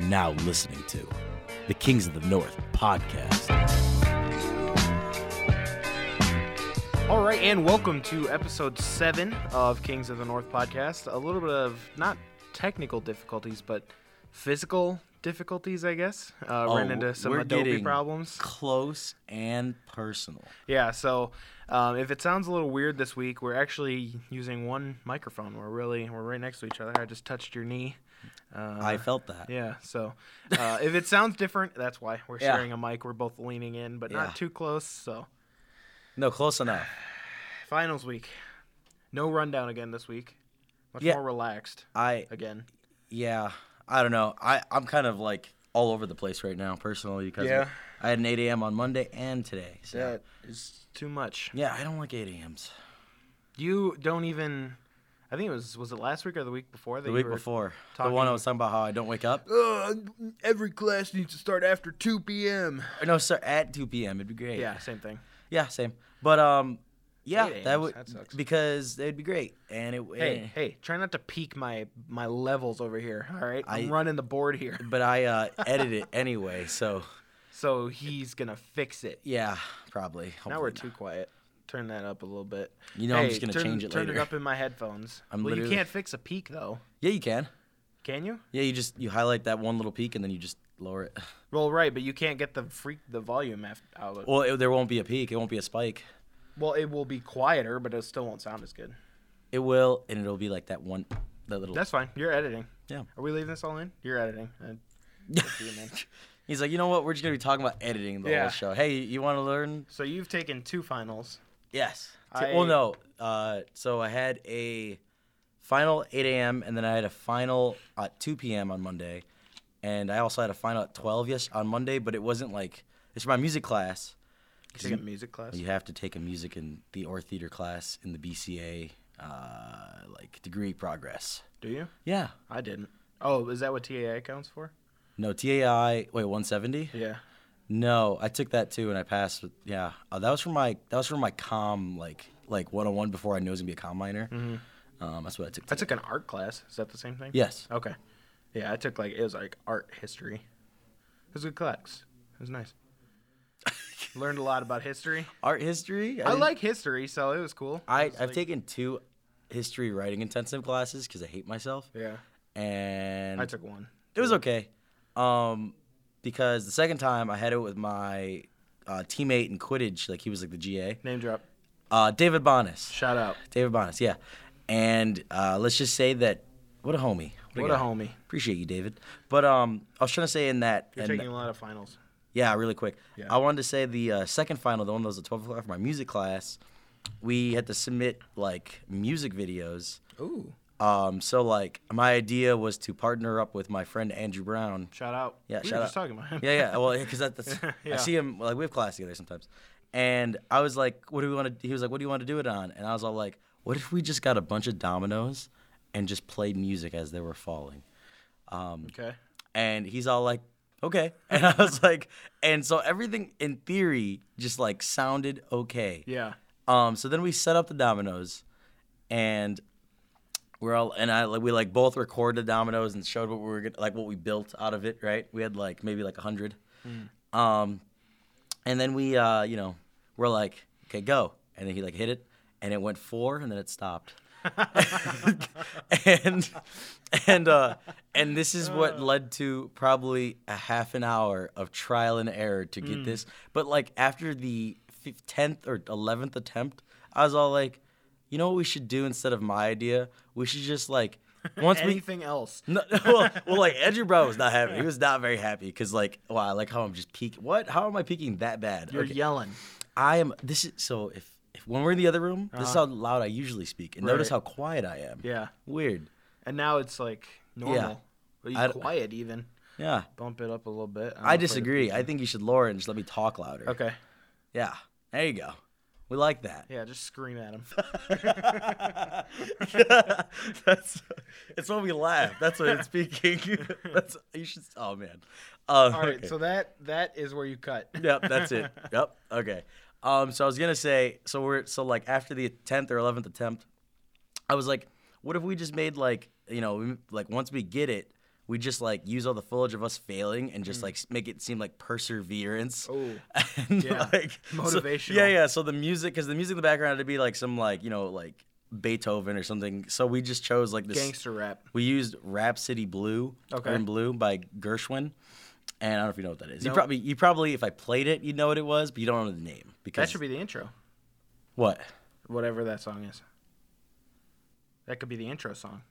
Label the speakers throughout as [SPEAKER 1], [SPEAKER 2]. [SPEAKER 1] now listening to the Kings of the North podcast.
[SPEAKER 2] All right, and welcome to episode seven of Kings of the North podcast. A little bit of not technical difficulties, but physical difficulties, I guess. Uh, ran
[SPEAKER 1] Oh,
[SPEAKER 2] into some
[SPEAKER 1] we're
[SPEAKER 2] Adobe
[SPEAKER 1] getting
[SPEAKER 2] problems.
[SPEAKER 1] Close and personal.
[SPEAKER 2] Yeah, so um, if it sounds a little weird this week, we're actually using one microphone. We're really we're right next to each other. I just touched your knee. Uh,
[SPEAKER 1] I felt that.
[SPEAKER 2] yeah, so uh, if it sounds different, that's why we're
[SPEAKER 1] Yeah.
[SPEAKER 2] sharing a mic. We're both leaning in, but
[SPEAKER 1] Yeah.
[SPEAKER 2] not too close. So
[SPEAKER 1] No, close enough.
[SPEAKER 2] finals week, no rundown again this week. Much
[SPEAKER 1] Yeah.
[SPEAKER 2] more relaxed
[SPEAKER 1] I
[SPEAKER 2] again.
[SPEAKER 1] yeah, I don't know. I I'm kind of like all over the place right now personally because
[SPEAKER 2] Yeah.
[SPEAKER 1] I had an 8 a.m. on Monday and today. So
[SPEAKER 2] is too much.
[SPEAKER 1] yeah, I don't like 8 a.m.s.
[SPEAKER 2] You don't even. I think it was was it last week or the week before that
[SPEAKER 1] The
[SPEAKER 2] you
[SPEAKER 1] week
[SPEAKER 2] were-
[SPEAKER 1] before, the one I
[SPEAKER 2] talking-
[SPEAKER 1] was talking about how I don't wake up.
[SPEAKER 2] Ugh, Uh, every class needs to start after 2 p.m.
[SPEAKER 1] No, sir, at 2 p.m. It'd be great.
[SPEAKER 2] Yeah, same thing.
[SPEAKER 1] Yeah, same. But um, yeah,
[SPEAKER 2] 8
[SPEAKER 1] that
[SPEAKER 2] a.m.s,
[SPEAKER 1] would
[SPEAKER 2] that sucks.
[SPEAKER 1] because it'd be great, and it. eh.
[SPEAKER 2] Hey, hey, try not to peak my my levels over here. All right, I'm
[SPEAKER 1] I-
[SPEAKER 2] running the board here,
[SPEAKER 1] But I uh, edit it anyway, so
[SPEAKER 2] so he's gonna fix it.
[SPEAKER 1] yeah, probably.
[SPEAKER 2] Now we're
[SPEAKER 1] hopefully
[SPEAKER 2] too
[SPEAKER 1] not.
[SPEAKER 2] quiet. Turn that up a little bit.
[SPEAKER 1] Oh You know I'm
[SPEAKER 2] Hey,
[SPEAKER 1] just gonna
[SPEAKER 2] turn-
[SPEAKER 1] change it
[SPEAKER 2] turn
[SPEAKER 1] later.
[SPEAKER 2] it up in my headphones.
[SPEAKER 1] I'm
[SPEAKER 2] well,
[SPEAKER 1] literally-
[SPEAKER 2] you can't fix a peak though,
[SPEAKER 1] Yeah, you can.
[SPEAKER 2] can you?
[SPEAKER 1] Yeah, you just you highlight that one little peak and then you just lower it.
[SPEAKER 2] Well, right, but you can't get the freak the volume af- out. Of it.
[SPEAKER 1] Well, it, there won't be a peak. It won't be a spike.
[SPEAKER 2] Well, it will be quieter, but it still won't sound as good.
[SPEAKER 1] It will, and it'll be like that one, that little.
[SPEAKER 2] That's fine. You're editing.
[SPEAKER 1] Yeah.
[SPEAKER 2] Are we leaving this all in? You're editing. Uh,
[SPEAKER 1] He's like, you know what? We're just gonna be talking about editing the whole
[SPEAKER 2] Yeah.
[SPEAKER 1] show. Hey, you want to learn?
[SPEAKER 2] So you've taken two finals.
[SPEAKER 1] Yes. T-
[SPEAKER 2] I-
[SPEAKER 1] Well, no. Uh, so I had a final 8 a.m. and then I had a final at 2 p.m. on Monday, and I also had a final at 12 yes on Monday. But it wasn't like it's my music class.
[SPEAKER 2] You taken a music class.
[SPEAKER 1] You have to take a music and the or theater class in the BCA uh, like degree progress.
[SPEAKER 2] Do you?
[SPEAKER 1] Yeah.
[SPEAKER 2] I didn't. Oh, is that what TAA counts for?
[SPEAKER 1] No TAI. Wait, 170.
[SPEAKER 2] Yeah.
[SPEAKER 1] No, I took that too and I passed. with- Yeah, uh, that was for my that was for my com like like 101 before I knew I was gonna be a com minor.
[SPEAKER 2] Mm-hmm.
[SPEAKER 1] Um, that's what I took.
[SPEAKER 2] I took an art class. Is that the same thing?
[SPEAKER 1] Yes.
[SPEAKER 2] Okay. Yeah, I took like it was like art history. It was a good class. It was nice. Learned a lot about history.
[SPEAKER 1] Art history.
[SPEAKER 2] I
[SPEAKER 1] didn't-
[SPEAKER 2] like history, so it was cool.
[SPEAKER 1] I
[SPEAKER 2] It was,
[SPEAKER 1] I've
[SPEAKER 2] like-
[SPEAKER 1] taken two history writing intensive classes because I hate myself.
[SPEAKER 2] Yeah,
[SPEAKER 1] And
[SPEAKER 2] I took one.
[SPEAKER 1] it was okay, um, because the second time I had it with my uh, teammate in Quidditch. Like he was like the GA.
[SPEAKER 2] Name drop.
[SPEAKER 1] Uh, David Bonas.
[SPEAKER 2] Shout out.
[SPEAKER 1] David Bonas. Yeah. And uh, let's just say that what a homie.
[SPEAKER 2] What
[SPEAKER 1] guy.
[SPEAKER 2] a homie.
[SPEAKER 1] Appreciate you, David. But um, I was trying to say in that,
[SPEAKER 2] You're
[SPEAKER 1] and-
[SPEAKER 2] taking a lot of finals.
[SPEAKER 1] yeah, really quick.
[SPEAKER 2] Yeah.
[SPEAKER 1] I wanted to say the uh, second final, the one that was at twelve o'clock for my music class, we had to submit like music videos.
[SPEAKER 2] Ooh.
[SPEAKER 1] Um, so like my idea was to partner up with my friend Andrew Brown.
[SPEAKER 2] Shout out.
[SPEAKER 1] Yeah,
[SPEAKER 2] we
[SPEAKER 1] shout
[SPEAKER 2] were
[SPEAKER 1] out.
[SPEAKER 2] just talking about him.
[SPEAKER 1] Yeah, yeah. Well, because that's I
[SPEAKER 2] Yeah.
[SPEAKER 1] see him like we have class together sometimes, and I was like, "What do we want to?" He was like, "What do you want to do it on?" And I was all like, "What if we just got a bunch of dominoes and just played music as they were falling?"
[SPEAKER 2] Okay.
[SPEAKER 1] and he's all like okay and i was like and so everything in theory just like sounded okay
[SPEAKER 2] Yeah.
[SPEAKER 1] um so then we set up the dominoes and we're all and i like we like both recorded the dominoes and showed what we were gonna, like what we built out of it right we had like maybe like a 100 um and then we uh you know we're like okay go and then he like hit it and it went four and then it stopped and and uh and this is what led to probably a half an hour of trial and error to get this but like after the fif- 10th or 11th attempt i was all like you know what we should do instead of my idea we should just like once we
[SPEAKER 2] Anything else?
[SPEAKER 1] no, well, well, like Andrew Brown was not happy. He was not very happy because, like, wow, I like how I'm just peaking. What? How am I peaking that bad?
[SPEAKER 2] You're
[SPEAKER 1] Okay.
[SPEAKER 2] yelling.
[SPEAKER 1] I am. This is so. If, if when we're in the other room, this is how loud I usually speak, and notice
[SPEAKER 2] Uh-huh. Right.
[SPEAKER 1] how quiet I am.
[SPEAKER 2] Yeah.
[SPEAKER 1] Weird.
[SPEAKER 2] And now it's like normal. Well, you
[SPEAKER 1] I d-
[SPEAKER 2] quiet even.
[SPEAKER 1] Yeah.
[SPEAKER 2] Bump it up a little bit. I'm
[SPEAKER 1] I
[SPEAKER 2] afraid to
[SPEAKER 1] disagree.
[SPEAKER 2] peak.
[SPEAKER 1] I think you should lower and just let me talk louder.
[SPEAKER 2] Okay.
[SPEAKER 1] Yeah. There you go. We like that.
[SPEAKER 2] Yeah, just scream at him.
[SPEAKER 1] That's. It's when we laugh. That's when it's speaking. That's you should. Oh man. Um,
[SPEAKER 2] All right,
[SPEAKER 1] okay.
[SPEAKER 2] so that that is where you cut.
[SPEAKER 1] yep, that's it. Yep. Okay. Um, so I was gonna say, so we're so like after the tenth or eleventh attempt, I was like, what if we just made like you know we- like once we get it, we just like use all the footage of us failing and just like s- make it seem like perseverance.
[SPEAKER 2] Mm. Oh,
[SPEAKER 1] and,
[SPEAKER 2] yeah.
[SPEAKER 1] like so- yeah,
[SPEAKER 2] Motivational.
[SPEAKER 1] yeah. So the music, because the music in the background had to be like some like you know like Beethoven or something. So we just chose like this.
[SPEAKER 2] gangster rap.
[SPEAKER 1] We used Rhapsody Blue,
[SPEAKER 2] Okay.
[SPEAKER 1] okay. Blue by Gershwin. And I don't know if you know what that is.
[SPEAKER 2] No.
[SPEAKER 1] You probably, you probably, if I played it, you'd know what it was, but you don't know the name because
[SPEAKER 2] That should be the intro.
[SPEAKER 1] what?
[SPEAKER 2] Whatever that song is. That could be the intro song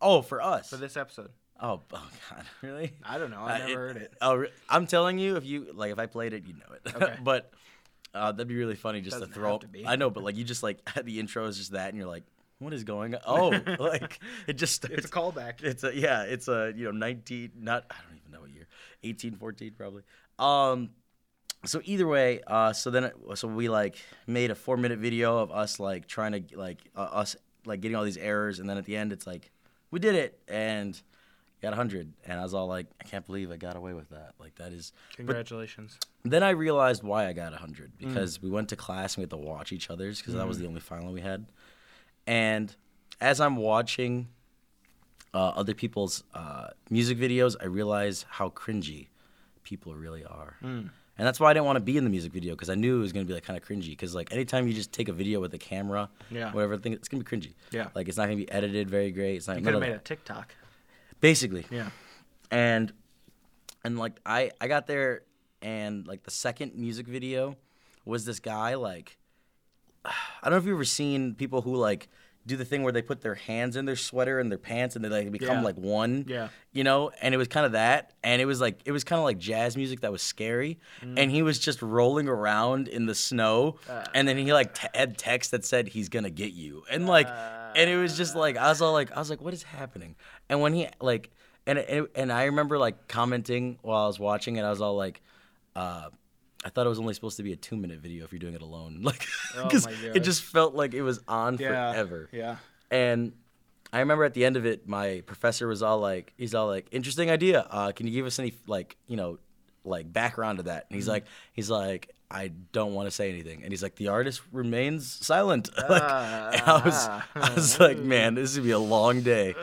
[SPEAKER 1] Oh, for us.
[SPEAKER 2] for this episode.
[SPEAKER 1] oh, oh, God, really?
[SPEAKER 2] I don't know. I
[SPEAKER 1] Uh,
[SPEAKER 2] never heard it.
[SPEAKER 1] Oh, re- I'm telling you, if you like, if I played it, you'd know it.
[SPEAKER 2] Okay.
[SPEAKER 1] but uh, that'd be really funny just
[SPEAKER 2] Doesn't
[SPEAKER 1] to throw.
[SPEAKER 2] have to be.
[SPEAKER 1] I know, but like you just like the intro is just that, and you're like, what is going? on? Oh, like it just starts.
[SPEAKER 2] It's a callback.
[SPEAKER 1] It's a yeah. It's a you know 19. Not I don't even know what year. 1814 probably. Um. So either way, uh, so then it- so we like made a four minute video of us like trying to like uh, us like getting all these errors, and then at the end it's like we did it and got hundred, and I was all like I can't believe I got away with that. Like that is.
[SPEAKER 2] Congratulations.
[SPEAKER 1] Then I realized why I got hundred
[SPEAKER 2] Mm.
[SPEAKER 1] because we went to class and we had to watch each other's because that was the only final we had, and as I'm watching uh, other people's uh, music videos, I realize how cringy people really are.
[SPEAKER 2] Mm.
[SPEAKER 1] And that's why I didn't want to be in the music video because I knew it was going to be like kind of cringy. Because like anytime you just take a video with a camera,
[SPEAKER 2] Yeah.
[SPEAKER 1] whatever thing, it's going to be cringy.
[SPEAKER 2] Yeah.
[SPEAKER 1] like it's not going to be edited very great. It's not
[SPEAKER 2] You
[SPEAKER 1] none
[SPEAKER 2] could have
[SPEAKER 1] of
[SPEAKER 2] made
[SPEAKER 1] that.
[SPEAKER 2] a TikTok.
[SPEAKER 1] basically
[SPEAKER 2] Yeah.
[SPEAKER 1] and and like I I got there and like the second music video was this guy like I don't know if you've ever seen people who like do the thing where they put their hands in their sweater and their pants and they like become
[SPEAKER 2] Yeah.
[SPEAKER 1] like one
[SPEAKER 2] Yeah.
[SPEAKER 1] you know and it was kind of that and it was like it was kind of like jazz music that was scary
[SPEAKER 2] Mm.
[SPEAKER 1] and he was just rolling around in the snow
[SPEAKER 2] Uh.
[SPEAKER 1] and then he like t- had text that said he's gonna get you
[SPEAKER 2] Uh.
[SPEAKER 1] and like and it was just
[SPEAKER 2] Ah.
[SPEAKER 1] like I was all like I was like what is happening and when he like and and, and I remember like commenting while I was watching it I was all like uh I thought it was only supposed to be a two minute video if you're doing it alone like
[SPEAKER 2] Oh
[SPEAKER 1] because
[SPEAKER 2] my
[SPEAKER 1] it
[SPEAKER 2] gosh.
[SPEAKER 1] just felt like it was on
[SPEAKER 2] Yeah.
[SPEAKER 1] forever
[SPEAKER 2] Yeah.
[SPEAKER 1] and I remember at the end of it, my professor was all like, he's all like, interesting idea. Uh, can you give us any like, you know, like background to that? And he's like, he's like, I don't want to say anything. And he's like, the artist remains silent. like, and I was, I was like, man, this would be a long day.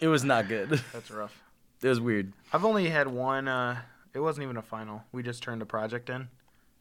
[SPEAKER 1] It was not good.
[SPEAKER 2] That's rough.
[SPEAKER 1] it was weird.
[SPEAKER 2] I've only had one. Uh, it wasn't even a final. We just turned a project in,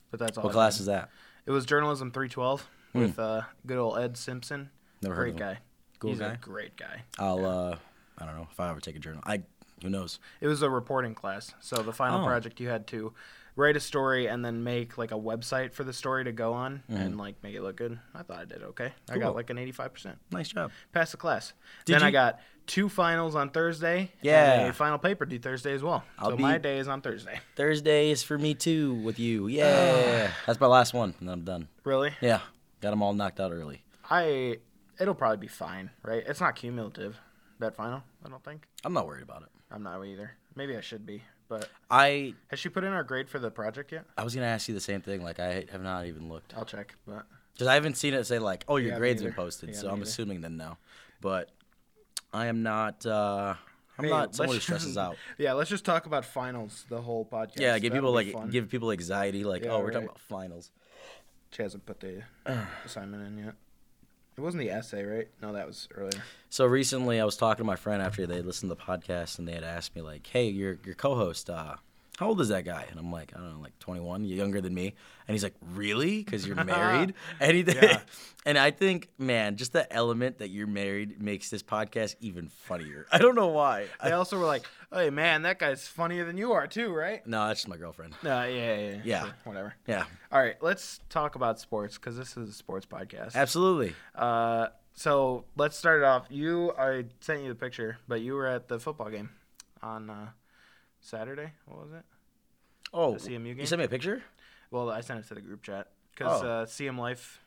[SPEAKER 2] but that's all.
[SPEAKER 1] What
[SPEAKER 2] I
[SPEAKER 1] class
[SPEAKER 2] did.
[SPEAKER 1] is that?
[SPEAKER 2] It was journalism 312 with uh, good old Ed Simpson.
[SPEAKER 1] Hmm. Never heard
[SPEAKER 2] great
[SPEAKER 1] of him.
[SPEAKER 2] guy.
[SPEAKER 1] Cool
[SPEAKER 2] He's
[SPEAKER 1] guy?
[SPEAKER 2] a great guy.
[SPEAKER 1] I'll, uh, I don't know if I ever take a journal. I, who knows?
[SPEAKER 2] It was a reporting class, so the final
[SPEAKER 1] Oh.
[SPEAKER 2] project you had to write a story and then make like a website for the story to go on and like make it look good. I thought I did okay. I
[SPEAKER 1] Mm-hmm.
[SPEAKER 2] got
[SPEAKER 1] Cool.
[SPEAKER 2] like an 85%.
[SPEAKER 1] Nice job.
[SPEAKER 2] Passed the class.
[SPEAKER 1] Did
[SPEAKER 2] then I
[SPEAKER 1] you-
[SPEAKER 2] got two finals on Thursday.
[SPEAKER 1] Yeah.
[SPEAKER 2] And a final paper due Thursday as well.
[SPEAKER 1] I'll
[SPEAKER 2] so
[SPEAKER 1] be-
[SPEAKER 2] my day is on Thursday.
[SPEAKER 1] Thursday is for me too with you. Yeah. That's my last one and then I'm done.
[SPEAKER 2] Really?
[SPEAKER 1] Yeah, got them all knocked out early.
[SPEAKER 2] I it'll probably be fine, right? It's not cumulative that final. I don't think.
[SPEAKER 1] I'm not worried about it.
[SPEAKER 2] I'm not either. Maybe I should be, but
[SPEAKER 1] I
[SPEAKER 2] has she put in our grade for the project yet?
[SPEAKER 1] I was gonna ask you the same thing. Like I have not even looked
[SPEAKER 2] I'll check, but
[SPEAKER 1] because I haven't seen it say like, oh, your
[SPEAKER 2] Yeah, me
[SPEAKER 1] grades been
[SPEAKER 2] neither.
[SPEAKER 1] posted.
[SPEAKER 2] Yeah,
[SPEAKER 1] so
[SPEAKER 2] me
[SPEAKER 1] I'm
[SPEAKER 2] neither.
[SPEAKER 1] assuming then no, but I am not. uh I'm
[SPEAKER 2] Hey,
[SPEAKER 1] not someone who
[SPEAKER 2] let's-
[SPEAKER 1] stresses out.
[SPEAKER 2] Yeah, let's just talk about finals the whole podcast.
[SPEAKER 1] Yeah, give
[SPEAKER 2] That'll
[SPEAKER 1] people
[SPEAKER 2] be
[SPEAKER 1] like
[SPEAKER 2] fun.
[SPEAKER 1] give people anxiety. Like,
[SPEAKER 2] Yeah,
[SPEAKER 1] oh, we're talking
[SPEAKER 2] right.
[SPEAKER 1] about finals.
[SPEAKER 2] She hasn't put the assignment in yet. It wasn't the essay, right? No, that was earlier.
[SPEAKER 1] So recently, I was talking to my friend after they listened to the podcast, and they had asked me like, "Hey, your your co-host, uh, how old is that guy?" And I'm like, "I don't know, like 21, you're younger than me." And he's like, "Really? Because you're married?" and he,
[SPEAKER 2] Yeah.
[SPEAKER 1] and I think, man, just the element that you're married makes this podcast even funnier. I don't know why.
[SPEAKER 2] They
[SPEAKER 1] I,
[SPEAKER 2] also were like, "Hey, man, that guy's funnier than you are too, right?"
[SPEAKER 1] no, that's just my girlfriend.
[SPEAKER 2] No, Uh, yeah, yeah, yeah,
[SPEAKER 1] Yeah.
[SPEAKER 2] sure, whatever.
[SPEAKER 1] Yeah,
[SPEAKER 2] All right, let's talk about sports because this is a sports podcast.
[SPEAKER 1] absolutely.
[SPEAKER 2] Uh, so let's start it off. You, I sent you the picture, but you were at the football game on uh, Saturday. What was it?
[SPEAKER 1] Oh,
[SPEAKER 2] CMU
[SPEAKER 1] you
[SPEAKER 2] game?
[SPEAKER 1] sent me a picture.
[SPEAKER 2] Well, I sent it to the group chat because
[SPEAKER 1] Oh.
[SPEAKER 2] uh, CM Life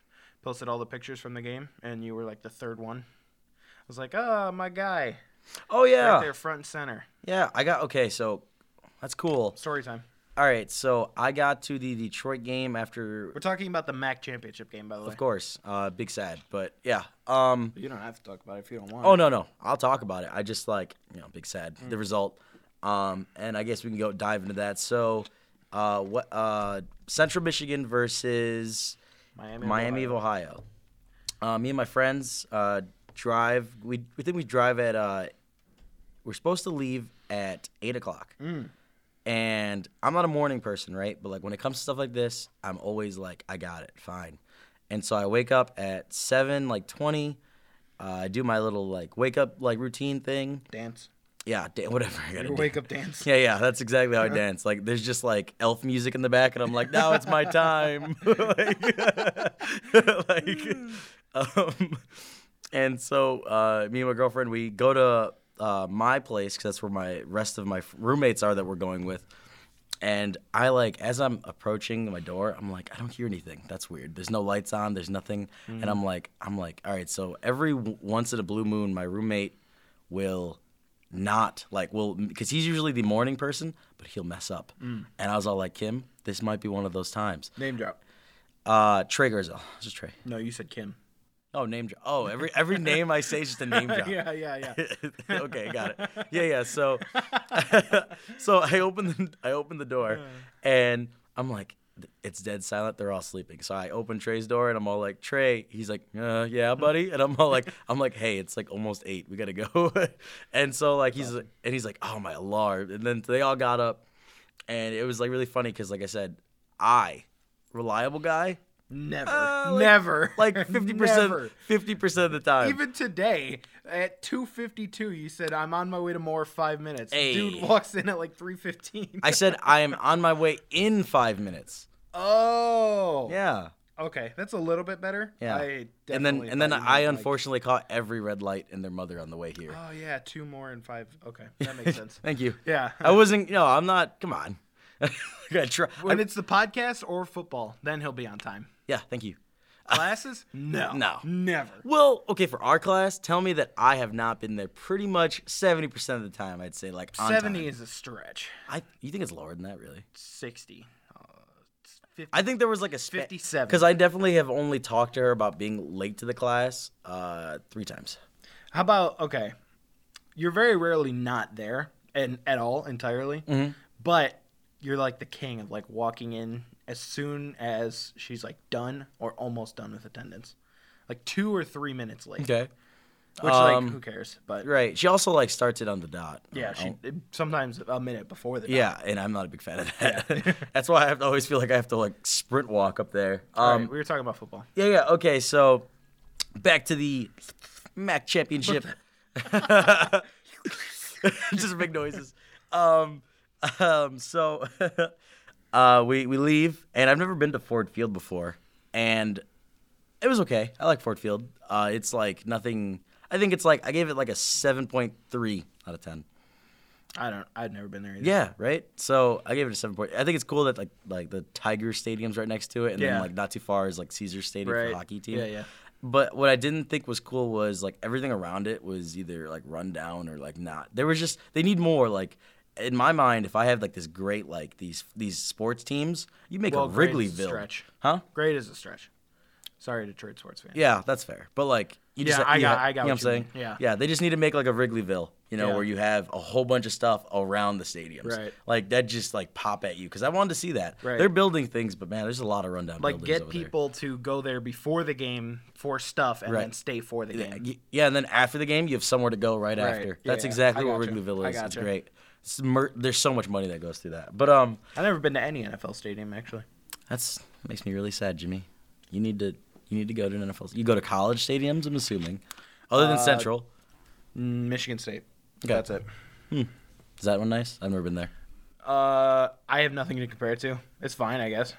[SPEAKER 2] posted all the pictures from the game, and you were like the third one. I was like, oh, my guy,
[SPEAKER 1] Oh yeah,
[SPEAKER 2] right there, front and center.
[SPEAKER 1] yeah. I got okay. So that's cool.
[SPEAKER 2] Story time.
[SPEAKER 1] All right, so I got to the Detroit game after
[SPEAKER 2] We're talking about the MAC championship game, by the way.
[SPEAKER 1] Of course, uh, big sad, but yeah. Um,
[SPEAKER 2] You don't have to talk about it if you don't want.
[SPEAKER 1] oh no, no, I'll talk about it. I just like you know, big sad, the result. Um, and I guess we can go dive into that. So, uh, what? Uh, Central Michigan versus
[SPEAKER 2] Miami.
[SPEAKER 1] Miami
[SPEAKER 2] Ohio.
[SPEAKER 1] of Ohio. Uh, me and my friends uh, drive. We we think we drive at uh, We're supposed to leave at eight o'clock. And I'm not a morning person, right? But like when it comes to stuff like this, I'm always like, I got it, fine. And so I wake up at seven, like twenty. Uh, I do my little like wake up like routine thing.
[SPEAKER 2] Dance.
[SPEAKER 1] Yeah, da- whatever I gotta
[SPEAKER 2] Your
[SPEAKER 1] do.
[SPEAKER 2] wake up dance.
[SPEAKER 1] Yeah, yeah, that's exactly how I dance. Like, there's just like elf music in the back, and I'm like, now it's my time. like, like, um, and so uh, me and my girlfriend, we go to uh, my place because that's where my rest of my f- roommates are that we're going with. And I like, as I'm approaching my door, I'm like, I don't hear anything. That's weird. There's no lights on. There's nothing. And I'm like, I'm like, all right. So every w- once in a blue moon, my roommate will not like will because he's usually the morning person, but he'll mess up. And I was all like, Kim, this might be one of those times.
[SPEAKER 2] Name drop.
[SPEAKER 1] Uh, Trey Gerzel, It's just Trey.
[SPEAKER 2] No, you said Kim.
[SPEAKER 1] Oh, name drop. Oh, every every name I say is just a name drop.
[SPEAKER 2] Yeah, yeah, yeah.
[SPEAKER 1] okay, got it. Yeah, yeah. So, so I open the I open the door, and I'm like, it's dead silent. They're all sleeping. So I open Trey's door, and I'm all like, Trey. He's like, uh, yeah, buddy. And I'm all like, I'm like, hey, it's like almost eight. We gotta go. and so like he's and he's like, oh my alarm. And then they all got up, and it was like really funny because like I said, I, reliable guy,
[SPEAKER 2] Never.
[SPEAKER 1] Uh, like-
[SPEAKER 2] never.
[SPEAKER 1] like fifty percent
[SPEAKER 2] Never.
[SPEAKER 1] fifty percent of the time.
[SPEAKER 2] Even today, at 2:52, you said I'm on my way to more five minutes.
[SPEAKER 1] Hey.
[SPEAKER 2] Dude walks in at like 3:15.
[SPEAKER 1] I said I am on my way in five minutes.
[SPEAKER 2] oh.
[SPEAKER 1] Yeah.
[SPEAKER 2] Okay, that's a little bit better.
[SPEAKER 1] Yeah.
[SPEAKER 2] I
[SPEAKER 1] and then
[SPEAKER 2] definitely
[SPEAKER 1] and then
[SPEAKER 2] thought you
[SPEAKER 1] I
[SPEAKER 2] meant, like,
[SPEAKER 1] unfortunately caught every red light and their mother on the way here.
[SPEAKER 2] Oh yeah, two more and five. Okay, that makes sense.
[SPEAKER 1] Thank you.
[SPEAKER 2] Yeah.
[SPEAKER 1] I wasn't. No, I'm not. Come on. I gotta try.
[SPEAKER 2] When it's the podcast or football, then he'll be on time.
[SPEAKER 1] Yeah. Thank you.
[SPEAKER 2] Classes? No.
[SPEAKER 1] No.
[SPEAKER 2] Never.
[SPEAKER 1] Well, okay, for our class, tell me that I have not been there pretty much 70% of the time, I'd say, like, on
[SPEAKER 2] 70
[SPEAKER 1] time.
[SPEAKER 2] is a stretch.
[SPEAKER 1] I, you think it's lower than that, really?
[SPEAKER 2] 60. Uh, it's 50.
[SPEAKER 1] I think there was, like, a... Spe-
[SPEAKER 2] 57.
[SPEAKER 1] Because I definitely have only talked to her about being late to the class uh, three times.
[SPEAKER 2] How about okay? You're very rarely not there and at all entirely,
[SPEAKER 1] Mm-hmm.
[SPEAKER 2] but you're like the king of like walking in as soon as she's like done or almost done with attendance, like two or three minutes late.
[SPEAKER 1] Okay.
[SPEAKER 2] Which
[SPEAKER 1] Um,
[SPEAKER 2] like who cares? But
[SPEAKER 1] Right. She also, like, starts it on the dot.
[SPEAKER 2] yeah,
[SPEAKER 1] Oh.
[SPEAKER 2] she sometimes a minute before the
[SPEAKER 1] Yeah, and I'm not a big fan of that. That's why I have to always feel like I have to like sprint walk up there.
[SPEAKER 2] All
[SPEAKER 1] Um,
[SPEAKER 2] right, we were talking about football.
[SPEAKER 1] Yeah, yeah. Okay, so back to the MAC championship. Just big noises. Um, um, so uh, we we leave, and I've never been to Ford Field before, and it was okay. I like Ford Field. Uh, it's like nothing. I think it's like I gave it like a seven point three out of ten.
[SPEAKER 2] I don't. I've never been there either.
[SPEAKER 1] Yeah, right. So I gave it a seven point. I think it's cool that like like the Tiger Stadium's right next to it, and
[SPEAKER 2] Yeah.
[SPEAKER 1] then like not too far is like Caesar Stadium for
[SPEAKER 2] Right.
[SPEAKER 1] the hockey team.
[SPEAKER 2] Yeah, yeah.
[SPEAKER 1] But what I didn't think was cool was like everything around it was either like run down or like not. There was just they need more. Like in my mind, if I have like this great like these these sports teams, you make
[SPEAKER 2] Well,
[SPEAKER 1] a
[SPEAKER 2] great is a
[SPEAKER 1] Wrigleyville,
[SPEAKER 2] stretch.
[SPEAKER 1] huh?
[SPEAKER 2] Great is a stretch. Sorry, Detroit sports fan.
[SPEAKER 1] Yeah, that's fair. But like, you just
[SPEAKER 2] Yeah, I
[SPEAKER 1] you
[SPEAKER 2] got-
[SPEAKER 1] ha-
[SPEAKER 2] I got
[SPEAKER 1] You know
[SPEAKER 2] what
[SPEAKER 1] what I'm
[SPEAKER 2] you
[SPEAKER 1] saying?
[SPEAKER 2] mean. Yeah.
[SPEAKER 1] yeah. They just need to make like a Wrigleyville, you know,
[SPEAKER 2] Yeah.
[SPEAKER 1] where you have a whole bunch of stuff around the stadiums,
[SPEAKER 2] Right.
[SPEAKER 1] Like that just like pop at you because I wanted to see that.
[SPEAKER 2] Right.
[SPEAKER 1] They're building things, but man, there's a lot of rundown.
[SPEAKER 2] Like
[SPEAKER 1] buildings
[SPEAKER 2] get
[SPEAKER 1] over there.
[SPEAKER 2] people to go there before the game for stuff and
[SPEAKER 1] Right.
[SPEAKER 2] then stay for the game.
[SPEAKER 1] Yeah, y- yeah, and then after the game, you have somewhere to go right,
[SPEAKER 2] Right.
[SPEAKER 1] after.
[SPEAKER 2] Yeah,
[SPEAKER 1] That's
[SPEAKER 2] yeah.
[SPEAKER 1] exactly
[SPEAKER 2] I
[SPEAKER 1] what
[SPEAKER 2] gotcha.
[SPEAKER 1] Wrigleyville
[SPEAKER 2] I
[SPEAKER 1] is. It's
[SPEAKER 2] gotcha.
[SPEAKER 1] great. It's mer- there's so much money that goes through that. But um,
[SPEAKER 2] I've never been to any NFL stadium actually.
[SPEAKER 1] that's makes me really sad, Jimmy. You need to you need to go to an NFL. You go to college stadiums, I'm assuming, other
[SPEAKER 2] Uh,
[SPEAKER 1] than Central.
[SPEAKER 2] Mm, Michigan State.
[SPEAKER 1] Okay.
[SPEAKER 2] That's it.
[SPEAKER 1] Is that one nice? I've never been there.
[SPEAKER 2] Uh, I have nothing to compare it to. It's fine, I guess.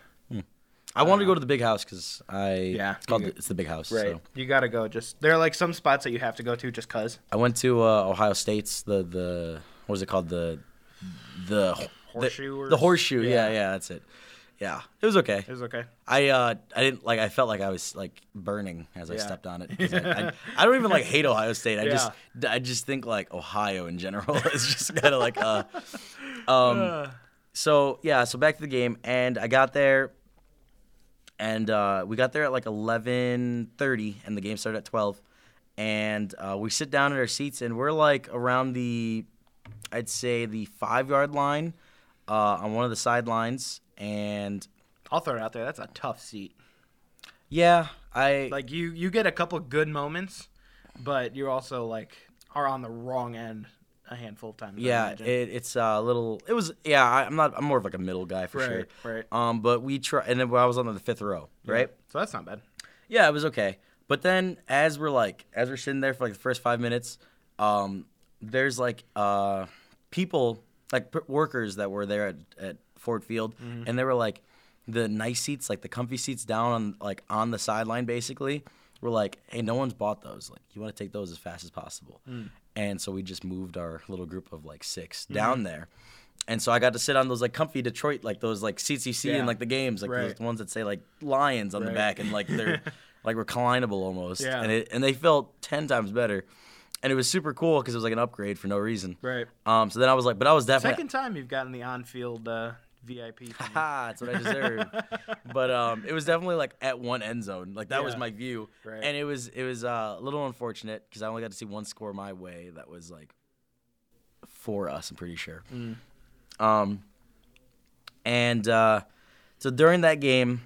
[SPEAKER 1] I wanted to go to the big house because I
[SPEAKER 2] Uh, Yeah.
[SPEAKER 1] it's called the, it's the big house. So
[SPEAKER 2] You gotta go. Just there are like some spots that you have to go to just cause.
[SPEAKER 1] I went to uh, Ohio State's the the what was it called the the the-
[SPEAKER 2] Horseshoe
[SPEAKER 1] The,
[SPEAKER 2] or-
[SPEAKER 1] horseshoe. Yeah.
[SPEAKER 2] yeah.
[SPEAKER 1] yeah, that's it. Yeah, it was okay.
[SPEAKER 2] It was okay.
[SPEAKER 1] I uh I didn't like I felt like I was like burning as I
[SPEAKER 2] Yeah.
[SPEAKER 1] stepped on it. 'cause I, I, I don't even like hate Ohio State. I just I just think like Ohio in general is just kind of like uh um so yeah so back to the game and I got there and uh, we got there at like eleven thirty and the game started at twelve and uh, we sit down at our seats and we're like around the I'd say the five yard line uh, on one of the sidelines and.
[SPEAKER 2] I'll throw it out there. That's a tough seat.
[SPEAKER 1] Yeah, I
[SPEAKER 2] Like you, you get a couple good moments, but you also like are on the wrong end a handful of times. I
[SPEAKER 1] Yeah,
[SPEAKER 2] imagine.
[SPEAKER 1] it, it's a little. It was yeah. I, I'm not. I'm more of like a middle guy for
[SPEAKER 2] right,
[SPEAKER 1] sure.
[SPEAKER 2] right.
[SPEAKER 1] Um, but we try, and then I was on the fifth row, right?
[SPEAKER 3] So that's not bad.
[SPEAKER 1] Yeah, it was okay. But then as we're like as we're sitting there for like the first five minutes, um, there's like uh, people like p- workers that were there at, at Ford Field,
[SPEAKER 2] Mm-hmm.
[SPEAKER 1] and they were like the nice seats, like the comfy seats down on like on the sideline, basically. We're like, hey, no one's bought those. Like, you want to take those as fast as possible.
[SPEAKER 2] Mm.
[SPEAKER 1] And so we just moved our little group of like 6
[SPEAKER 2] Mm-hmm.
[SPEAKER 1] down there. And so I got to sit on those like comfy Detroit, like those like CCC
[SPEAKER 2] Yeah.
[SPEAKER 1] and like the games, like
[SPEAKER 2] Right.
[SPEAKER 1] those ones that say like Lions on
[SPEAKER 2] Right.
[SPEAKER 1] the back and like they're like reclinable almost
[SPEAKER 2] Yeah.
[SPEAKER 1] and it, and they felt 10 times better and it was super cool because it was like an upgrade for no reason
[SPEAKER 2] Right.
[SPEAKER 1] um so then i was like but i was definitely
[SPEAKER 2] Second time you've gotten the on-field uh, VIP. thing.
[SPEAKER 1] ha Ah, that's what i deserve but um it was definitely like at one end zone like that was
[SPEAKER 2] Yeah.
[SPEAKER 1] my view
[SPEAKER 2] Right.
[SPEAKER 1] and it was it was uh, a little unfortunate because i only got to see one score my way that was like for us i'm pretty sure
[SPEAKER 2] Mm.
[SPEAKER 1] um and uh so during that game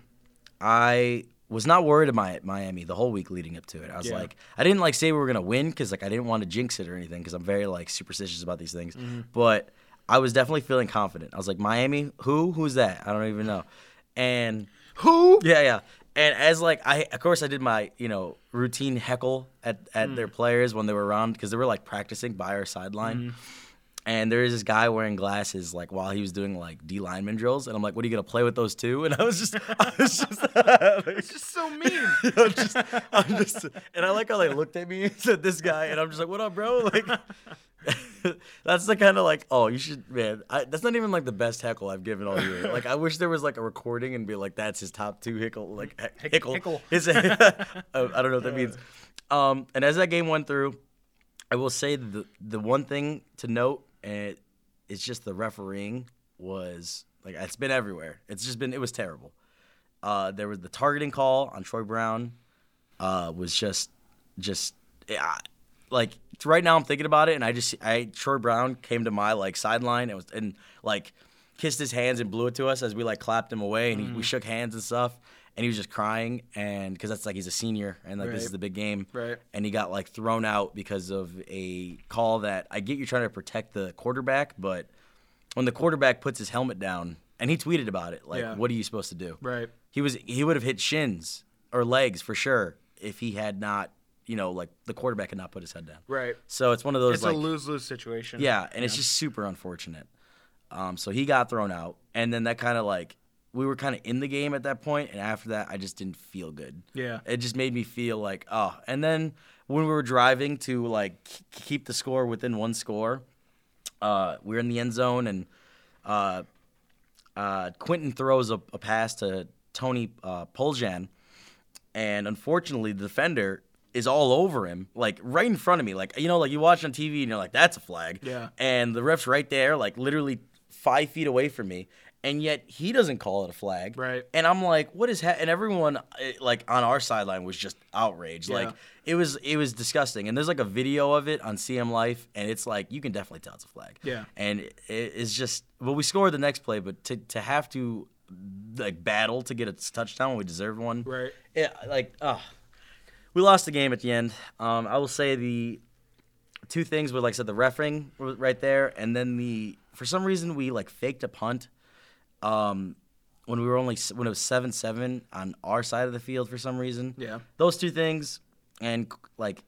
[SPEAKER 1] i was not worried about miami the whole week leading up to it i was
[SPEAKER 2] Yeah.
[SPEAKER 1] like i didn't like say we were gonna win because like i didn't want to jinx it or anything because i'm very like superstitious about these things
[SPEAKER 2] Mm-hmm.
[SPEAKER 1] but i was definitely feeling confident i was like miami who who's that i don't even know and
[SPEAKER 2] Who?
[SPEAKER 1] yeah, yeah. And as like I, of course, I did my you know routine heckle at at their players when they were around because they were like practicing by our sideline. And there is this guy wearing glasses, like while he was doing like D lineman drills, and I'm like, "What are you gonna play with those two? And I was just, I was just,
[SPEAKER 2] It's just so mean.
[SPEAKER 1] I'm just, I'm just, and I like how they looked at me and said, "This guy," and I'm just like, "What up, bro?" Like, that's the kind of like, oh, you should, man. I, that's not even like the best heckle I've given all year. Like, I wish there was like a recording and be like, "That's his top two hickle." Like, he- hickle.
[SPEAKER 2] hickle.
[SPEAKER 1] His, I don't know what that means. Um, and as that game went through, I will say the the one thing to note, and it's just the refereeing was like it's been everywhere. It's just been it was terrible. Uh, there was the targeting call on Troy Brown uh, was just just yeah, like right now I'm thinking about it, and I just I Troy Brown came to my like sideline and was and like kissed his hands and blew it to us as we like clapped him away and he,
[SPEAKER 2] Mm.
[SPEAKER 1] we shook hands and stuff. And he was just crying, and because that's like he's a senior, and like this is
[SPEAKER 2] Right.
[SPEAKER 1] the big game,
[SPEAKER 2] Right.
[SPEAKER 1] and he got like thrown out because of a call that I get you trying to protect the quarterback, but when the quarterback puts his helmet down, and he tweeted about it, like,
[SPEAKER 2] Yeah.
[SPEAKER 1] what are you supposed to do?
[SPEAKER 2] Right.
[SPEAKER 1] He was he would have hit shins or legs for sure if he had not, you know, like the quarterback had not put his head down.
[SPEAKER 2] Right.
[SPEAKER 1] So it's one of those
[SPEAKER 2] It's
[SPEAKER 1] like
[SPEAKER 2] a lose-lose situation.
[SPEAKER 1] yeah, and it's just super unfortunate. Um, so he got thrown out, and then that kind of like we were kind of in the game at that point, and after that, I just didn't feel good.
[SPEAKER 2] Yeah.
[SPEAKER 1] it just made me feel like oh. And then when we were driving to like k- keep the score within one score, uh, we were in the end zone, and uh, uh, Quentin throws a, a pass to Tony uh, Poljan, and unfortunately, the defender is all over him, like right in front of me. Like you know, like you watch on TV and you're like, "That's a flag."
[SPEAKER 2] Yeah.
[SPEAKER 1] And the ref's right there, like literally five feet away from me, and yet he doesn't call it a flag.
[SPEAKER 2] Right.
[SPEAKER 1] And I'm like, "What is?" Ha-? And everyone, eh, like on our sideline, was just outraged. Like it was, it was disgusting. And there's like a video of it on CM Life, and it's like you can definitely tell it's a flag.
[SPEAKER 2] Yeah.
[SPEAKER 1] And it, it's just, well, we scored the next play, but to to have to like battle to get a touchdown when we deserved one.
[SPEAKER 2] Right.
[SPEAKER 1] Yeah, like, oh. We lost the game at the end. Um, I will say the two things were, like I said, the refereeing was right there, and then the for some reason we like faked a punt. Um, when we were only when it was seven seven on our side of the field for some reason.
[SPEAKER 2] Yeah.
[SPEAKER 1] Those two things, and like,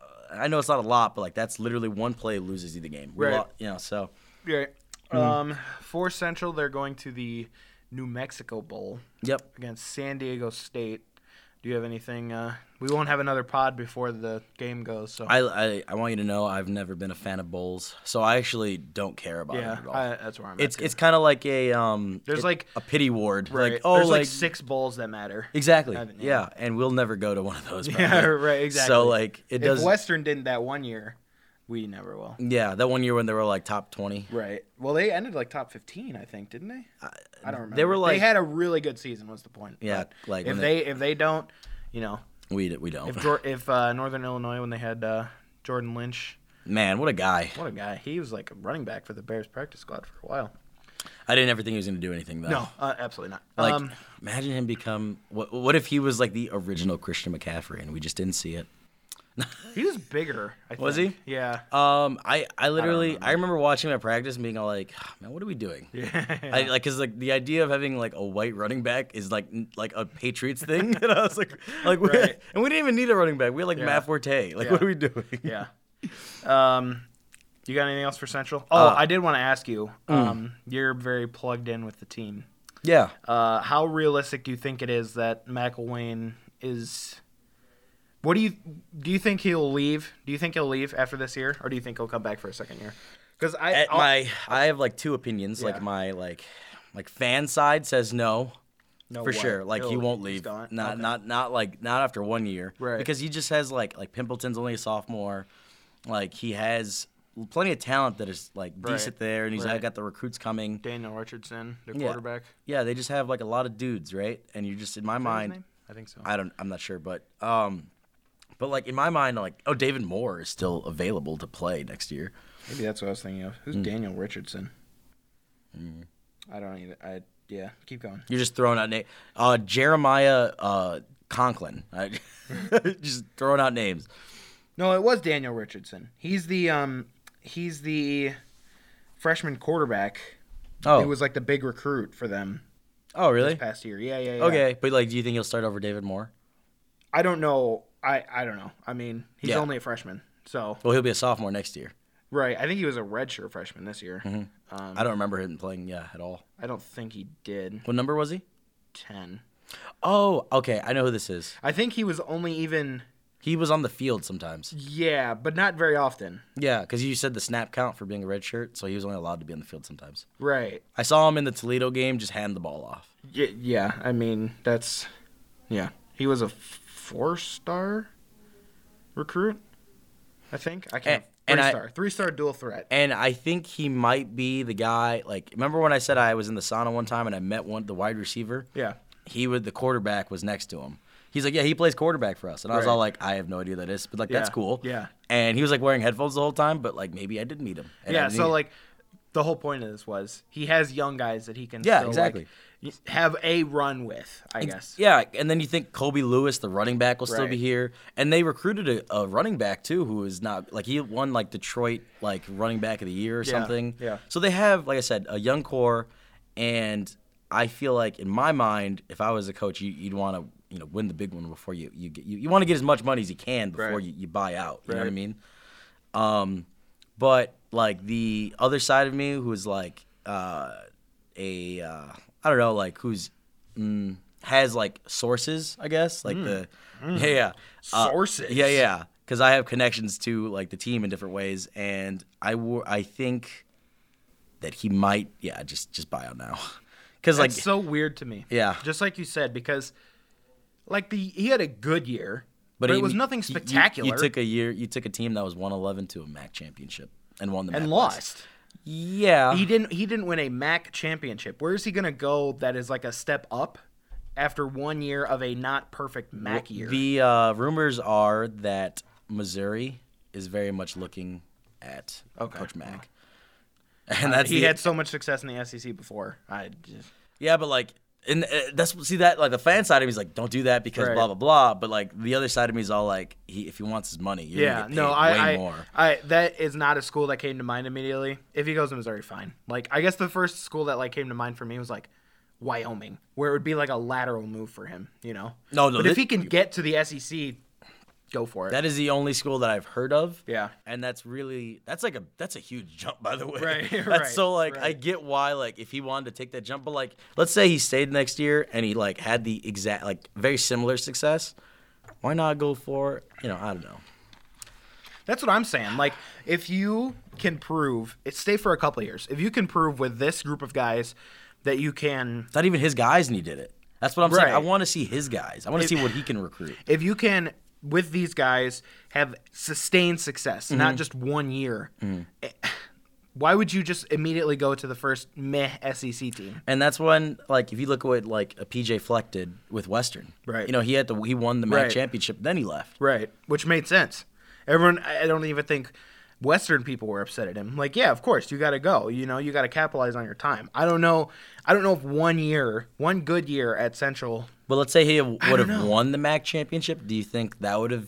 [SPEAKER 1] uh, I know it's not a lot, but like that's literally one play loses you the game. We
[SPEAKER 2] Right.
[SPEAKER 1] lo- you know, so
[SPEAKER 2] Right.
[SPEAKER 1] Mm-hmm.
[SPEAKER 2] Um, for Central, they're going to the New Mexico Bowl
[SPEAKER 1] yep.
[SPEAKER 2] against San Diego State. Do you have anything? Uh, we won't have another pod before the game goes. So
[SPEAKER 1] I, I I want you to know I've never been a fan of bowls, so I actually don't care about
[SPEAKER 2] yeah,
[SPEAKER 1] it at all.
[SPEAKER 2] I, that's where I'm.
[SPEAKER 1] It's
[SPEAKER 2] at too.
[SPEAKER 1] it's kind of like a um.
[SPEAKER 2] There's
[SPEAKER 1] it-
[SPEAKER 2] like-
[SPEAKER 1] a pity ward.
[SPEAKER 2] right.
[SPEAKER 1] Like oh,
[SPEAKER 2] There's like,
[SPEAKER 1] like,
[SPEAKER 2] six bowls that matter.
[SPEAKER 1] exactly.
[SPEAKER 2] Haven't-
[SPEAKER 1] yeah. and we'll never go to one of those.
[SPEAKER 2] Yeah,
[SPEAKER 1] probably.
[SPEAKER 2] right. Exactly.
[SPEAKER 1] So like it does.
[SPEAKER 2] If Western didn't that one year, we never will.
[SPEAKER 1] yeah, that one year when they were like top twenty.
[SPEAKER 2] Right. Well, they ended like top 15, I think, didn't they? I, don't remember.
[SPEAKER 1] Uh, were, like-
[SPEAKER 2] they had a really good season. Was the point?
[SPEAKER 1] Yeah,
[SPEAKER 2] But
[SPEAKER 1] like,
[SPEAKER 2] if
[SPEAKER 1] when
[SPEAKER 2] they, if they don't, you know,
[SPEAKER 1] We d- we don't.
[SPEAKER 2] if Jor- if uh, Northern Illinois when they had uh, Jordan Lynch,
[SPEAKER 1] Man, what a guy!
[SPEAKER 2] what a guy. He was like a running back for the Bears practice squad for a while.
[SPEAKER 1] I didn't ever think he was gonna do anything though.
[SPEAKER 2] No, uh, absolutely not.
[SPEAKER 1] Like,
[SPEAKER 2] um,
[SPEAKER 1] imagine him become. What, what if he was like the original Christian McCaffrey, and we just didn't see it?
[SPEAKER 2] He was bigger. I
[SPEAKER 1] Was
[SPEAKER 2] think.
[SPEAKER 1] he?
[SPEAKER 2] Yeah.
[SPEAKER 1] Um, I, I literally I, remember watching my practice and being all like, "Ah, man, what are we doing?
[SPEAKER 2] Yeah.
[SPEAKER 1] I, like, cause like the idea of having like a white running back is like n- like a Patriots thing, and I was like, like, we,
[SPEAKER 2] Right.
[SPEAKER 1] and we didn't even need a running back. We had like
[SPEAKER 2] Yeah.
[SPEAKER 1] Matt Forte. Like,
[SPEAKER 2] Yeah.
[SPEAKER 1] what are we doing?
[SPEAKER 2] Yeah. Um, you got anything else for Central? Oh,
[SPEAKER 1] Uh, mm.
[SPEAKER 2] I did want to ask you. Um, You're very plugged in with the team.
[SPEAKER 1] yeah.
[SPEAKER 2] Uh, how realistic do you think it is that McElwain is? What do you do? You think he'll leave? Do you think he'll leave after this year, or do you think he'll come back for a second year? Because I,
[SPEAKER 1] At
[SPEAKER 2] I'll-
[SPEAKER 1] my, I have like two opinions.
[SPEAKER 2] Yeah.
[SPEAKER 1] Like my like, like fan side says no,
[SPEAKER 2] No
[SPEAKER 1] for
[SPEAKER 2] way.
[SPEAKER 1] sure. Like he
[SPEAKER 2] He'll-
[SPEAKER 1] won't
[SPEAKER 2] he's
[SPEAKER 1] leave.
[SPEAKER 2] gone?
[SPEAKER 1] Not not
[SPEAKER 2] Okay.
[SPEAKER 1] not like not after one year.
[SPEAKER 2] Right.
[SPEAKER 1] Because he just has like like Pimpleton's only a sophomore. Like he has plenty of talent that is like
[SPEAKER 3] Right.
[SPEAKER 1] decent there, and he's
[SPEAKER 3] Right.
[SPEAKER 1] got the recruits coming.
[SPEAKER 3] Daniel Richardson, the
[SPEAKER 1] Yeah.
[SPEAKER 3] quarterback.
[SPEAKER 1] Yeah, they just have like a lot of dudes, right? And you're just in my
[SPEAKER 3] Is that his
[SPEAKER 1] mind.
[SPEAKER 3] name? I think so.
[SPEAKER 1] I don't. I'm not sure, but um, but like in my mind, like oh, David Moore is still available to play next year.
[SPEAKER 2] Maybe that's what I was thinking of. Who's
[SPEAKER 1] Hmm.
[SPEAKER 2] Daniel Richardson? I don't either. I yeah. Keep going.
[SPEAKER 1] You're just throwing out names. Uh, Jeremiah uh, Conklin. I, just throwing out names.
[SPEAKER 2] No, it was Daniel Richardson. He's the um he's the freshman quarterback.
[SPEAKER 1] Oh,
[SPEAKER 2] He was like the big recruit for them
[SPEAKER 1] oh, really?
[SPEAKER 2] this past year. Yeah, yeah, yeah.
[SPEAKER 1] Okay, but like, do you think he'll start over David Moore?
[SPEAKER 2] I don't know. I I don't know. I mean, he's
[SPEAKER 1] Yeah.
[SPEAKER 2] only a freshman. So,
[SPEAKER 1] Well, he'll be a sophomore next year.
[SPEAKER 2] right. I think he was a redshirt freshman this year. Um,
[SPEAKER 1] I don't remember him playing. Yeah, at all.
[SPEAKER 2] I don't think he did
[SPEAKER 1] What number was he?
[SPEAKER 2] 10.
[SPEAKER 1] Oh, okay. I know who this is.
[SPEAKER 2] I think he was only even
[SPEAKER 1] He was on the field sometimes.
[SPEAKER 2] yeah, but not very often.
[SPEAKER 1] Yeah, because you said the snap count for being a red shirt, so he was only allowed to be on the field sometimes.
[SPEAKER 2] Right.
[SPEAKER 1] I saw him in the Toledo game just hand the ball off.
[SPEAKER 2] Yeah, yeah. I mean, that's yeah. He was a f- four-star recruit, I think. I can't.
[SPEAKER 1] And- and I-
[SPEAKER 2] three-star, three-star dual threat.
[SPEAKER 1] And I think he might be the guy. Like, remember when I said I was in the sauna one time and I met one the wide receiver?
[SPEAKER 2] yeah.
[SPEAKER 1] He would the quarterback was next to him. He's like, yeah, he plays quarterback for us, and I was
[SPEAKER 2] Right.
[SPEAKER 1] all like, I have no idea who that is, but like that's
[SPEAKER 2] Yeah,
[SPEAKER 1] cool.
[SPEAKER 2] yeah.
[SPEAKER 1] And he was like wearing headphones the whole time, but like maybe I did meet him. and I
[SPEAKER 2] Yeah.
[SPEAKER 1] didn't
[SPEAKER 2] So
[SPEAKER 1] even-
[SPEAKER 2] like, the whole point of this was he has young guys that he can.
[SPEAKER 1] Yeah,
[SPEAKER 2] still,
[SPEAKER 1] exactly.
[SPEAKER 2] Like, y- have a run with, I guess.
[SPEAKER 1] yeah, and then you think Kobe Lewis, the running back, will still
[SPEAKER 2] Right.
[SPEAKER 1] be here, and they recruited a, a running back too, who is not like he won like Detroit like running back of the year or
[SPEAKER 2] Yeah,
[SPEAKER 1] something.
[SPEAKER 2] yeah.
[SPEAKER 1] So they have, like I said, a young core, and I feel like in my mind, if I was a coach, you, you'd want to you know win the big one before you you get, you, you want to get as much money as you can before
[SPEAKER 2] Right.
[SPEAKER 1] you, you buy out. You know what I
[SPEAKER 2] Right.
[SPEAKER 1] mean? Um, but like the other side of me, who is like uh, a uh, I don't know, like who's mm, has like sources, I guess, like the yeah yeah Uh,
[SPEAKER 2] Mm. Sources.
[SPEAKER 1] yeah yeah because I have connections to like the team in different ways, and I wo- I think that he might yeah just just buy out now because like
[SPEAKER 2] It's so weird to me.
[SPEAKER 1] Yeah.
[SPEAKER 2] Just like you said, because like the he had a good year, but,
[SPEAKER 1] he-
[SPEAKER 2] it was nothing
[SPEAKER 1] you- you-
[SPEAKER 2] spectacular.
[SPEAKER 1] You, took a year, you took a team that was one eleven to a MAC championship and won the
[SPEAKER 2] and
[SPEAKER 1] MAC
[SPEAKER 2] lost.
[SPEAKER 1] West. Yeah,
[SPEAKER 2] He didn't. He didn't win a MAC championship. Where is he going to go? That is like a step up after one year of a not perfect MAC year.
[SPEAKER 1] The uh, rumors are that Missouri is very much looking at
[SPEAKER 2] Okay.
[SPEAKER 1] Coach Mack, and that's
[SPEAKER 2] he
[SPEAKER 1] the-
[SPEAKER 2] had so much success in the SEC before. I just
[SPEAKER 1] yeah, but like. And uh, that's see that like the fan side of me is like don't do that because
[SPEAKER 2] Right.
[SPEAKER 1] blah blah blah. But like the other side of me is all like he if he wants his money, you're
[SPEAKER 2] yeah.
[SPEAKER 1] gonna get
[SPEAKER 2] No,
[SPEAKER 1] paid
[SPEAKER 2] I,
[SPEAKER 1] way
[SPEAKER 2] I,
[SPEAKER 1] more.
[SPEAKER 2] I that is not a school that came to mind immediately. If he goes to Missouri, fine. Like I guess the first school that like came to mind for me was like Wyoming, where it would be like a lateral move for him. You know.
[SPEAKER 1] No, no,
[SPEAKER 2] But if
[SPEAKER 1] thi-
[SPEAKER 2] he can get to the SEC, go for it.
[SPEAKER 1] That is the only school that I've heard of.
[SPEAKER 2] Yeah.
[SPEAKER 1] And that's really that's like a that's a huge jump by the way.
[SPEAKER 2] Right,
[SPEAKER 1] That's
[SPEAKER 2] right,
[SPEAKER 1] so like I
[SPEAKER 2] right.
[SPEAKER 1] get why like if he wanted to take that jump, but like let's say he stayed next year and he like had the exact like very similar success, why not go for you know I don't know.
[SPEAKER 2] That's what I'm saying. Like, if you can prove, it stay for a couple of years. If you can prove with this group of guys that you can,
[SPEAKER 1] It's not even his guys and he did it. That's what I'm saying. I
[SPEAKER 2] Right.
[SPEAKER 1] want to see his guys. I want to see what he can recruit.
[SPEAKER 2] if you can with these guys have sustained success, not just one year. eh, Why would you just immediately go to the first meh SEC team?
[SPEAKER 1] And that's when, like, if you look at what like a PJ Fleck did with Western,
[SPEAKER 2] Right.
[SPEAKER 1] You know, he had the he won the MAC
[SPEAKER 2] Right.
[SPEAKER 1] championship, then he left.
[SPEAKER 2] Right. Which made sense. Everyone, I I don't even think Western people were upset at him. Like, yeah, of course, you got to go. You know, you got to capitalize on your time. I don't know. I don't know if one year, one good year at Central
[SPEAKER 1] But let's say he would
[SPEAKER 2] don't
[SPEAKER 1] have
[SPEAKER 2] know.
[SPEAKER 1] won the MAC championship. Do you think that would have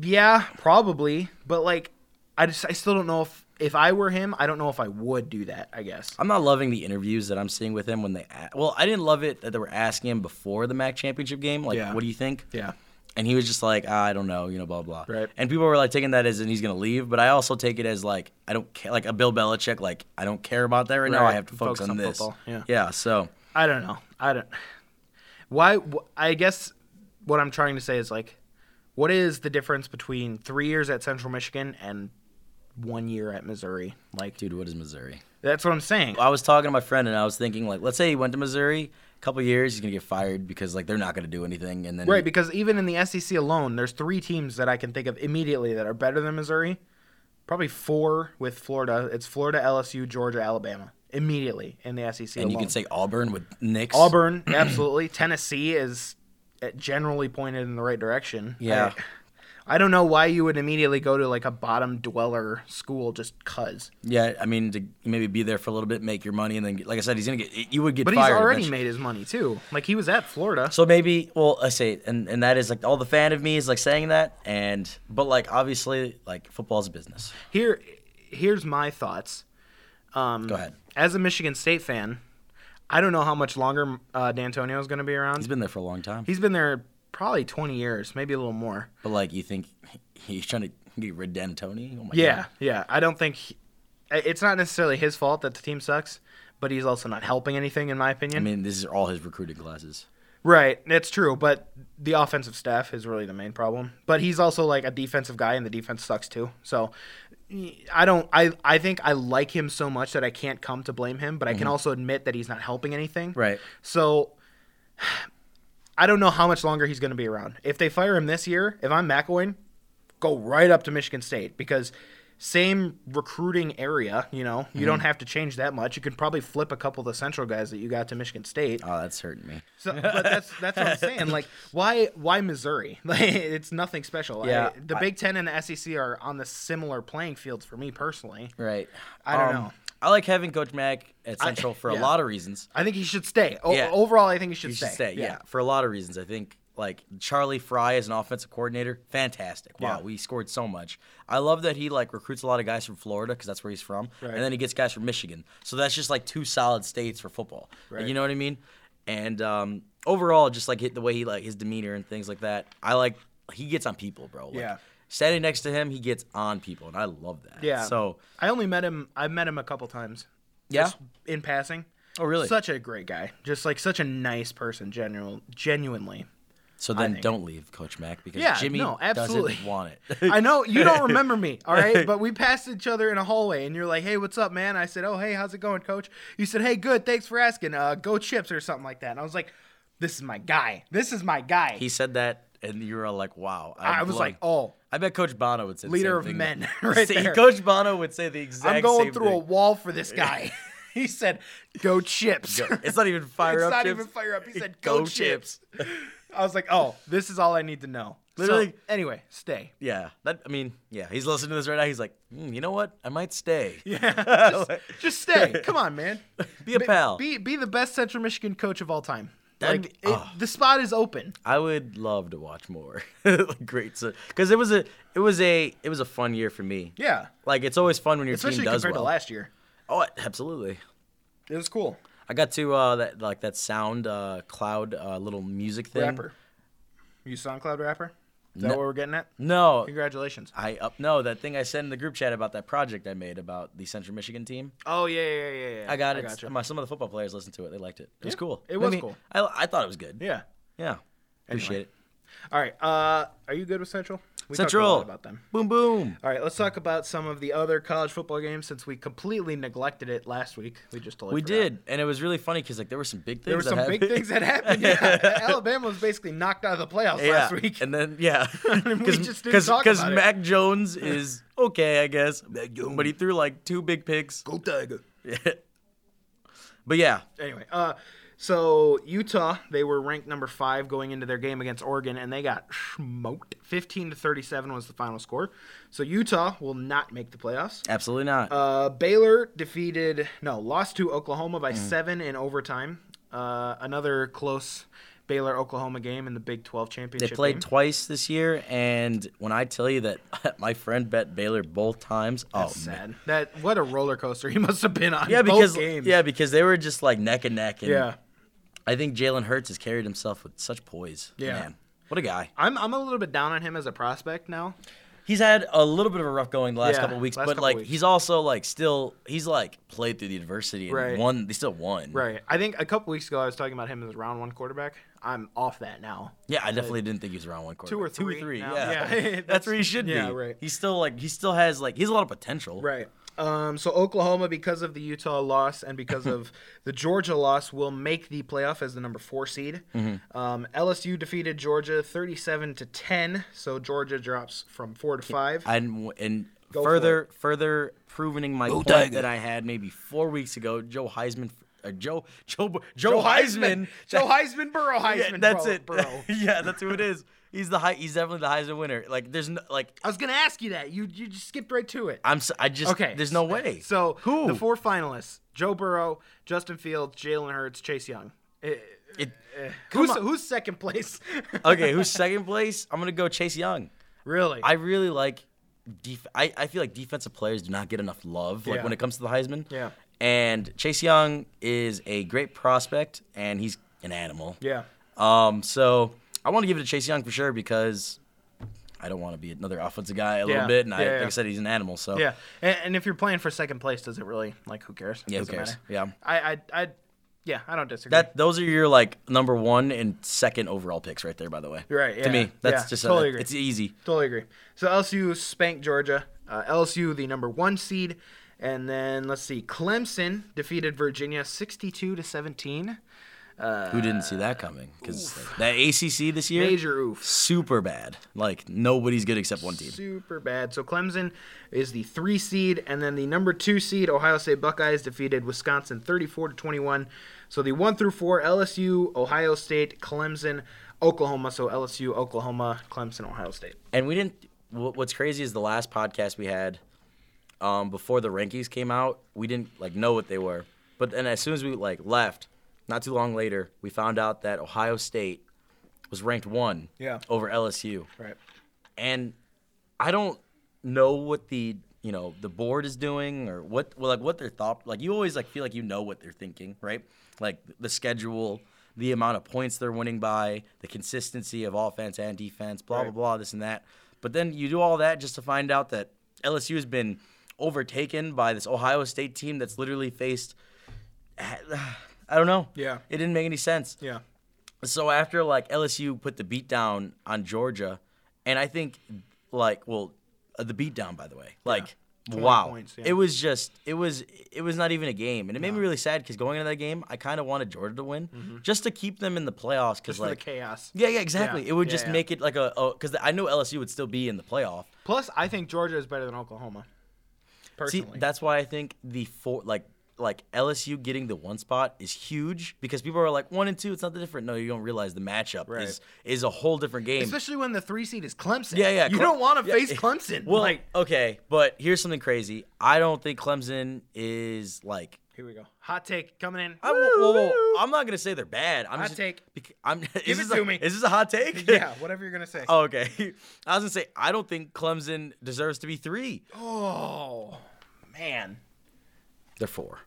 [SPEAKER 2] Yeah, probably. But like, I just I still don't know if if I were him, I don't know if I would do that. I guess.
[SPEAKER 1] I'm not loving the interviews that I'm seeing with him when they. a- Well, I didn't love it that they were asking him before the MAC championship game, like,
[SPEAKER 2] Yeah.
[SPEAKER 1] what do you think?
[SPEAKER 2] Yeah.
[SPEAKER 1] And he was just like, "Ah, I don't know, you know, blah blah.
[SPEAKER 2] Right.
[SPEAKER 1] And people were like taking that as and he's gonna leave, but I also take it as like I don't care, like a Bill Belichick, like I don't care about that right, now. I
[SPEAKER 2] Right.
[SPEAKER 1] have to focus,
[SPEAKER 2] Focus
[SPEAKER 1] on,
[SPEAKER 2] on
[SPEAKER 1] this.
[SPEAKER 2] football. Yeah.
[SPEAKER 1] So
[SPEAKER 2] I don't know. I don't. Why? wh- I guess what I'm trying to say is like, what is the difference between three years at Central Michigan and one year at Missouri? Like,
[SPEAKER 1] dude, what is Missouri?
[SPEAKER 2] that's what I'm saying.
[SPEAKER 1] I was talking to my friend and I was thinking like, let's say he went to Missouri, a couple years, he's gonna get fired because like they're not gonna do anything, and then
[SPEAKER 2] Right, because even in the SEC alone, there's three teams that I can think of immediately that are better than Missouri. Probably four with Florida. It's Florida, LSU, Georgia, Alabama. Immediately in the SEC
[SPEAKER 1] and you
[SPEAKER 2] alone.
[SPEAKER 1] can say Auburn with Knicks.
[SPEAKER 2] Auburn, absolutely. Tennessee is uh, generally pointed in the right direction.
[SPEAKER 1] Yeah.
[SPEAKER 2] I, I don't know why you would immediately go to like a bottom dweller school just cuz.
[SPEAKER 1] Yeah, I mean to maybe be there for a little bit, make your money, and then get, like I said, he's gonna get you would get
[SPEAKER 2] But he's
[SPEAKER 1] fired.
[SPEAKER 2] already
[SPEAKER 1] eventually.
[SPEAKER 2] made his money too. Like he was at Florida.
[SPEAKER 1] So maybe, well, I say, and and that is like all the fan of me is like saying that, and but like obviously, like football's a business.
[SPEAKER 2] Here here's my thoughts. Um
[SPEAKER 1] Go ahead.
[SPEAKER 2] as a Michigan State fan, I don't know how much longer uh, D'Antonio is going to be around.
[SPEAKER 1] He's been there for a long time,
[SPEAKER 2] He's been there probably 20 years, maybe a little more.
[SPEAKER 1] but like you think he's trying to get rid of D'Antoni? Oh my
[SPEAKER 2] Yeah, yeah. I don't think he- eh, it's not necessarily his fault that the team sucks, but he's also not helping anything, in my opinion.
[SPEAKER 1] I mean, this is all his recruiting classes.
[SPEAKER 2] right, that's true. But the offensive staff is really the main problem. But he's also like a defensive guy, and the defense sucks too. So I don't. I I think I like him so much that I can't come to blame him, but I can also admit that he's not helping anything.
[SPEAKER 1] Right.
[SPEAKER 2] So I don't know how much longer he's going to be around. If they fire him this year, if I'm McElwain, go right up to Michigan State because same recruiting area, you know, you don't have to change that much. You can probably flip a couple of the central guys that you got to Michigan State.
[SPEAKER 1] Oh, that's hurting me.
[SPEAKER 2] So, but that's that's what I'm saying. Like, why why Missouri? Like, it's nothing special. I-
[SPEAKER 1] Yeah,
[SPEAKER 2] the
[SPEAKER 1] I-
[SPEAKER 2] Big Ten and the SEC are on the similar playing fields for me personally.
[SPEAKER 1] Right.
[SPEAKER 2] I don't know.
[SPEAKER 1] Um, I like having Coach Mack at
[SPEAKER 2] I-
[SPEAKER 1] Central for a
[SPEAKER 2] yeah.
[SPEAKER 1] lot of reasons.
[SPEAKER 2] I think he should stay. O-
[SPEAKER 1] Yeah.
[SPEAKER 2] Overall, I think he should
[SPEAKER 1] You
[SPEAKER 2] stay.
[SPEAKER 1] should stay. Yeah. for a lot of reasons. I think like Charlie Fry as an offensive coordinator, fantastic. Wow,
[SPEAKER 2] Yeah.
[SPEAKER 1] we scored so much. I love that he like recruits a lot of guys from Florida because that's where he's from,
[SPEAKER 2] Right.
[SPEAKER 1] and then he gets guys from Michigan. So that's just like two solid states for football.
[SPEAKER 2] Right.
[SPEAKER 1] You know what I mean? And um, overall, just like hit the way he like his demeanor and things like that. I like he gets on people, bro. Like,
[SPEAKER 2] Yeah.
[SPEAKER 1] Standing next to him, he gets on people, and I love that.
[SPEAKER 2] Yeah.
[SPEAKER 1] So
[SPEAKER 2] I only met him. I met him a couple times.
[SPEAKER 1] Yeah?
[SPEAKER 2] Just in passing.
[SPEAKER 1] Oh, really?
[SPEAKER 2] Such a great guy. Just like such a nice person. Genuine, genuinely.
[SPEAKER 1] so then
[SPEAKER 2] think-
[SPEAKER 1] don't leave Coach Mack because
[SPEAKER 2] Yeah,
[SPEAKER 1] Jimmy
[SPEAKER 2] no, absolutely.
[SPEAKER 1] doesn't want it.
[SPEAKER 2] I know you don't remember me, all right? But we passed each other in a hallway, and you're like, "Hey, what's up, man?" I said, "Oh, hey, how's it going, coach?" You said, "Hey, good. Thanks for asking. Uh, go chips or something like that." And I was like, "This is my guy. This is my guy."
[SPEAKER 1] He said that, and you were all like, "Wow!" I'm
[SPEAKER 2] I was
[SPEAKER 1] blown.
[SPEAKER 2] like, "Oh,
[SPEAKER 1] I bet Coach Bono would say the
[SPEAKER 2] Leader
[SPEAKER 1] same
[SPEAKER 2] of
[SPEAKER 1] thing.
[SPEAKER 2] men, right
[SPEAKER 1] See,
[SPEAKER 2] there.
[SPEAKER 1] Coach Bono would say the exact.
[SPEAKER 2] I'm going
[SPEAKER 1] same
[SPEAKER 2] through a
[SPEAKER 1] thing.
[SPEAKER 2] wall for this guy." he said, "Go chips."
[SPEAKER 1] It's not even fire
[SPEAKER 2] it's
[SPEAKER 1] up.
[SPEAKER 2] not
[SPEAKER 1] chips.
[SPEAKER 2] even fire up. He said,
[SPEAKER 1] Go
[SPEAKER 2] "Go, chips. I was like, "Oh, this is all I need to know." Literally.
[SPEAKER 1] Literally-
[SPEAKER 2] anyway, stay.
[SPEAKER 1] Yeah, that. I mean, yeah. He's listening to this right now. He's like, "Hmm, you know what? I might stay.
[SPEAKER 2] Yeah. just, just stay. Come on, man.
[SPEAKER 1] Be a
[SPEAKER 2] Be-
[SPEAKER 1] pal.
[SPEAKER 2] Be be the best Central Michigan coach of all time.
[SPEAKER 1] That'd
[SPEAKER 2] like
[SPEAKER 1] be-
[SPEAKER 2] it,
[SPEAKER 1] oh.
[SPEAKER 2] the spot is open.
[SPEAKER 1] I would love to watch more. like, great, because it was a, it was a, it was a fun year for me.
[SPEAKER 2] Yeah.
[SPEAKER 1] Like it's always fun when your
[SPEAKER 2] Especially
[SPEAKER 1] team does
[SPEAKER 2] compared
[SPEAKER 1] well.
[SPEAKER 2] to last year.
[SPEAKER 1] oh, absolutely.
[SPEAKER 2] It was cool.
[SPEAKER 1] I got to uh, that like that sound uh, cloud uh, little music thing.
[SPEAKER 2] Rapper. You SoundCloud rapper? Is that what we're getting at?
[SPEAKER 1] No,
[SPEAKER 2] Congratulations.
[SPEAKER 1] I up no that thing I said in the group chat about that project I made about the Central Michigan team.
[SPEAKER 2] Oh yeah, yeah, yeah, yeah.
[SPEAKER 1] I got it.
[SPEAKER 2] gotcha.
[SPEAKER 1] My, some of the football players listened to it. They liked it. It was
[SPEAKER 2] Yeah,
[SPEAKER 1] cool.
[SPEAKER 2] it was
[SPEAKER 1] Made me-
[SPEAKER 2] cool.
[SPEAKER 1] I, I thought it was good. Yeah,
[SPEAKER 2] Yeah.
[SPEAKER 1] appreciate it.
[SPEAKER 2] All right. Uh, are you good with Central? We talked a
[SPEAKER 1] Central.
[SPEAKER 2] lot about them.
[SPEAKER 1] Boom boom.
[SPEAKER 2] All right, let's talk about some of the other college football games since we completely neglected it last week. We just totally
[SPEAKER 1] We
[SPEAKER 2] forgot.
[SPEAKER 1] did, and it was really funny because like there were some big things.
[SPEAKER 2] There were
[SPEAKER 1] that
[SPEAKER 2] some big
[SPEAKER 1] happened.
[SPEAKER 2] things that happened. Yeah. Alabama was basically knocked out of the playoffs
[SPEAKER 1] yeah.
[SPEAKER 2] last week.
[SPEAKER 1] and then yeah,
[SPEAKER 2] we just didn't talk
[SPEAKER 1] because
[SPEAKER 2] about it.
[SPEAKER 1] Mac Jones is okay, I guess, but he threw like two big picks.
[SPEAKER 2] Go Tiger.
[SPEAKER 1] but yeah,
[SPEAKER 2] Anyway, uh, so Utah, they were ranked number five going into their game against Oregon, and they got smoked. 15 to 37 was the final score. So Utah will not make the playoffs.
[SPEAKER 1] absolutely not.
[SPEAKER 2] Uh, Baylor
[SPEAKER 1] Mm.
[SPEAKER 2] defeated, no, lost to Oklahoma by seven in overtime. Uh, another close. Baylor Oklahoma game in the Big 12
[SPEAKER 1] They
[SPEAKER 2] championship.
[SPEAKER 1] played
[SPEAKER 2] game.
[SPEAKER 1] twice this year, and when I tell you that my friend bet Baylor both times, oh
[SPEAKER 2] That's
[SPEAKER 1] man.
[SPEAKER 2] sad. That what a roller coaster he must have been on.
[SPEAKER 1] yeah,
[SPEAKER 2] both
[SPEAKER 1] because
[SPEAKER 2] games.
[SPEAKER 1] yeah, because they were just like neck and neck, and
[SPEAKER 2] yeah.
[SPEAKER 1] I think Jalen Hurts has carried himself with such poise.
[SPEAKER 2] Yeah.
[SPEAKER 1] man, what a guy!
[SPEAKER 2] I'm I'm a little bit down on him as a prospect now.
[SPEAKER 1] He's had a little bit of a rough going the last
[SPEAKER 2] Yeah,
[SPEAKER 1] couple of weeks,
[SPEAKER 2] last
[SPEAKER 1] but
[SPEAKER 2] couple
[SPEAKER 1] like
[SPEAKER 2] weeks.
[SPEAKER 1] he's also like still he's like played through the adversity and
[SPEAKER 2] Right.
[SPEAKER 1] won. They still won.
[SPEAKER 2] Right. I think a couple weeks ago I was talking about him as a round one quarterback. I'm off that now.
[SPEAKER 1] Yeah, I definitely didn't think he was around one quarter.
[SPEAKER 2] or
[SPEAKER 1] two or
[SPEAKER 2] three
[SPEAKER 1] three.
[SPEAKER 2] now.
[SPEAKER 1] Yeah,
[SPEAKER 2] Yeah,
[SPEAKER 1] that's,
[SPEAKER 2] that's-
[SPEAKER 1] where he should
[SPEAKER 2] yeah,
[SPEAKER 1] be.
[SPEAKER 2] right.
[SPEAKER 1] He still like he still has like he has a lot of potential.
[SPEAKER 2] Right. Um, so Oklahoma, because of the Utah loss and because of the Georgia loss, will make the playoff as the number four seed. Um, LSU defeated Georgia thirty-seven to ten, so Georgia drops from four to five.
[SPEAKER 1] And and
[SPEAKER 2] Go for
[SPEAKER 1] further further provening my point
[SPEAKER 3] Tiger.
[SPEAKER 1] that I had maybe four weeks ago. Joe Heisman, uh, Joe Joe Joe, Heisman.
[SPEAKER 2] Joe Heisman, Burrow Heisman.
[SPEAKER 1] Yeah, that's
[SPEAKER 2] bro,
[SPEAKER 1] it.
[SPEAKER 2] Burrow.
[SPEAKER 1] yeah, that's who it is. He's the high, he's definitely the Heisman winner. Like there's no like
[SPEAKER 2] I was gonna ask you that. You you just skipped right to it.
[SPEAKER 1] I'm s- I just
[SPEAKER 2] Okay.
[SPEAKER 1] There's no way.
[SPEAKER 2] So
[SPEAKER 1] Who?
[SPEAKER 2] the four finalists: Joe Burrow, Justin Fields, Jalen Hurts, Chase Young. Eh,
[SPEAKER 1] It,
[SPEAKER 2] who's who's second place?
[SPEAKER 1] okay, who's second place? I'm gonna go Chase Young.
[SPEAKER 2] really?
[SPEAKER 1] I really like. Def- I, I feel like defensive players do not get enough love like
[SPEAKER 2] Yeah.
[SPEAKER 1] when it comes to the Heisman.
[SPEAKER 2] Yeah.
[SPEAKER 1] And Chase Young is a great prospect, and he's an animal.
[SPEAKER 2] yeah.
[SPEAKER 1] Um. So I want to give it to Chase Young for sure because I don't want to be another offensive guy a
[SPEAKER 2] Yeah.
[SPEAKER 1] little bit, and I,
[SPEAKER 2] Yeah,
[SPEAKER 1] like
[SPEAKER 2] yeah.
[SPEAKER 1] I said, he's an animal. So
[SPEAKER 2] Yeah, and, and if you're playing for second place, does it really like who cares?
[SPEAKER 1] Yeah, who
[SPEAKER 2] Doesn't
[SPEAKER 1] cares?
[SPEAKER 2] matter.
[SPEAKER 1] Yeah.
[SPEAKER 2] I, I, I, yeah, I don't disagree.
[SPEAKER 1] That those are your like number one and second overall picks right there. By the way,
[SPEAKER 2] Right, yeah,
[SPEAKER 1] To me, that's
[SPEAKER 2] yeah,
[SPEAKER 1] just
[SPEAKER 2] totally
[SPEAKER 1] uh,
[SPEAKER 2] agree.
[SPEAKER 1] it's easy.
[SPEAKER 2] totally agree. So LSU spanked Georgia. Uh, LSU the number one seed, and then let's see, Clemson defeated Virginia 62 to 17.
[SPEAKER 1] Who didn't see that coming? Because that ACC this year,
[SPEAKER 2] Major oof.
[SPEAKER 1] super bad. Like nobody's good except one team.
[SPEAKER 2] Super bad. So Clemson is the three seed, and then the number two seed, Ohio State Buckeyes, defeated Wisconsin 34 to 21. So the one through four, LSU, Ohio State, Clemson, Oklahoma. So LSU, Oklahoma, Clemson, Ohio State.
[SPEAKER 1] And we didn't. wh- What's crazy is the last podcast we had, um, before the rankings came out, we didn't like know what they were. But then as soon as we like left, not too long later, we found out that Ohio State was ranked one
[SPEAKER 2] Yeah.
[SPEAKER 1] over LSU.
[SPEAKER 2] Right.
[SPEAKER 1] and I don't know what the you know the board is doing or what well, like what their thought like you always like feel like you know what they're thinking right like the schedule the amount of points they're winning by the consistency of offense and defense blah blah
[SPEAKER 2] Right.
[SPEAKER 1] blah this and that but then you do all that just to find out that LSU has been overtaken by this Ohio State team that's literally faced I don't know
[SPEAKER 2] Yeah.
[SPEAKER 1] it didn't make any sense
[SPEAKER 2] Yeah.
[SPEAKER 1] so after like LSU put the beat down on Georgia, and I think like well uh, the beat down by the way like
[SPEAKER 2] 20
[SPEAKER 1] wow
[SPEAKER 2] points, yeah.
[SPEAKER 1] it was just it was it was not even a game and it made me really sad because going into that game I kind of wanted Georgia to win just to keep them in the playoffs because
[SPEAKER 2] Mm-hmm. Just for
[SPEAKER 1] like
[SPEAKER 2] the chaos.
[SPEAKER 1] yeah yeah exactly
[SPEAKER 2] Yeah,
[SPEAKER 1] it would
[SPEAKER 2] yeah,
[SPEAKER 1] just
[SPEAKER 2] yeah.
[SPEAKER 1] make it like a because I knew LSU would still be in the playoff
[SPEAKER 2] Plus, I think Georgia is better than Oklahoma.
[SPEAKER 1] See,
[SPEAKER 2] Personally.
[SPEAKER 1] that's why I think the four like like LSU getting the one spot is huge because people are like one and two. It's not that different. No, you don't realize the matchup
[SPEAKER 2] Right.
[SPEAKER 1] is is a whole different game.
[SPEAKER 2] Especially when the three seed is Clemson.
[SPEAKER 1] yeah, yeah.
[SPEAKER 2] You
[SPEAKER 1] Cle-
[SPEAKER 2] don't want to
[SPEAKER 1] yeah.
[SPEAKER 2] face Clemson.
[SPEAKER 1] Well,
[SPEAKER 2] like,
[SPEAKER 1] okay, but here's something crazy. I don't think Clemson is like.
[SPEAKER 2] here we go. Hot take coming in.
[SPEAKER 1] I'm, whoa, whoa, whoa. I'm not gonna say they're bad. I'm
[SPEAKER 2] Hot
[SPEAKER 1] just,
[SPEAKER 2] take.
[SPEAKER 1] bec- I'm, Give
[SPEAKER 2] it to
[SPEAKER 1] a,
[SPEAKER 2] me.
[SPEAKER 1] Is this a hot take?
[SPEAKER 2] yeah, whatever you're gonna say.
[SPEAKER 1] Oh, okay. I was gonna say I don't think Clemson deserves to be three.
[SPEAKER 2] oh man.
[SPEAKER 1] They're four.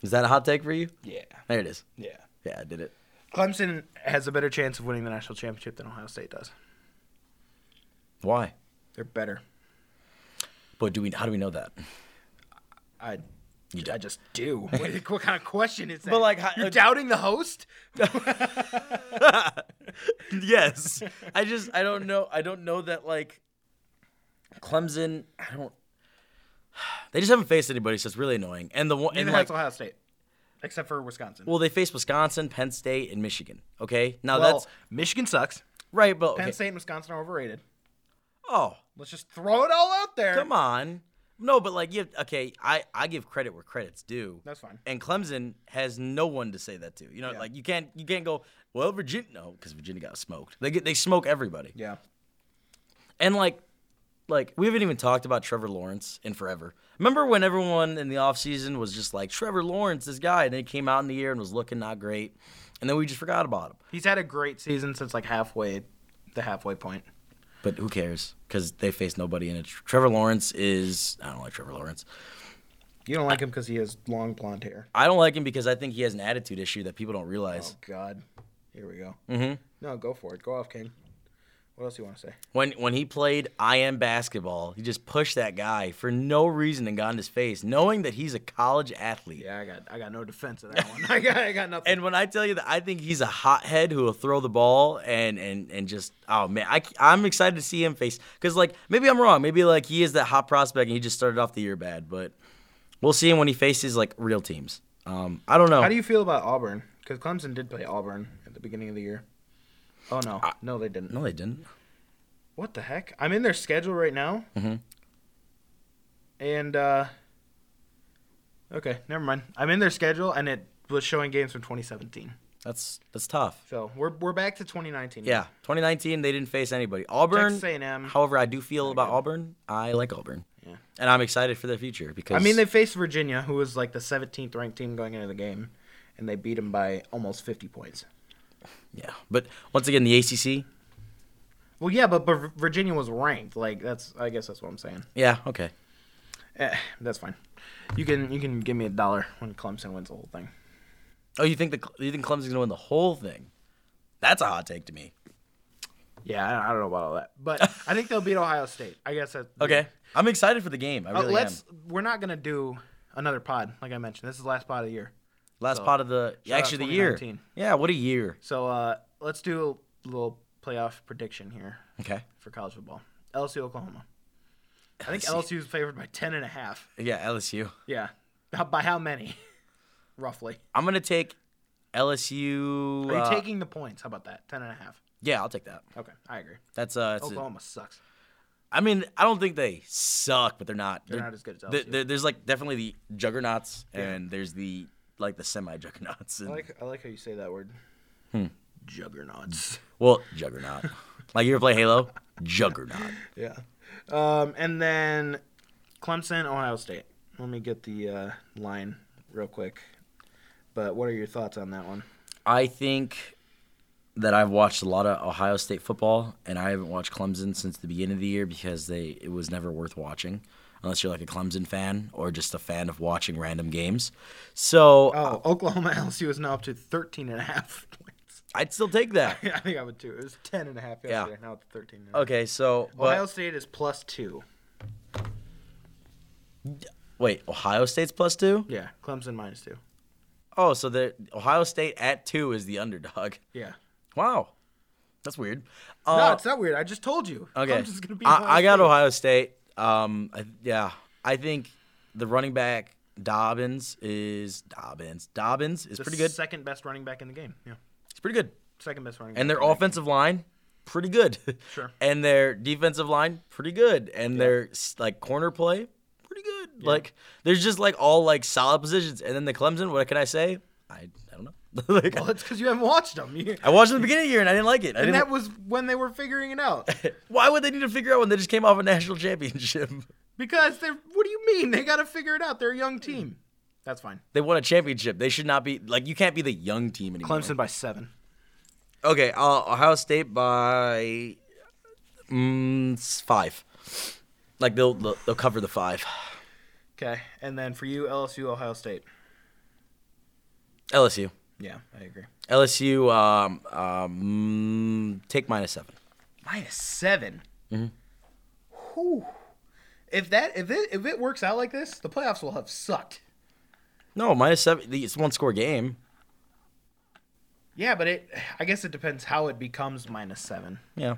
[SPEAKER 1] Is that a hot take for you?
[SPEAKER 2] Yeah.
[SPEAKER 1] There it is.
[SPEAKER 2] Yeah.
[SPEAKER 1] Yeah, I did it.
[SPEAKER 2] Clemson has a better chance of winning the national championship than Ohio State does.
[SPEAKER 1] Why?
[SPEAKER 2] They're better.
[SPEAKER 1] But do we? How do we know that?
[SPEAKER 2] I,
[SPEAKER 1] You
[SPEAKER 2] I
[SPEAKER 1] don't.
[SPEAKER 2] just do. What, what kind of question is that?
[SPEAKER 1] But, like, how- uh,
[SPEAKER 2] you're doubting the host?
[SPEAKER 1] yes, I just I don't know. I don't know that like Clemson. I don't. They just haven't faced anybody, so it's really annoying. And the one
[SPEAKER 2] And
[SPEAKER 1] and
[SPEAKER 2] that's
[SPEAKER 1] like
[SPEAKER 2] Ohio State, except for Wisconsin.
[SPEAKER 1] well, they faced Wisconsin, Penn State, and Michigan. Okay, now
[SPEAKER 2] Well,
[SPEAKER 1] that's
[SPEAKER 2] Michigan sucks.
[SPEAKER 1] right, but okay.
[SPEAKER 2] Penn State and Wisconsin are overrated.
[SPEAKER 1] oh
[SPEAKER 2] Let's just throw it all out there.
[SPEAKER 1] come on, no, but like you have, okay, I I give credit where credits due.
[SPEAKER 2] That's fine.
[SPEAKER 1] And Clemson has no one to say that to. You know,
[SPEAKER 2] Yeah.
[SPEAKER 1] like you can't you can't go well Virginia no because Virginia got smoked. They get they smoke everybody.
[SPEAKER 2] Yeah.
[SPEAKER 1] And like like we haven't even talked about Trevor Lawrence in forever. Remember when everyone in the offseason was just like Trevor Lawrence, this guy, and then he came out in the year and was looking not great, and then we just forgot about him.
[SPEAKER 2] He's had a great season since like halfway, the halfway point.
[SPEAKER 1] But who cares? Because they face nobody in it. Trevor Lawrence is I don't like Trevor Lawrence.
[SPEAKER 2] You don't like him because he has long blonde hair.
[SPEAKER 1] I don't like him because I think he has an attitude issue that people don't realize.
[SPEAKER 2] Oh God, here we go.
[SPEAKER 1] hmm
[SPEAKER 2] No, go for it. Go off, King. What else do you want to say?
[SPEAKER 1] When when he played I am basketball, he just pushed that guy for no reason and got in his face, knowing that he's a college athlete.
[SPEAKER 2] Yeah, I got, I got no defense of that one. I got, I got nothing.
[SPEAKER 1] And when I tell you that I think he's a hothead who will throw the ball and and and just oh man, I I'm excited to see him face because like maybe I'm wrong, maybe like he is that hot prospect and he just started off the year bad, but we'll see him when he faces like real teams. Um, I don't know.
[SPEAKER 2] How do you feel about Auburn? Because Clemson did play Auburn at the beginning of the year. Oh no, no, they didn't.
[SPEAKER 1] no, they didn't.
[SPEAKER 2] What the heck? I'm in their schedule right now.
[SPEAKER 1] Mhm.
[SPEAKER 2] And uh Okay, never mind. I'm in their schedule and it was showing games from 2017.
[SPEAKER 1] That's that's tough.
[SPEAKER 2] So, we're we're back to 2019.
[SPEAKER 1] Yeah, 2019 they didn't face anybody. Auburn.
[SPEAKER 2] Texas A&M.
[SPEAKER 1] However, I do feel about Auburn. I like Auburn.
[SPEAKER 2] Yeah.
[SPEAKER 1] And I'm excited for their future because
[SPEAKER 2] I mean, they faced Virginia, who was like the 17th ranked team going into the game, and they beat them by almost 50 points.
[SPEAKER 1] yeah. But once again, the ACC.
[SPEAKER 2] Well, yeah, but, but Virginia was ranked. Like that's I guess that's what I'm saying.
[SPEAKER 1] Yeah. Okay.
[SPEAKER 2] Eh, that's fine. You can you can give me a dollar when Clemson wins the whole thing.
[SPEAKER 1] Oh, you think the Cle- you think Clemson's gonna win the whole thing? That's a hot take to me.
[SPEAKER 2] Yeah, I don't, I don't know about all that, but I think they'll beat Ohio State. I guess that's
[SPEAKER 1] Okay. I'm excited for the game. I
[SPEAKER 2] Uh,
[SPEAKER 1] really
[SPEAKER 2] let's.
[SPEAKER 1] am.
[SPEAKER 2] We're not gonna do another pod, like I mentioned. This is the last pod of the year,
[SPEAKER 1] Last pot of the
[SPEAKER 2] Shout out
[SPEAKER 1] actually the year.
[SPEAKER 2] 2019.
[SPEAKER 1] Yeah. What a year.
[SPEAKER 2] so uh, let's do a little playoff prediction here
[SPEAKER 1] Okay.
[SPEAKER 2] for college football. LSU, Oklahoma. I think
[SPEAKER 1] LSU.
[SPEAKER 2] LSU is favored by ten and a half.
[SPEAKER 1] Yeah. LSU.
[SPEAKER 2] Yeah, How- by how many? Roughly.
[SPEAKER 1] I'm gonna take LSU.
[SPEAKER 2] Are
[SPEAKER 1] uh,
[SPEAKER 2] you taking the points? How about that? Ten and a half.
[SPEAKER 1] yeah, I'll take that.
[SPEAKER 2] Okay, I agree.
[SPEAKER 1] That's uh. It's a,
[SPEAKER 2] Oklahoma sucks.
[SPEAKER 1] I mean, I don't think they suck, but they're not.
[SPEAKER 2] They're not as good as
[SPEAKER 1] the-
[SPEAKER 2] LSU.
[SPEAKER 1] the- there's like definitely the juggernauts, and there's the like the semi juggernauts.
[SPEAKER 2] I like I like how you say that word.
[SPEAKER 1] Hmm.
[SPEAKER 2] Juggernauts.
[SPEAKER 1] Well, Juggernaut. like you ever play Halo? Juggernaut.
[SPEAKER 2] Yeah. Um, and then Clemson, Ohio State. Let me get the uh, line real quick. But what are your thoughts on that one?
[SPEAKER 1] I think that I've watched a lot of Ohio State football, and I haven't watched Clemson since the beginning of the year because they it was never worth watching, unless you're like a Clemson fan or just a fan of watching random games. So
[SPEAKER 2] Oh, Oklahoma LSU is now up to 13 and a half points.
[SPEAKER 1] I'd still take that.
[SPEAKER 2] I think I would too. It was 10 and a half
[SPEAKER 1] Yeah.
[SPEAKER 2] yesterday. Now it's 13 and a half.
[SPEAKER 1] Okay, so but,
[SPEAKER 2] Ohio State is plus two.
[SPEAKER 1] wait, Ohio State's plus two.
[SPEAKER 2] Yeah. Clemson minus two.
[SPEAKER 1] Oh, so the Ohio State at two is the underdog.
[SPEAKER 2] Yeah.
[SPEAKER 1] Wow, that's weird.
[SPEAKER 2] no,
[SPEAKER 1] Uh,
[SPEAKER 2] it's not weird. I just told you.
[SPEAKER 1] Okay.
[SPEAKER 2] Clemson's gonna be.
[SPEAKER 1] I, I got
[SPEAKER 2] State.
[SPEAKER 1] Ohio State. Um, I, yeah, I think the running back Dobbins is Dobbins. Dobbins is
[SPEAKER 2] The
[SPEAKER 1] pretty good.
[SPEAKER 2] Second best running back in the game. Yeah.
[SPEAKER 1] It's pretty good.
[SPEAKER 2] Second best running.
[SPEAKER 1] And
[SPEAKER 2] back
[SPEAKER 1] their
[SPEAKER 2] in the
[SPEAKER 1] offensive line, pretty good.
[SPEAKER 2] Sure.
[SPEAKER 1] And their defensive line, pretty good. And their s- like corner play, pretty good. Like there's just like all like solid positions. And then the Clemson, what can I say? I, I don't know. Like,
[SPEAKER 2] game. Well, it's because you haven't watched them. You-
[SPEAKER 1] I watched it at the beginning of the year and I didn't like it. I
[SPEAKER 2] and
[SPEAKER 1] didn't,
[SPEAKER 2] that was when they were figuring it out.
[SPEAKER 1] why would they need to figure out when they just came off a national championship?
[SPEAKER 2] Because they're what do you mean? They gotta figure it out. They're a young team. That's fine.
[SPEAKER 1] They won a championship. They should not be like you can't be the young team anymore.
[SPEAKER 2] by seven.
[SPEAKER 1] Okay, uh, Ohio State by mm, s- five. Like they'll they'll they'll cover the five.
[SPEAKER 2] Okay. And then for you, LSU, Ohio State.
[SPEAKER 1] LSU,
[SPEAKER 2] Yeah, I agree.
[SPEAKER 1] LSU. Um, um, mm, take minus seven.
[SPEAKER 2] Minus seven.
[SPEAKER 1] Mm-hmm.
[SPEAKER 2] Whew. If that if it if it works out like this, the playoffs will have sucked.
[SPEAKER 1] No, minus seven. the- It's one score game.
[SPEAKER 2] Yeah, but it I guess it depends how it becomes minus seven.
[SPEAKER 1] Yeah,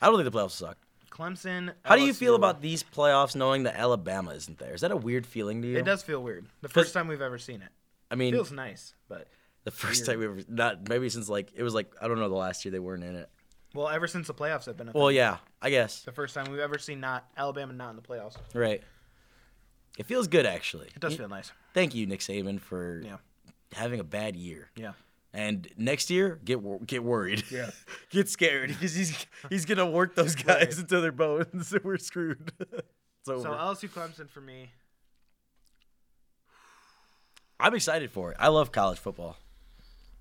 [SPEAKER 1] I don't think the playoffs suck.
[SPEAKER 2] Clemson.
[SPEAKER 1] How do you feel
[SPEAKER 2] LSU.
[SPEAKER 1] about these playoffs, knowing that Alabama isn't there? Is that a weird feeling to you?
[SPEAKER 2] it? Does feel weird. The first time we've ever seen it.
[SPEAKER 1] I mean,
[SPEAKER 2] Feels nice, but
[SPEAKER 1] the first time we ever not maybe since like it was like I don't know the last year they weren't in it.
[SPEAKER 2] well, ever since the playoffs have been a thing.
[SPEAKER 1] Well, yeah, I guess.
[SPEAKER 2] the first time we've ever seen not Alabama not in the playoffs.
[SPEAKER 1] Right. It feels good, actually.
[SPEAKER 2] It does feel nice.
[SPEAKER 1] Thank you, Nick Saban, for
[SPEAKER 2] Yeah.
[SPEAKER 1] having a bad year.
[SPEAKER 2] Yeah.
[SPEAKER 1] And next year, get wor- get worried.
[SPEAKER 2] Yeah.
[SPEAKER 1] get scared because he's he's gonna work those guys
[SPEAKER 2] Right.
[SPEAKER 1] into their bones. We're screwed. it's over.
[SPEAKER 3] So
[SPEAKER 2] uh,
[SPEAKER 3] LSU Clemson for me.
[SPEAKER 1] I'm excited for it. I love college football.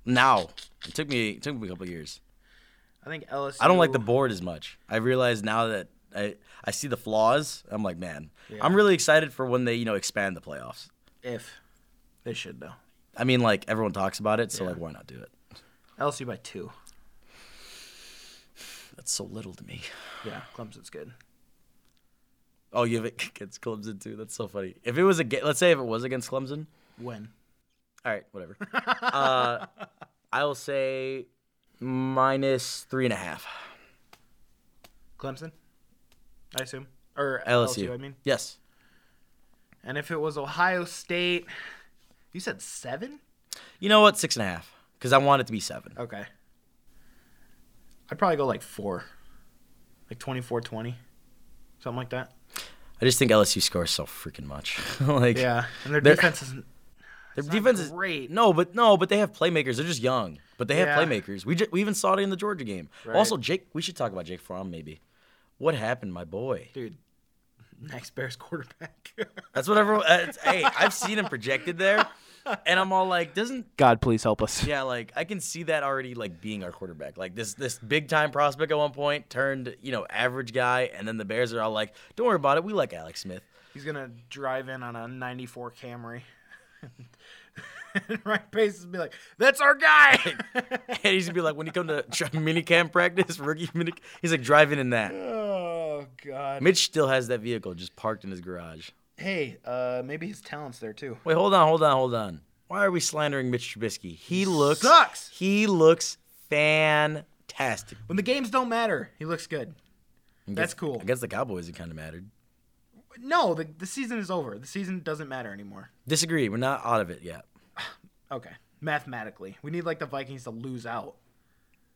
[SPEAKER 1] Now, it took me it took me a couple years.
[SPEAKER 2] I think LSU.
[SPEAKER 1] I don't like the board as much. I realize now that I I see the flaws. I'm like, man,
[SPEAKER 2] Yeah.
[SPEAKER 1] I'm really excited for when they you know expand the playoffs.
[SPEAKER 2] if they should though.
[SPEAKER 1] I mean, like everyone talks about it, so
[SPEAKER 2] Yeah.
[SPEAKER 1] like, why not do it?
[SPEAKER 2] LSU by two.
[SPEAKER 1] That's so little to me.
[SPEAKER 2] Yeah, Clemson's good.
[SPEAKER 1] Oh, you have it against Clemson too. That's so funny. If it was a let's say if it was against Clemson,
[SPEAKER 2] When?
[SPEAKER 1] all right, whatever. uh, I will say minus three and a half.
[SPEAKER 2] Clemson, I assume, or
[SPEAKER 1] LSU.
[SPEAKER 2] LSU. I mean,
[SPEAKER 1] yes.
[SPEAKER 2] and if it was Ohio State, you said seven.
[SPEAKER 1] You know what? Six and a half. Because I want it to be seven.
[SPEAKER 2] Okay. I'd probably go like four. Like 24 20. Something like that.
[SPEAKER 1] I just think LSU scores so freaking much. like
[SPEAKER 2] Yeah. And their
[SPEAKER 1] They're-
[SPEAKER 2] defense isn't.
[SPEAKER 1] their
[SPEAKER 2] not
[SPEAKER 1] defense is
[SPEAKER 2] great.
[SPEAKER 1] No, but no, but they have playmakers. They're just young, but they have
[SPEAKER 2] Yeah.
[SPEAKER 1] playmakers. We ju- we even saw it in the Georgia game. Also, Jake. We should talk about Jake Fromm maybe. What happened, my boy?
[SPEAKER 2] Dude, next Bears quarterback.
[SPEAKER 1] That's what everyone. Uh, it's- hey, I've seen him projected there, and I'm all like, doesn't
[SPEAKER 3] God, please help us.
[SPEAKER 1] yeah, like I can see that already like being our quarterback. Like this this big time prospect at one point turned you know average guy, and then the Bears are all like, don't worry about it. We like Alex Smith.
[SPEAKER 2] He's going to drive in on a 94 Camry. and Ryan Pace would be like, that's our guy.
[SPEAKER 1] And he's gonna be like, when you come to tr- minicamp practice, rookie mini, he's like driving in that.
[SPEAKER 2] oh, God.
[SPEAKER 1] Mitch still has that vehicle just parked in his garage.
[SPEAKER 2] Hey, uh, maybe his talent's there too.
[SPEAKER 1] Wait, hold on, hold on, hold on. Why are we slandering Mitch Trubisky? He looks
[SPEAKER 2] sucks.
[SPEAKER 1] He looks fantastic.
[SPEAKER 2] When the games don't matter, he looks good. That's cool.
[SPEAKER 1] Against the Cowboys, it kind of mattered.
[SPEAKER 2] No, the, the season is over. The season doesn't matter anymore.
[SPEAKER 1] Disagree. We're not out of it yet.
[SPEAKER 2] Okay. Mathematically, we need like the Vikings to lose out.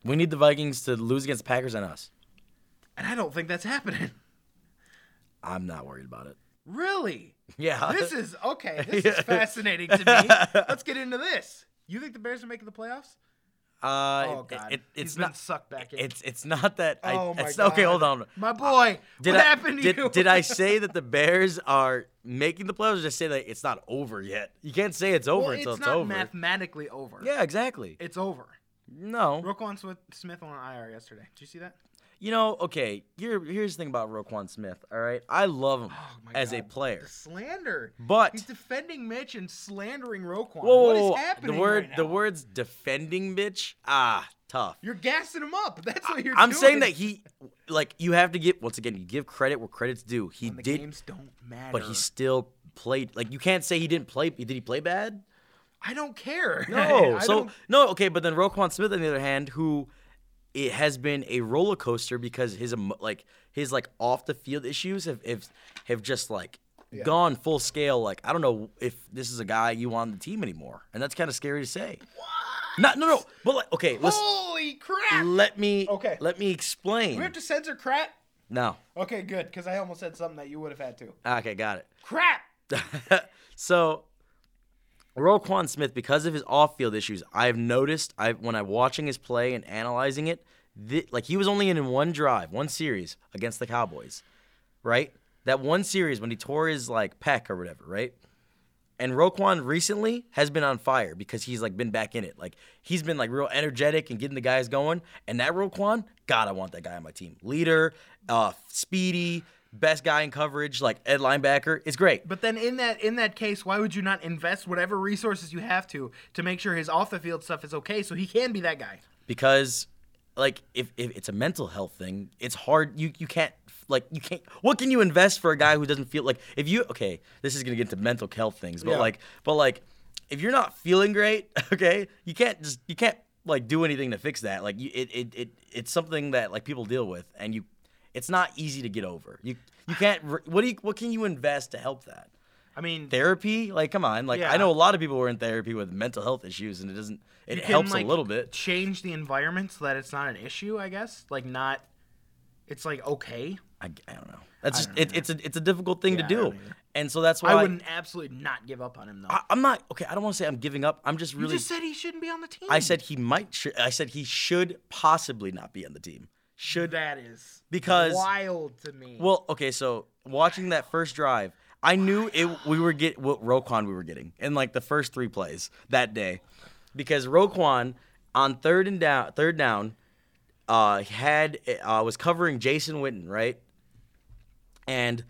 [SPEAKER 1] We need the Vikings to lose against the Packers and us.
[SPEAKER 2] And I don't think that's happening.
[SPEAKER 1] I'm not worried about it.
[SPEAKER 2] Really?
[SPEAKER 1] Yeah.
[SPEAKER 2] This is okay. This is fascinating to me. Let's get into this. You think the Bears are making the playoffs?
[SPEAKER 1] Uh,
[SPEAKER 2] Oh
[SPEAKER 1] it-
[SPEAKER 2] god.
[SPEAKER 1] It, it's
[SPEAKER 2] He's been
[SPEAKER 1] not.
[SPEAKER 2] sucked back in.
[SPEAKER 1] It's it's not that. I,
[SPEAKER 2] oh my
[SPEAKER 1] it's,
[SPEAKER 2] god.
[SPEAKER 1] Okay, hold on.
[SPEAKER 2] My boy,
[SPEAKER 1] Did
[SPEAKER 2] what
[SPEAKER 1] I,
[SPEAKER 2] happened to
[SPEAKER 1] did,
[SPEAKER 2] you?
[SPEAKER 1] did I say that the Bears are making the playoffs? Or just say that it's not over yet. You can't say it's over
[SPEAKER 2] well,
[SPEAKER 1] until
[SPEAKER 2] it's
[SPEAKER 1] it's,
[SPEAKER 2] not
[SPEAKER 1] over.
[SPEAKER 2] mathematically over.
[SPEAKER 1] yeah, exactly.
[SPEAKER 2] It's over.
[SPEAKER 1] No,
[SPEAKER 2] Roquan Swi- Smith went on IR yesterday. Did you see that?
[SPEAKER 1] you know, okay. Here, here's the thing about Roquan Smith. All right, I love him
[SPEAKER 2] Oh my
[SPEAKER 1] as a
[SPEAKER 2] God.
[SPEAKER 1] player,
[SPEAKER 2] The slander.
[SPEAKER 1] but
[SPEAKER 2] He's defending Mitch and slandering Roquan.
[SPEAKER 1] whoa, whoa,
[SPEAKER 2] what is
[SPEAKER 1] whoa,
[SPEAKER 2] happening
[SPEAKER 1] the word,
[SPEAKER 2] right
[SPEAKER 1] the
[SPEAKER 2] now?
[SPEAKER 1] words defending bitch. Ah, tough.
[SPEAKER 2] You're gassing him up. That's what you're
[SPEAKER 1] I'm
[SPEAKER 2] doing.
[SPEAKER 1] saying that he, like, you have to get once again. You give credit where credit's due. He
[SPEAKER 2] the
[SPEAKER 1] did,
[SPEAKER 2] games don't matter.
[SPEAKER 1] but he still played. Like, you can't say he didn't play. Did he play bad?
[SPEAKER 2] I don't care.
[SPEAKER 1] No.
[SPEAKER 2] I
[SPEAKER 1] so
[SPEAKER 2] don't-
[SPEAKER 1] no. Okay, but then Roquan Smith, on the other hand, who it has been a roller coaster because his emo- like his like off the field issues have have, have just like gone full scale. Like I don't know if this is a guy you want on the team anymore, and that's kind of scary to say. Not no no. But like, okay, listen.
[SPEAKER 2] holy crap!
[SPEAKER 1] Let me
[SPEAKER 2] Okay.
[SPEAKER 1] Let me explain.
[SPEAKER 2] we have to censor crap.
[SPEAKER 1] no.
[SPEAKER 2] Okay, good, because I almost said something that you would have had to.
[SPEAKER 1] Okay, got it.
[SPEAKER 2] Crap.
[SPEAKER 1] so Roquan Smith, because of his off-field issues, I've noticed I when I'm watching his play and analyzing it, thi- like he was only in one drive, one series against the Cowboys, right? That one series when he tore his like pec or whatever, right? And Roquan recently has been on fire because he's like been back in it. Like he's been like real energetic and getting the guys going. And that Roquan, God, I want that guy on my team. Leader, uh, speedy, best guy in coverage, like Ed linebacker. It's great.
[SPEAKER 2] But then in that in that case, why would you not invest whatever resources you have to to make sure his off the field stuff is okay, so he can be that guy?
[SPEAKER 1] because like if, if it's a mental health thing it's hard you you can't like you can't what can you invest for a guy who doesn't feel like if you okay this is gonna get into mental health things but
[SPEAKER 2] Yeah.
[SPEAKER 1] like but like if you're not feeling great okay you can't just you can't like do anything to fix that like you it it, it it's something that like people deal with and you it's not easy to get over you you can't re- what do you what can you invest to help that
[SPEAKER 2] I mean,
[SPEAKER 1] therapy like come on like i
[SPEAKER 2] Yeah.
[SPEAKER 1] know a lot of people were in therapy with mental health issues and it doesn't it
[SPEAKER 2] you can,
[SPEAKER 1] helps
[SPEAKER 2] like,
[SPEAKER 1] a little bit
[SPEAKER 2] Change the environment so that it's not an issue. I guess like not. It's like okay.
[SPEAKER 1] I, I don't know. That's just it, it's a it's a difficult thing
[SPEAKER 2] Yeah,
[SPEAKER 1] to
[SPEAKER 2] I
[SPEAKER 1] do,
[SPEAKER 2] don't either.
[SPEAKER 1] And so that's why
[SPEAKER 2] I wouldn't absolutely not give up on him though.
[SPEAKER 1] I, am not okay. I don't want to say I'm giving up. I'm just
[SPEAKER 3] You
[SPEAKER 1] really.
[SPEAKER 3] just said he shouldn't be on the team.
[SPEAKER 1] I said he might. Sh- I said he should possibly not be on the team. Should
[SPEAKER 2] that is
[SPEAKER 1] because
[SPEAKER 2] wild to me.
[SPEAKER 1] well, okay. So watching that first drive, I knew it. We were get what Roquan we were getting in like the first three plays that day, because Roquan on third and down, third down, uh, had uh, was covering Jason Witten right, and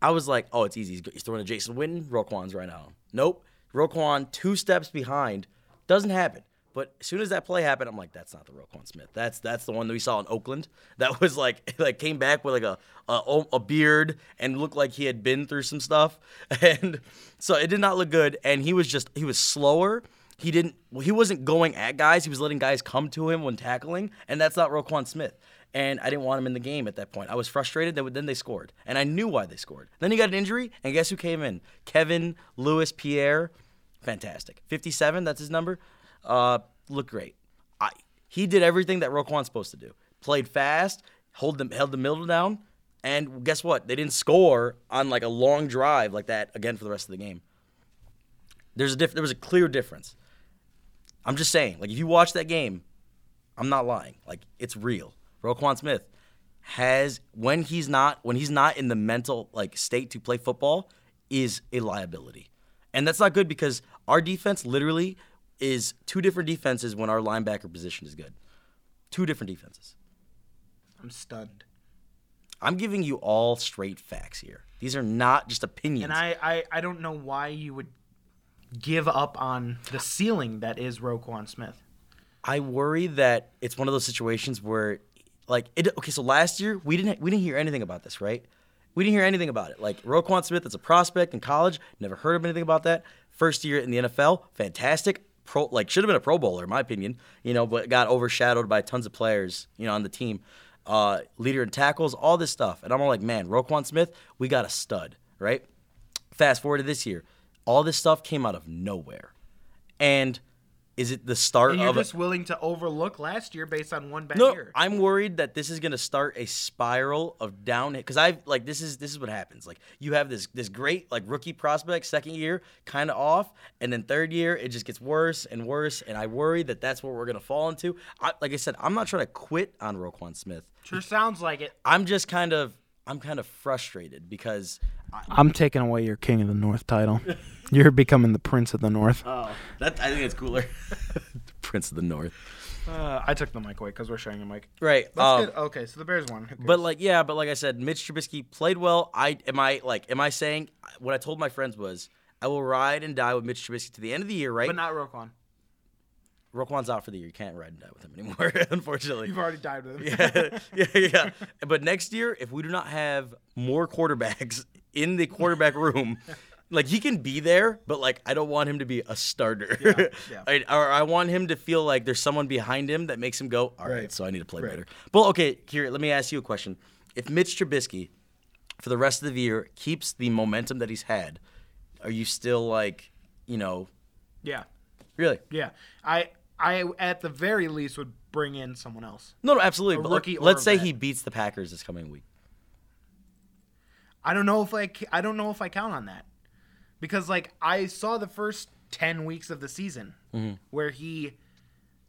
[SPEAKER 1] I was like, oh, it's easy. He's- He's throwing to Jason Witten. Roquan's right now. Nope. Roquan two steps behind. Doesn't happen. But as soon as that play happened, I'm like, that's not the Roquan Smith. That's that's the one that we saw in Oakland. That was like like came back with like a a, a beard and looked like he had been through some stuff. And so it did not look good. And he was just he was slower. He didn't he wasn't going at guys. He was letting guys come to him when tackling. And that's not Roquan Smith and I didn't want him in the game at that point. I was frustrated that then they scored, and I knew why they scored. Then he got an injury, and guess who came in? Kevin Lewis Pierre, fantastic, 57. That's his number. Uh, looked great. I he did everything that Roquan's supposed to do. Played fast, hold them, held the middle down, and guess what? They didn't score on like a long drive like that again for the rest of the game. There's a diff- there was a clear difference. I'm just saying, like if you watch that game, I'm not lying. Like it's real. Roquan Smith has when he's not when he's not in the mental like state to play football is a liability. And that's not good because our defense literally is two different defenses when our linebacker position is good. Two different defenses.
[SPEAKER 2] I'm stunned.
[SPEAKER 1] I'm giving you all straight facts here. These are not just opinions.
[SPEAKER 2] And I, I, I don't know why you would give up on the ceiling that is Roquan Smith.
[SPEAKER 1] I worry that it's one of those situations where, like, it, okay, so last year we didn't we didn't hear anything about this, right? We didn't hear anything about it. Like Roquan Smith, is a prospect in college, never heard of anything about that. First year in the NFL, fantastic. Pro, like should have been a Pro Bowler in my opinion, you know, but got overshadowed by tons of players, you know, on the team. Uh, leader in tackles, all this stuff, and I'm all like, man, Roquan Smith, we got a stud, right? Fast forward to this year, all this stuff came out of nowhere, and is it the start
[SPEAKER 2] And you're
[SPEAKER 1] of a,
[SPEAKER 2] just willing to overlook last year based on one bad
[SPEAKER 1] no,
[SPEAKER 2] year.
[SPEAKER 1] I'm worried that this is gonna start a spiral of down because I've like this is this is what happens. Like you have this this great like rookie prospect second year kind of off, and then third year it just gets worse and worse. And I worry that that's what we're gonna fall into. I, like I said, I'm not trying to quit on Roquan Smith.
[SPEAKER 2] sure sounds like it.
[SPEAKER 1] I'm just kind of I'm kind of frustrated because
[SPEAKER 3] I'm taking away your King of the North title. You're becoming the Prince of the North.
[SPEAKER 2] Uh,
[SPEAKER 1] Oh, that I think it's cooler. Prince of the North,
[SPEAKER 2] Uh, I took the mic away because we're sharing a mic.
[SPEAKER 1] right?
[SPEAKER 2] That's
[SPEAKER 1] um,
[SPEAKER 2] good. Okay, so the Bears won. Who
[SPEAKER 1] But
[SPEAKER 2] cares?
[SPEAKER 1] like, yeah, but like I said, Mitch Trubisky played well. I am I like, am I saying what I told my friends was I will ride and die with Mitch Trubisky to the end of the year, right?
[SPEAKER 2] but not Roquan.
[SPEAKER 1] Roquan's out for the year. You can't ride and die with him anymore, unfortunately.
[SPEAKER 2] You've already died with him.
[SPEAKER 1] yeah, yeah, yeah. But next year, if we do not have more quarterbacks in the quarterback room, like he can be there, but like I don't want him to be a starter.
[SPEAKER 2] yeah.
[SPEAKER 1] I, or I want him to feel like there's someone behind him that makes him go, all right,
[SPEAKER 2] Right.
[SPEAKER 1] so I need to play
[SPEAKER 2] Right.
[SPEAKER 1] better. But okay, here, let me ask you a question. If Mitch Trubisky, for the rest of the year, keeps the momentum that he's had, are you still like, you know,
[SPEAKER 2] Yeah,
[SPEAKER 1] really?
[SPEAKER 2] yeah. I, I at the very least would bring in someone else.
[SPEAKER 1] No, no, absolutely. but like,
[SPEAKER 2] rookie or
[SPEAKER 1] let's
[SPEAKER 2] a
[SPEAKER 1] say
[SPEAKER 2] vet.
[SPEAKER 1] he beats the Packers this coming week.
[SPEAKER 2] I don't know if I, ca- I don't know if I count on that, because like I saw the first ten weeks of the season where he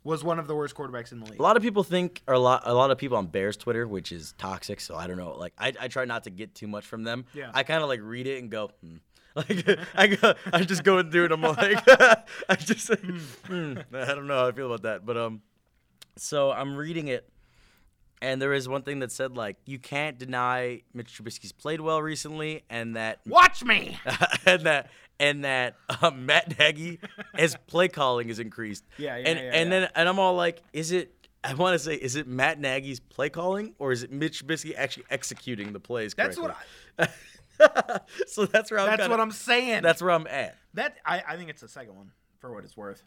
[SPEAKER 2] was one of the worst quarterbacks in the league.
[SPEAKER 1] A lot of people think, or a lot, a lot of people on Bears Twitter, which is toxic. So I don't know. Like I, I try not to get too much from them.
[SPEAKER 2] Yeah.
[SPEAKER 1] I kind of like read it and go, hmm. like I, go, I just go through it. I'm like, I just, hmm, I don't know how I feel about that. But um, so I'm reading it, and there is one thing that said like, you can't deny Mitch Trubisky's played well recently, and that
[SPEAKER 2] Watch me.
[SPEAKER 1] and that and that um, Matt Nagy his play calling is increased.
[SPEAKER 2] Yeah, yeah,
[SPEAKER 1] And
[SPEAKER 2] yeah,
[SPEAKER 1] and
[SPEAKER 2] yeah.
[SPEAKER 1] then and I'm all like, is it? I want to say, is it Matt Nagy's play calling or is it Mitch Trubisky actually executing the plays?
[SPEAKER 2] That's what
[SPEAKER 1] I. so that's where I'm.
[SPEAKER 2] That's
[SPEAKER 1] kinda-
[SPEAKER 2] what I'm saying.
[SPEAKER 1] That's where I'm at.
[SPEAKER 2] that. I, I think it's the second one for what it's worth.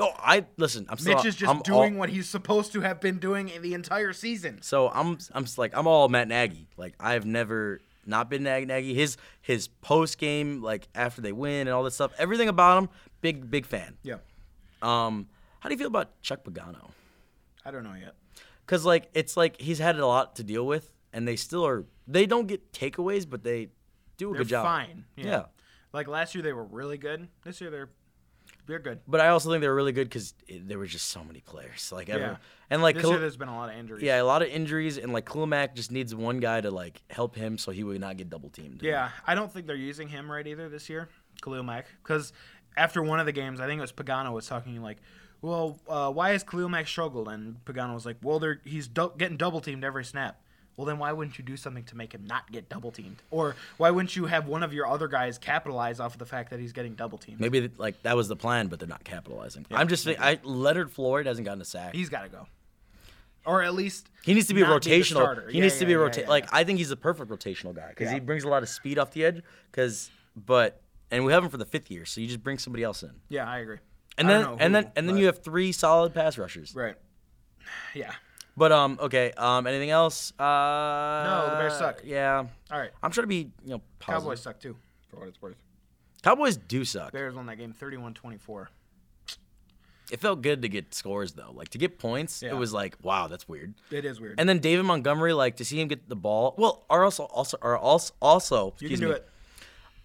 [SPEAKER 1] Oh, I listen. I'm still.
[SPEAKER 2] Mitch is just
[SPEAKER 1] I'm all-
[SPEAKER 2] doing what he's supposed to have been doing in the entire season.
[SPEAKER 1] So I'm I'm just like I'm all Matt Nagy. Like I've never not been Nag Nagy. His his post game like after they win and all this stuff. Everything about him. Big big fan.
[SPEAKER 2] Yeah,
[SPEAKER 1] Um, how do you feel about Chuck Pagano?
[SPEAKER 2] I don't know yet.
[SPEAKER 1] Because like it's like he's had a lot to deal with, and they still are. They don't get takeaways, but they do a
[SPEAKER 2] They're
[SPEAKER 1] good job.
[SPEAKER 2] fine. Yeah.
[SPEAKER 1] Yeah.
[SPEAKER 2] Like last year they were really good. This year they're they're good.
[SPEAKER 1] But I also think they were really good because there were just so many players. Like, every,
[SPEAKER 2] Yeah.
[SPEAKER 1] and like,
[SPEAKER 2] This
[SPEAKER 1] Khalil-
[SPEAKER 2] year there's been a lot of injuries.
[SPEAKER 1] yeah, a lot of injuries, and like Kulimak just needs one guy to like help him so he would not get double teamed.
[SPEAKER 2] Yeah, I don't think they're using him right either this year, Khalil Mack. Because after one of the games, I think it was Pagano was talking like, "Well, uh, why has Khalil Mack struggled?" And Pagano was like, "Well, they're he's dou- getting double teamed every snap." Well, then why wouldn't you do something to make him not get double teamed? Or why wouldn't you have one of your other guys capitalize off of the fact that he's getting double teamed?
[SPEAKER 1] Maybe th- like that was the plan, but they're not capitalizing. I'm just think I Leonard Floyd hasn't gotten a sack.
[SPEAKER 2] He's got to go, or at least
[SPEAKER 1] he needs to be
[SPEAKER 2] not the
[SPEAKER 1] rotational.
[SPEAKER 2] starter.
[SPEAKER 1] he
[SPEAKER 2] Yeah,
[SPEAKER 1] needs to
[SPEAKER 2] yeah,
[SPEAKER 1] be
[SPEAKER 2] yeah,
[SPEAKER 1] rota-
[SPEAKER 2] yeah,
[SPEAKER 1] Like
[SPEAKER 2] yeah.
[SPEAKER 1] I think he's the perfect rotational guy because
[SPEAKER 2] Yeah.
[SPEAKER 1] he brings a lot of speed off the edge. Because but and we have him for the fifth year, so you just bring somebody else in,
[SPEAKER 2] yeah, I agree.
[SPEAKER 1] and
[SPEAKER 2] I
[SPEAKER 1] then
[SPEAKER 2] don't know
[SPEAKER 1] and
[SPEAKER 2] who,
[SPEAKER 1] then and then
[SPEAKER 2] but-
[SPEAKER 1] you have three solid pass rushers.
[SPEAKER 2] right, yeah.
[SPEAKER 1] But um, okay. Um, anything else? Uh, no,
[SPEAKER 2] the Bears suck.
[SPEAKER 1] Yeah,
[SPEAKER 2] All right,
[SPEAKER 1] I'm trying to be you know positive.
[SPEAKER 2] Cowboys suck too, for what it's worth.
[SPEAKER 1] Cowboys do suck.
[SPEAKER 2] Bears won that game 31-24.
[SPEAKER 1] It felt good to get scores though, like to get points.
[SPEAKER 2] Yeah.
[SPEAKER 1] It was like wow, that's weird.
[SPEAKER 2] It is weird.
[SPEAKER 1] And then David Montgomery, like to see him get the ball. Well, our also also our also also
[SPEAKER 2] you
[SPEAKER 1] excuse
[SPEAKER 2] can
[SPEAKER 1] me,
[SPEAKER 2] do it.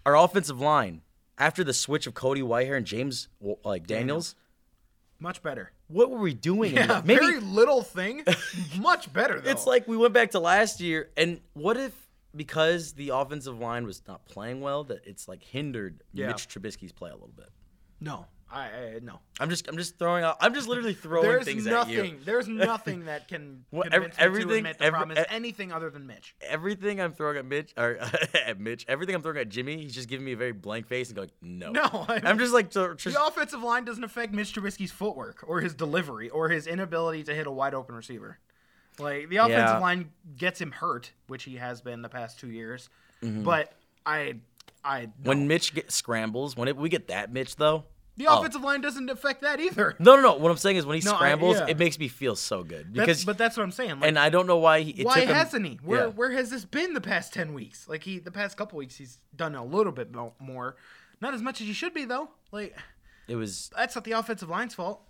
[SPEAKER 1] our offensive line after the switch of Cody Whitehair and James well, like Daniels.
[SPEAKER 2] Much better.
[SPEAKER 1] What were we doing? in
[SPEAKER 2] Yeah,
[SPEAKER 1] the- Maybe
[SPEAKER 2] very little thing. Much better though.
[SPEAKER 1] it's like we went back to last year. And what if because the offensive line was not playing well, that it's like hindered
[SPEAKER 2] Yeah.
[SPEAKER 1] Mitch Trubisky's play a little bit.
[SPEAKER 2] no, I, I no.
[SPEAKER 1] I'm just I'm just throwing out. I'm just literally throwing
[SPEAKER 2] There's
[SPEAKER 1] things at
[SPEAKER 2] nothing.
[SPEAKER 1] you.
[SPEAKER 2] There's nothing that can
[SPEAKER 1] Well, ev-
[SPEAKER 2] convince me to
[SPEAKER 1] everything-
[SPEAKER 2] admit the
[SPEAKER 1] every-
[SPEAKER 2] problem is
[SPEAKER 1] e-
[SPEAKER 2] anything other than Mitch.
[SPEAKER 1] Everything I'm throwing at Mitch or at Mitch, everything I'm throwing at Jimmy, he's just giving me a very blank face and going, "No,
[SPEAKER 2] No, I
[SPEAKER 1] I'm just like tr- tr-
[SPEAKER 2] The offensive line doesn't affect Mitch Trubisky's footwork or his delivery or his inability to hit a wide open receiver. Like the offensive
[SPEAKER 1] Yeah.
[SPEAKER 2] line gets him hurt, which he has been the past two years. But I, I no.
[SPEAKER 1] Mm-hmm. When Mitch get, scrambles, when it, we get that Mitch though,
[SPEAKER 2] the
[SPEAKER 1] oh.
[SPEAKER 2] offensive line doesn't affect that either.
[SPEAKER 1] No, no, no. What I'm saying is when he
[SPEAKER 2] No, I-
[SPEAKER 1] scrambles,
[SPEAKER 2] yeah.
[SPEAKER 1] it makes me feel so good
[SPEAKER 2] That's,
[SPEAKER 1] because,
[SPEAKER 2] but that's what I'm saying. Like,
[SPEAKER 1] and I don't know why he. It
[SPEAKER 2] Why
[SPEAKER 1] took him-
[SPEAKER 2] hasn't he?
[SPEAKER 1] yeah.
[SPEAKER 2] Where where has this been the past ten weeks? Like he, the past couple weeks, he's done a little bit mo- more, not as much as he should be though. Like
[SPEAKER 1] It was
[SPEAKER 2] that's not the offensive line's fault.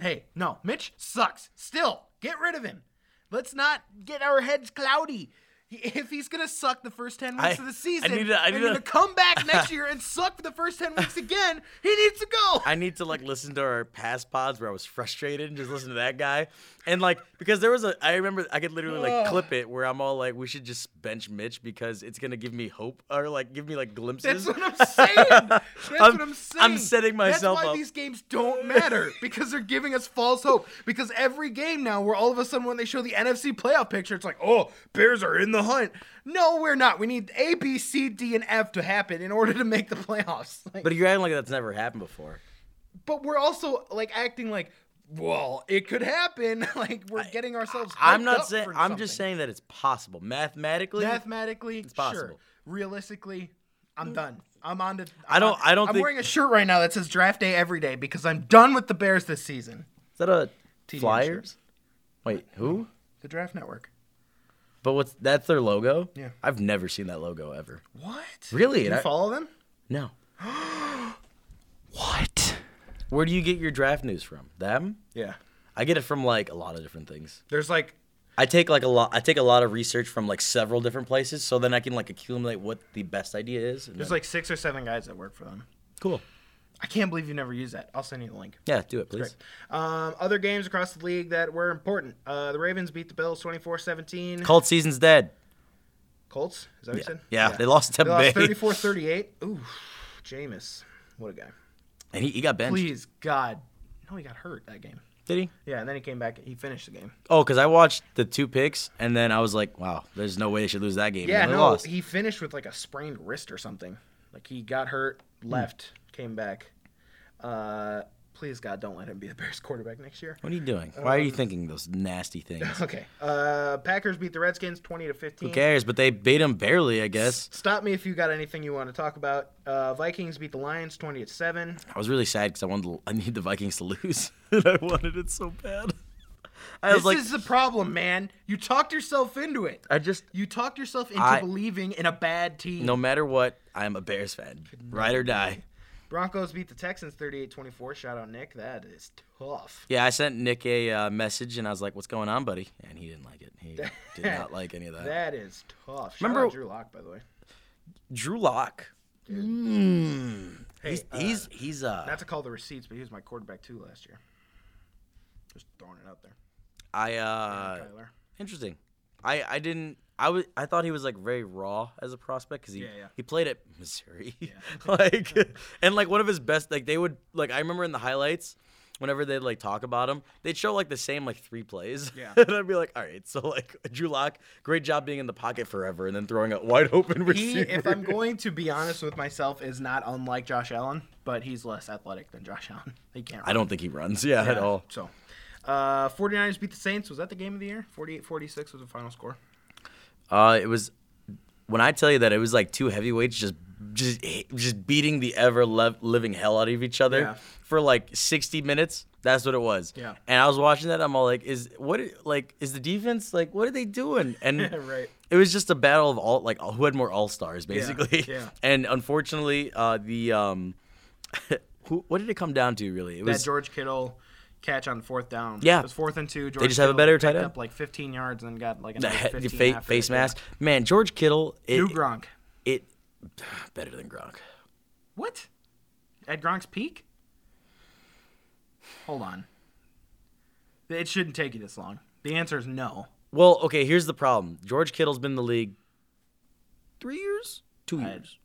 [SPEAKER 2] Hey, no, Mitch sucks. Still, get rid of him. Let's not get our heads cloudy. He- If he's gonna suck the first ten weeks
[SPEAKER 1] I-
[SPEAKER 2] of
[SPEAKER 1] I
[SPEAKER 2] the season,
[SPEAKER 1] need to- I
[SPEAKER 2] and
[SPEAKER 1] need
[SPEAKER 2] gonna
[SPEAKER 1] to-
[SPEAKER 2] come back next year and suck for the first ten weeks again. He needs to go.
[SPEAKER 1] I need to like listen to our past pods where I was frustrated and just listen to that guy. And like because there was a I remember I could literally like
[SPEAKER 2] Ugh.
[SPEAKER 1] clip it where I'm all like we should just bench Mitch because it's going to give me hope or like give me like glimpses.
[SPEAKER 2] That's what I'm saying. That's
[SPEAKER 1] I'm-
[SPEAKER 2] what I'm saying.
[SPEAKER 1] I'm setting myself
[SPEAKER 2] That's why
[SPEAKER 1] up.
[SPEAKER 2] these games don't matter because they're giving us false hope. Because every game now, where all of a sudden when they show the NFC playoff picture, it's like, oh, Bears are in the hunt. No, we're not. We need A, B, C, D, and F to happen in order to make the playoffs. Like,
[SPEAKER 1] but you're acting like that's never happened before.
[SPEAKER 2] but we're also like acting like, well, it could happen. like we're getting ourselves.
[SPEAKER 1] I'm
[SPEAKER 2] hyped
[SPEAKER 1] not
[SPEAKER 2] up
[SPEAKER 1] saying
[SPEAKER 2] for
[SPEAKER 1] I'm just
[SPEAKER 2] something.
[SPEAKER 1] saying that it's possible mathematically.
[SPEAKER 2] Mathematically, it's Sure.
[SPEAKER 1] possible.
[SPEAKER 2] Realistically,
[SPEAKER 1] Mm.
[SPEAKER 2] I'm done. I'm on to. I'm
[SPEAKER 1] I don't-
[SPEAKER 2] on-
[SPEAKER 1] I don't
[SPEAKER 2] I'm
[SPEAKER 1] think-
[SPEAKER 2] wearing a shirt right now that says "Draft Day Every Day" because I'm done with the Bears this season.
[SPEAKER 1] is that a
[SPEAKER 2] TDN
[SPEAKER 1] Flyers?
[SPEAKER 2] shirts.
[SPEAKER 1] Wait, who?
[SPEAKER 2] the Draft Network.
[SPEAKER 1] But what's that's their logo?
[SPEAKER 2] Yeah.
[SPEAKER 1] I've never seen that logo ever.
[SPEAKER 2] What?
[SPEAKER 1] Really?
[SPEAKER 2] You
[SPEAKER 1] And I-
[SPEAKER 2] follow them?
[SPEAKER 1] No.
[SPEAKER 2] What?
[SPEAKER 1] Where do you get your draft news from? Them?
[SPEAKER 2] Yeah.
[SPEAKER 1] I get it from like a lot of different things.
[SPEAKER 2] There's like
[SPEAKER 1] I take like a lot. I take a lot of research from like several different places, so then I can like accumulate what the best idea is. and
[SPEAKER 2] there's
[SPEAKER 1] then-
[SPEAKER 2] like six or seven guys that work for them.
[SPEAKER 1] cool.
[SPEAKER 2] I can't believe you never use that. I'll send you the link.
[SPEAKER 1] Yeah, do it, please.
[SPEAKER 2] Um, other games across the league that were important. Uh, the Ravens beat the Bills 24-17.
[SPEAKER 1] Cold season's dead.
[SPEAKER 2] Colts? Is that what you said?
[SPEAKER 1] Yeah, they lost to
[SPEAKER 2] They lost
[SPEAKER 1] Bay.
[SPEAKER 2] 34-38. Ooh, Jameis. What a guy.
[SPEAKER 1] and he, he got benched.
[SPEAKER 2] Please, God. No, he got hurt that game.
[SPEAKER 1] Did he?
[SPEAKER 2] Yeah, and then he came back. He finished the game.
[SPEAKER 1] Oh, because I watched the two picks, and then I was like, "Wow, there's no way they should lose that game."
[SPEAKER 2] Yeah,
[SPEAKER 1] and they
[SPEAKER 2] no,
[SPEAKER 1] lost.
[SPEAKER 2] he finished with like a sprained wrist or something. Like he got hurt,
[SPEAKER 1] Hmm.
[SPEAKER 2] left, came back. Uh, please, God, don't let him be the Bears quarterback next year.
[SPEAKER 1] what are you doing?
[SPEAKER 2] Oh,
[SPEAKER 1] Why
[SPEAKER 2] um,
[SPEAKER 1] are you thinking those nasty things?
[SPEAKER 2] Okay. Uh, Packers beat the Redskins 20 to 15.
[SPEAKER 1] Who cares? But they beat him barely, I guess.
[SPEAKER 2] Stop me if you got anything you want to talk about. Uh, Vikings beat the Lions 20 to 7.
[SPEAKER 1] I was really sad because I wanted to, I need the Vikings to lose, and I wanted it so bad. I was
[SPEAKER 2] This
[SPEAKER 1] like,
[SPEAKER 2] is the problem, man. You talked yourself into it.
[SPEAKER 1] I just
[SPEAKER 2] You talked yourself into
[SPEAKER 1] I-
[SPEAKER 2] believing in a bad team.
[SPEAKER 1] no matter what, I'm a Bears fan, ride or die.
[SPEAKER 2] Broncos beat the Texans 38-24. Shout out Nick. That is tough.
[SPEAKER 1] Yeah, I sent Nick a uh, message and I was like, "What's going on, buddy?" And he didn't like it. He did not like any of that.
[SPEAKER 2] That is tough. Shout
[SPEAKER 1] Remember-
[SPEAKER 2] out Drew Lock, by the way.
[SPEAKER 1] Drew Lock.
[SPEAKER 2] Hey,
[SPEAKER 1] Mm. he's
[SPEAKER 2] uh,
[SPEAKER 1] he's he's uh
[SPEAKER 2] not to call the receipts, but he was my quarterback too last year. Just throwing it out there.
[SPEAKER 1] I uh
[SPEAKER 2] Kyler.
[SPEAKER 1] interesting. I I didn't I was I thought he was like very raw as a prospect because he
[SPEAKER 2] Yeah, yeah.
[SPEAKER 1] he played at Missouri like and like one of his best like they would like I remember in the highlights whenever they'd like talk about him they'd show like the same like three plays
[SPEAKER 2] Yeah.
[SPEAKER 1] and I'd be like all right so like Drew Lock great job being in the pocket forever and then throwing a wide open
[SPEAKER 2] He,
[SPEAKER 1] receiver
[SPEAKER 2] if I'm going to be honest with myself, is not unlike Josh Allen, but he's less athletic than Josh Allen. He can't.
[SPEAKER 1] I don't think he runs yeah, at
[SPEAKER 2] Yeah,
[SPEAKER 1] all
[SPEAKER 2] So, uh, 49ers beat the Saints. Was that the game of the year? 48-46 was the final score.
[SPEAKER 1] Uh, it was when I tell you that it was like two heavyweights just just just beating the ever lev- living hell out of each other
[SPEAKER 2] Yeah.
[SPEAKER 1] for like 60 minutes. That's what it was.
[SPEAKER 2] Yeah.
[SPEAKER 1] And I was watching that. I'm all like, is what i- like is the defense like? What are they doing? And
[SPEAKER 2] right.
[SPEAKER 1] it was just a battle of all like who had more all stars basically.
[SPEAKER 2] yeah.
[SPEAKER 1] And unfortunately, uh, the um, who what did it come down to really? It
[SPEAKER 2] That
[SPEAKER 1] was
[SPEAKER 2] George Kittle catch on fourth down.
[SPEAKER 1] Yeah.
[SPEAKER 2] It was fourth and two. George
[SPEAKER 1] just have a
[SPEAKER 2] Kittle
[SPEAKER 1] better
[SPEAKER 2] picked
[SPEAKER 1] tight end.
[SPEAKER 2] Up like 15 yards and then got like
[SPEAKER 1] the
[SPEAKER 2] another
[SPEAKER 1] he- the
[SPEAKER 2] 15
[SPEAKER 1] fa-
[SPEAKER 2] after
[SPEAKER 1] face
[SPEAKER 2] that,
[SPEAKER 1] mask.
[SPEAKER 2] yeah.
[SPEAKER 1] Man, George Kittle. It,
[SPEAKER 2] New Gronk.
[SPEAKER 1] it better than Gronk.
[SPEAKER 2] What? At Gronk's peak? Hold on. It shouldn't take you this long. The answer is no.
[SPEAKER 1] Well, okay, here's the problem. George Kittle's been in the league three years? Two
[SPEAKER 2] I-
[SPEAKER 1] years.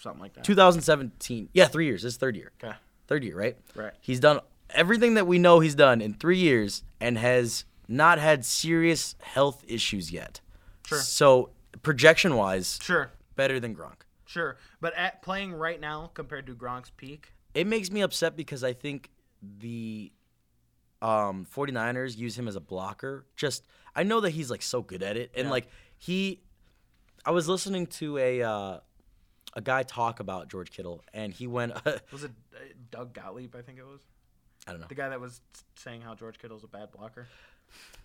[SPEAKER 2] Something like that.
[SPEAKER 1] 2017. Yeah, three years. His third year.
[SPEAKER 2] Okay.
[SPEAKER 1] Third year, right?
[SPEAKER 2] Right.
[SPEAKER 1] He's done everything that we know he's done in three years and has not had serious health issues yet.
[SPEAKER 2] Sure.
[SPEAKER 1] So, projection wise,
[SPEAKER 2] Sure.
[SPEAKER 1] better than Gronk.
[SPEAKER 2] Sure. But at playing right now compared to Gronk's peak,
[SPEAKER 1] It makes me upset because I think the um, 49ers use him as a blocker. Just I know that he's like so good at it, and like he, I was listening to a uh, a guy talk about George Kittle, and he went,
[SPEAKER 2] was it uh, Doug Gottlieb, I think it was?
[SPEAKER 1] I don't know,
[SPEAKER 2] The guy that was saying how George Kittle's a bad blocker.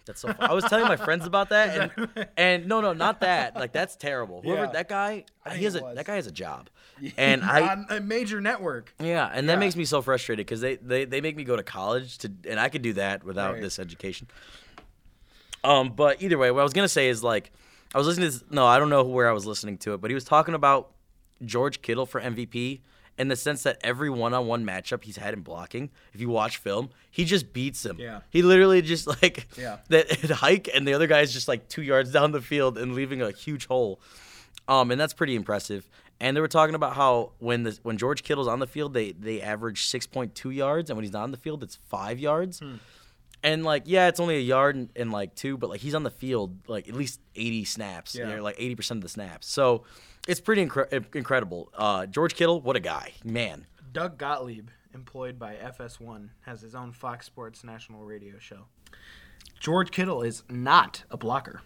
[SPEAKER 1] that's so. Fun. I was telling my friends about that, and, and no, no, not that. Like that's terrible. Whoever
[SPEAKER 2] Yeah.
[SPEAKER 1] that guy, he
[SPEAKER 2] think
[SPEAKER 1] has
[SPEAKER 2] it
[SPEAKER 1] a
[SPEAKER 2] was.
[SPEAKER 1] that guy has a job, and I
[SPEAKER 2] On a major network.
[SPEAKER 1] Yeah, and that makes me so frustrated because they, they they make me go to college to, and I could do that without
[SPEAKER 2] Right.
[SPEAKER 1] this education. Um, but either way, what I was gonna say is like, I was listening to this, no, I don't know where I was listening to it, but he was talking about George Kittle for MVP in the sense that every one-on-one matchup he's had in blocking, if you watch film, he just beats him.
[SPEAKER 2] Yeah.
[SPEAKER 1] he literally just like
[SPEAKER 2] Yeah.
[SPEAKER 1] that hike, and the other guy is just like two yards down the field and leaving a huge hole. Um, and that's pretty impressive. And they were talking about how when the when George Kittle's on the field, they they average six point two yards, and when he's not on the field, it's five yards. And like, yeah, it's only a yard and, and like two, but like he's on the field like at least eighty snaps,
[SPEAKER 2] Yeah.
[SPEAKER 1] you know, like eighty percent of the snaps. So it's pretty incre- incredible. Uh, George Kittle, what a guy, man.
[SPEAKER 2] Doug Gottlieb, employed by FS1, has his own Fox Sports national radio show. George Kittle is not a blocker.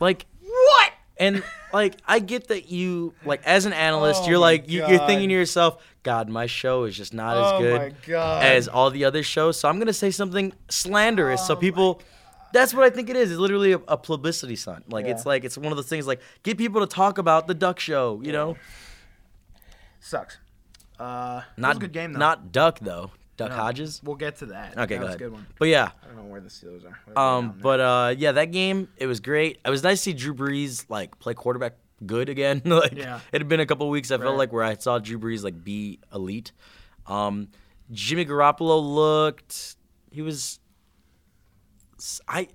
[SPEAKER 1] Like
[SPEAKER 2] What?
[SPEAKER 1] And like I get that you like as an analyst,
[SPEAKER 2] Oh
[SPEAKER 1] you're
[SPEAKER 2] my
[SPEAKER 1] like you, you're thinking
[SPEAKER 2] God.
[SPEAKER 1] to yourself, God, my show is just not as
[SPEAKER 2] Oh
[SPEAKER 1] good
[SPEAKER 2] my God.
[SPEAKER 1] as all the other shows. So I'm gonna say something slanderous
[SPEAKER 2] Oh
[SPEAKER 1] so people that's what I think it is. It's literally a, a publicity stunt. Like it's
[SPEAKER 2] Yeah.
[SPEAKER 1] like it's one of those things like get people to talk about the duck show, you know?
[SPEAKER 2] Sucks. Uh, not
[SPEAKER 1] Not
[SPEAKER 2] a good game though.
[SPEAKER 1] Not Duck though. Duck
[SPEAKER 2] No,
[SPEAKER 1] Hodges.
[SPEAKER 2] We'll get to that.
[SPEAKER 1] Okay,
[SPEAKER 2] that
[SPEAKER 1] go
[SPEAKER 2] was
[SPEAKER 1] ahead.
[SPEAKER 2] A good one.
[SPEAKER 1] But yeah.
[SPEAKER 2] I don't know where the Steelers are. They're
[SPEAKER 1] Um,
[SPEAKER 2] down there.
[SPEAKER 1] but uh, yeah, that game it was great. It was nice to see Drew Brees like play quarterback good again. like
[SPEAKER 2] Yeah.
[SPEAKER 1] it had been a couple weeks I
[SPEAKER 2] Right.
[SPEAKER 1] felt like where I saw Drew Brees like be elite. Um, Jimmy Garoppolo looked he was I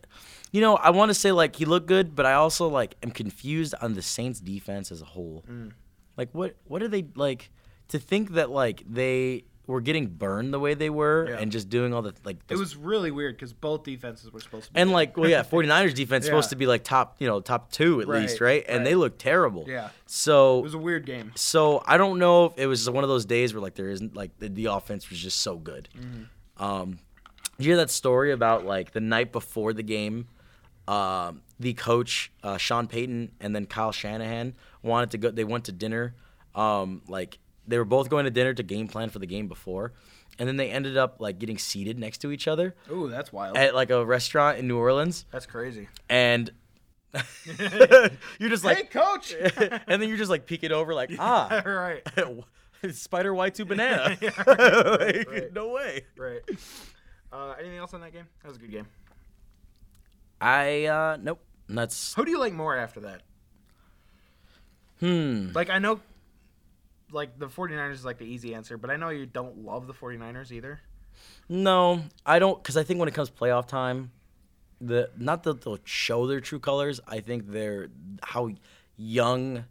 [SPEAKER 1] you know I want to say like he looked good, but I also like am confused on the Saints defense as a whole.
[SPEAKER 2] Mm.
[SPEAKER 1] Like what what are they like to think that like they were getting burned the way they were
[SPEAKER 2] Yeah.
[SPEAKER 1] and just doing all the like
[SPEAKER 2] it
[SPEAKER 1] those
[SPEAKER 2] was really weird because both defenses were supposed to. be
[SPEAKER 1] and like, well, yeah, 49ers defense
[SPEAKER 2] Yeah.
[SPEAKER 1] supposed to be like top, you know, top two at least,
[SPEAKER 2] Right,
[SPEAKER 1] right? And
[SPEAKER 2] right.
[SPEAKER 1] they look terrible.
[SPEAKER 2] Yeah. It
[SPEAKER 1] So,
[SPEAKER 2] was a weird game.
[SPEAKER 1] so I don't know if it was one of those days where like there isn't like the, the offense was just so good.
[SPEAKER 2] Mm-hmm.
[SPEAKER 1] Um, did you hear that story about like the night before the game, um, the coach uh, Sean Payton and then Kyle Shanahan wanted to go. They went to dinner. Um, like they were both going to dinner to game plan for the game before, and then they ended up like getting seated next to each other
[SPEAKER 2] Ooh, that's wild.
[SPEAKER 1] at like a restaurant in New Orleans
[SPEAKER 2] that's crazy.
[SPEAKER 1] and you're just
[SPEAKER 2] hey,
[SPEAKER 1] like,
[SPEAKER 2] coach.
[SPEAKER 1] and then you're just like peeking over, like, ah,
[SPEAKER 2] right.
[SPEAKER 1] Spider Y2 banana. Like, No way.
[SPEAKER 2] Right. Uh, anything else on that game? That was a good game.
[SPEAKER 1] I, uh, nope. That's,
[SPEAKER 2] Who do you like more after that?
[SPEAKER 1] Hmm.
[SPEAKER 2] Like I know like the 49ers is like the easy answer, but I know you don't love the 49ers either.
[SPEAKER 1] No, I don't, because I think when it comes to playoff time, the not that they'll show their true colors. I think they're how young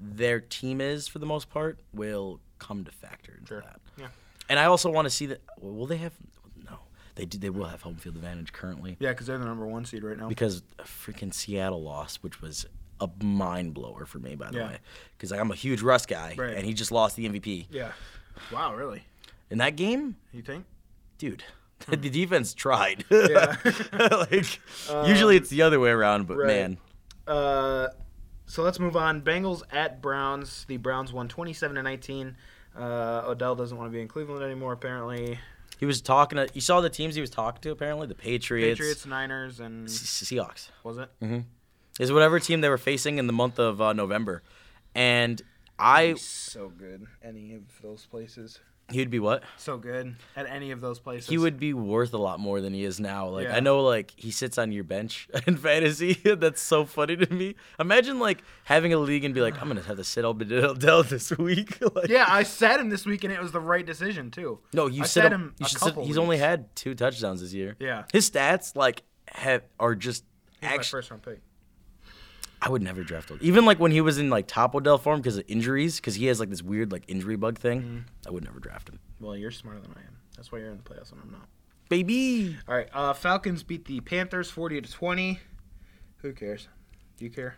[SPEAKER 1] their team is for the most part will come to factor into
[SPEAKER 2] Sure.
[SPEAKER 1] that.
[SPEAKER 2] Yeah.
[SPEAKER 1] And I also want to see that. Well, will they have? No, they do. They will have home field advantage currently
[SPEAKER 2] Yeah, cuz they're the number 1 seed right now.
[SPEAKER 1] because freaking Seattle lost, which was a mind blower for me, by the
[SPEAKER 2] Yeah.
[SPEAKER 1] way. Because I'm a huge Russ guy,
[SPEAKER 2] Right.
[SPEAKER 1] and he just lost the MVP
[SPEAKER 2] Yeah. Wow, really?
[SPEAKER 1] in that game.
[SPEAKER 2] You think?
[SPEAKER 1] dude. The defense tried.
[SPEAKER 2] Hmm. Yeah. Um,
[SPEAKER 1] like usually it's the other way around, but
[SPEAKER 2] right.
[SPEAKER 1] man,
[SPEAKER 2] Uh, so let's move on. Bengals at Browns. The Browns won 27 to 19. Uh, Odell doesn't want to be in Cleveland anymore, apparently.
[SPEAKER 1] he was talking to you saw the teams he was talking to apparently, the Patriots,
[SPEAKER 2] Patriots, Niners, and
[SPEAKER 1] Se- Seahawks.
[SPEAKER 2] was it?
[SPEAKER 1] Is whatever team they were facing in the month of uh, November. And I
[SPEAKER 2] so good. Any of those places.
[SPEAKER 1] he would be what?
[SPEAKER 2] So good at any of those places.
[SPEAKER 1] He would be worth a lot more than he is now. Like
[SPEAKER 2] Yeah.
[SPEAKER 1] I know like he sits on your bench in fantasy. That's so funny to me. Imagine like having a league and be like, I'm gonna have to sit Odell this week. like,
[SPEAKER 2] Yeah, I sat him this week, and it was the right decision too.
[SPEAKER 1] No, you
[SPEAKER 2] I
[SPEAKER 1] sit
[SPEAKER 2] sat
[SPEAKER 1] him.
[SPEAKER 2] him
[SPEAKER 1] you
[SPEAKER 2] a
[SPEAKER 1] should sit-
[SPEAKER 2] couple
[SPEAKER 1] he's only
[SPEAKER 2] weeks.
[SPEAKER 1] had two touchdowns this year.
[SPEAKER 2] Yeah.
[SPEAKER 1] his stats like have are just.
[SPEAKER 2] He's my
[SPEAKER 1] Actually,
[SPEAKER 2] first round pick.
[SPEAKER 1] I would never draft Odell. Even like when he was in like top Odell form because of injuries, because he has like this weird like injury bug thing.
[SPEAKER 2] Mm-hmm.
[SPEAKER 1] I would never draft him.
[SPEAKER 2] Well, you're smarter than I am. That's why you're in the playoffs, and I'm not.
[SPEAKER 1] Baby,
[SPEAKER 2] All right, uh, Falcons beat the Panthers 40 to 20. Who cares? Do you care?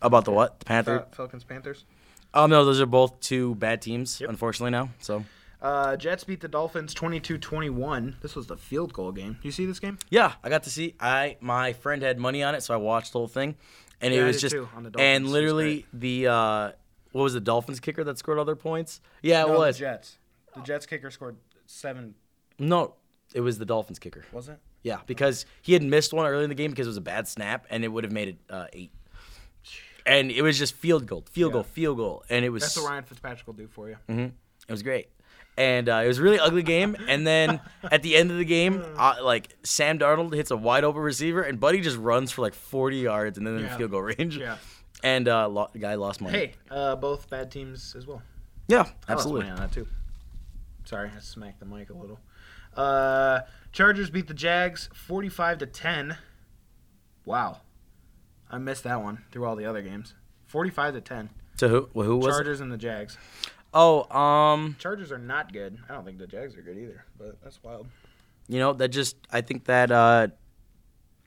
[SPEAKER 1] about the what? The Panther?
[SPEAKER 2] Fal- Falcons Panthers.
[SPEAKER 1] um, no, those are both two bad teams.
[SPEAKER 2] Uh, Yep.
[SPEAKER 1] Unfortunately, now so
[SPEAKER 2] Uh, Jets beat the Dolphins 22-21. This was the field goal game. You see this game?
[SPEAKER 1] yeah, I got to see. I my friend had money on it, so I watched the whole thing, and
[SPEAKER 2] Yeah,
[SPEAKER 1] it
[SPEAKER 2] I
[SPEAKER 1] was
[SPEAKER 2] did
[SPEAKER 1] just
[SPEAKER 2] too, on the Dolphins. It
[SPEAKER 1] and
[SPEAKER 2] was
[SPEAKER 1] literally the uh, what was the Dolphins kicker that scored all their points? Yeah, it was.
[SPEAKER 2] Um, Jets. The Jets kicker scored seven,
[SPEAKER 1] No, it was the Dolphins kicker.
[SPEAKER 2] was it?
[SPEAKER 1] Yeah, because he had missed one early in the game because it was a bad snap, and it would have made it uh, eight. And it was just field goal, field goal,
[SPEAKER 2] Yeah.
[SPEAKER 1] field goal, and it was
[SPEAKER 2] That's what Ryan Fitzpatrick will do for you.
[SPEAKER 1] Mm-hmm. it was great, and uh, it was a really ugly game. And then at the end of the game, uh, like Sam Darnold hits a wide open receiver, and Buddy just runs for like forty yards, and then in
[SPEAKER 2] Yeah.
[SPEAKER 1] field goal range.
[SPEAKER 2] Yeah.
[SPEAKER 1] and uh, lo- the guy lost money.
[SPEAKER 2] Hey, uh, both bad teams as well.
[SPEAKER 1] yeah,
[SPEAKER 2] I lost
[SPEAKER 1] absolutely.
[SPEAKER 2] money on that too. Sorry, I smacked the mic a little. Uh, Chargers beat the Jags 45 to 10. Wow. I missed that one through all the other games. 45 to 10.
[SPEAKER 1] To who? Well, who was? it?
[SPEAKER 2] Chargers and the Jags.
[SPEAKER 1] Oh, um,
[SPEAKER 2] Chargers are not good. I don't think the Jags are good either, but that's wild.
[SPEAKER 1] you know that just I think that uh,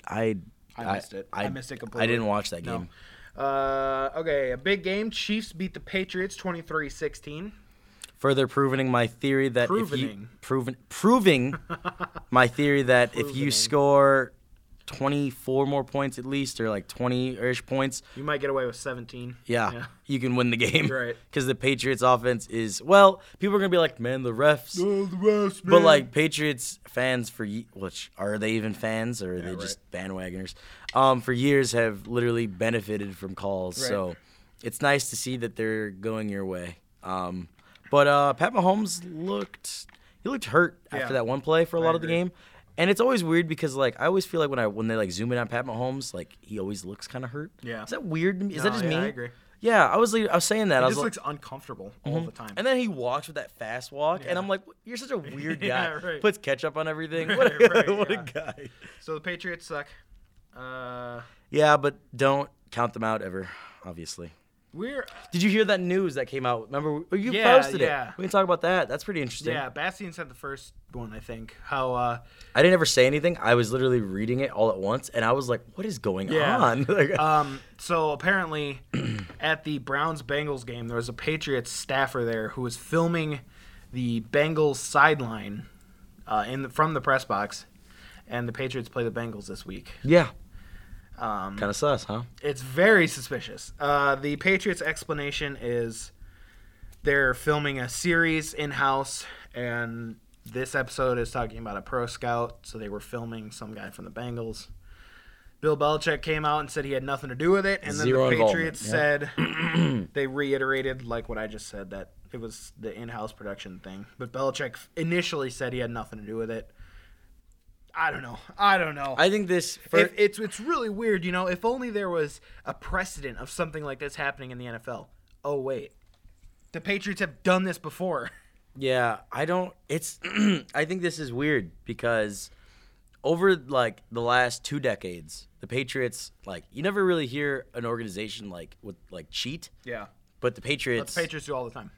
[SPEAKER 1] I
[SPEAKER 2] I missed it. I, missed it completely.
[SPEAKER 1] I didn't watch that
[SPEAKER 2] No.
[SPEAKER 1] game.
[SPEAKER 2] Uh, okay, a big game. Chiefs beat the Patriots 23-16.
[SPEAKER 1] Further proving my theory that if you
[SPEAKER 2] Provening.
[SPEAKER 1] proven proving my theory that if you
[SPEAKER 2] Provening.
[SPEAKER 1] score 24 more points at least or like 20 ish points,
[SPEAKER 2] You might get away with 17.
[SPEAKER 1] yeah,
[SPEAKER 2] Yeah.
[SPEAKER 1] you can win the game.
[SPEAKER 2] You're right.
[SPEAKER 1] Because the Patriots offense is well, people are gonna be like, man, the refs. But like Patriots fans for ye- which are they even fans or are they
[SPEAKER 2] right.
[SPEAKER 1] just bandwagoners? Um, for years have literally benefited from calls,
[SPEAKER 2] Right.
[SPEAKER 1] so it's nice to see that they're going your way. Um, but uh, Pat Mahomes looked he looked hurt
[SPEAKER 2] Yeah.
[SPEAKER 1] after that one play for a
[SPEAKER 2] I
[SPEAKER 1] lot of the
[SPEAKER 2] agree.
[SPEAKER 1] game, and it's always weird because like I always feel like when I when they like zoom in on Pat Mahomes, like he always looks kind of hurt.
[SPEAKER 2] Yeah.
[SPEAKER 1] is that weird? to me? Is
[SPEAKER 2] No,
[SPEAKER 1] that just
[SPEAKER 2] yeah,
[SPEAKER 1] me?
[SPEAKER 2] I agree.
[SPEAKER 1] Yeah, I was like, I was saying that. I
[SPEAKER 2] He
[SPEAKER 1] was
[SPEAKER 2] just
[SPEAKER 1] like,
[SPEAKER 2] looks uncomfortable all the time.
[SPEAKER 1] Mm-hmm. and then he walks with that fast walk, and I'm like, "What- "You're such a weird guy."
[SPEAKER 2] Yeah, right.
[SPEAKER 1] Puts ketchup on everything.
[SPEAKER 2] Right,
[SPEAKER 1] What, a,
[SPEAKER 2] right,
[SPEAKER 1] what
[SPEAKER 2] yeah.
[SPEAKER 1] a guy.
[SPEAKER 2] So the Patriots suck. Uh,
[SPEAKER 1] Yeah, but don't count them out ever. Obviously.
[SPEAKER 2] we're
[SPEAKER 1] Did you hear that news that came out? Remember oh, you
[SPEAKER 2] Yeah,
[SPEAKER 1] posted
[SPEAKER 2] yeah.
[SPEAKER 1] it. We can talk about that. That's pretty interesting.
[SPEAKER 2] yeah. Bastian said the first one, I think. How uh,
[SPEAKER 1] I didn't ever say anything. I was literally reading it all at once, and I was like, "What is going
[SPEAKER 2] Yeah.
[SPEAKER 1] on?" Like,
[SPEAKER 2] um, so apparently at the Browns Bengals game, there was a Patriots staffer there who was filming the Bengals sideline uh, in the, from the press box, and the Patriots play the Bengals this week.
[SPEAKER 1] yeah,
[SPEAKER 2] Um,
[SPEAKER 1] kind of sus, huh?
[SPEAKER 2] it's very suspicious. Uh, the Patriots' explanation is they're filming a series in house, and this episode is talking about a pro scout. So they were filming some guy from the Bengals. Bill Belichick came out and said he had nothing to do with it, and then
[SPEAKER 1] Zero
[SPEAKER 2] the
[SPEAKER 1] involvement,
[SPEAKER 2] Patriots said they reiterated like what I just said that it was the in-house production thing. But Belichick initially said he had nothing to do with it. I don't know. I don't know.
[SPEAKER 1] I think this. fir-
[SPEAKER 2] If- it's it's really weird, you know. If only there was a precedent of something like this happening in the NFL. Oh wait, the Patriots have done this before.
[SPEAKER 1] Yeah, I don't. It's. I think this is weird because over like the last two decades, the Patriots like you never really hear an organization like with like cheat,
[SPEAKER 2] Yeah,
[SPEAKER 1] but the
[SPEAKER 2] but
[SPEAKER 1] Patriots
[SPEAKER 2] the Patriots do all the time,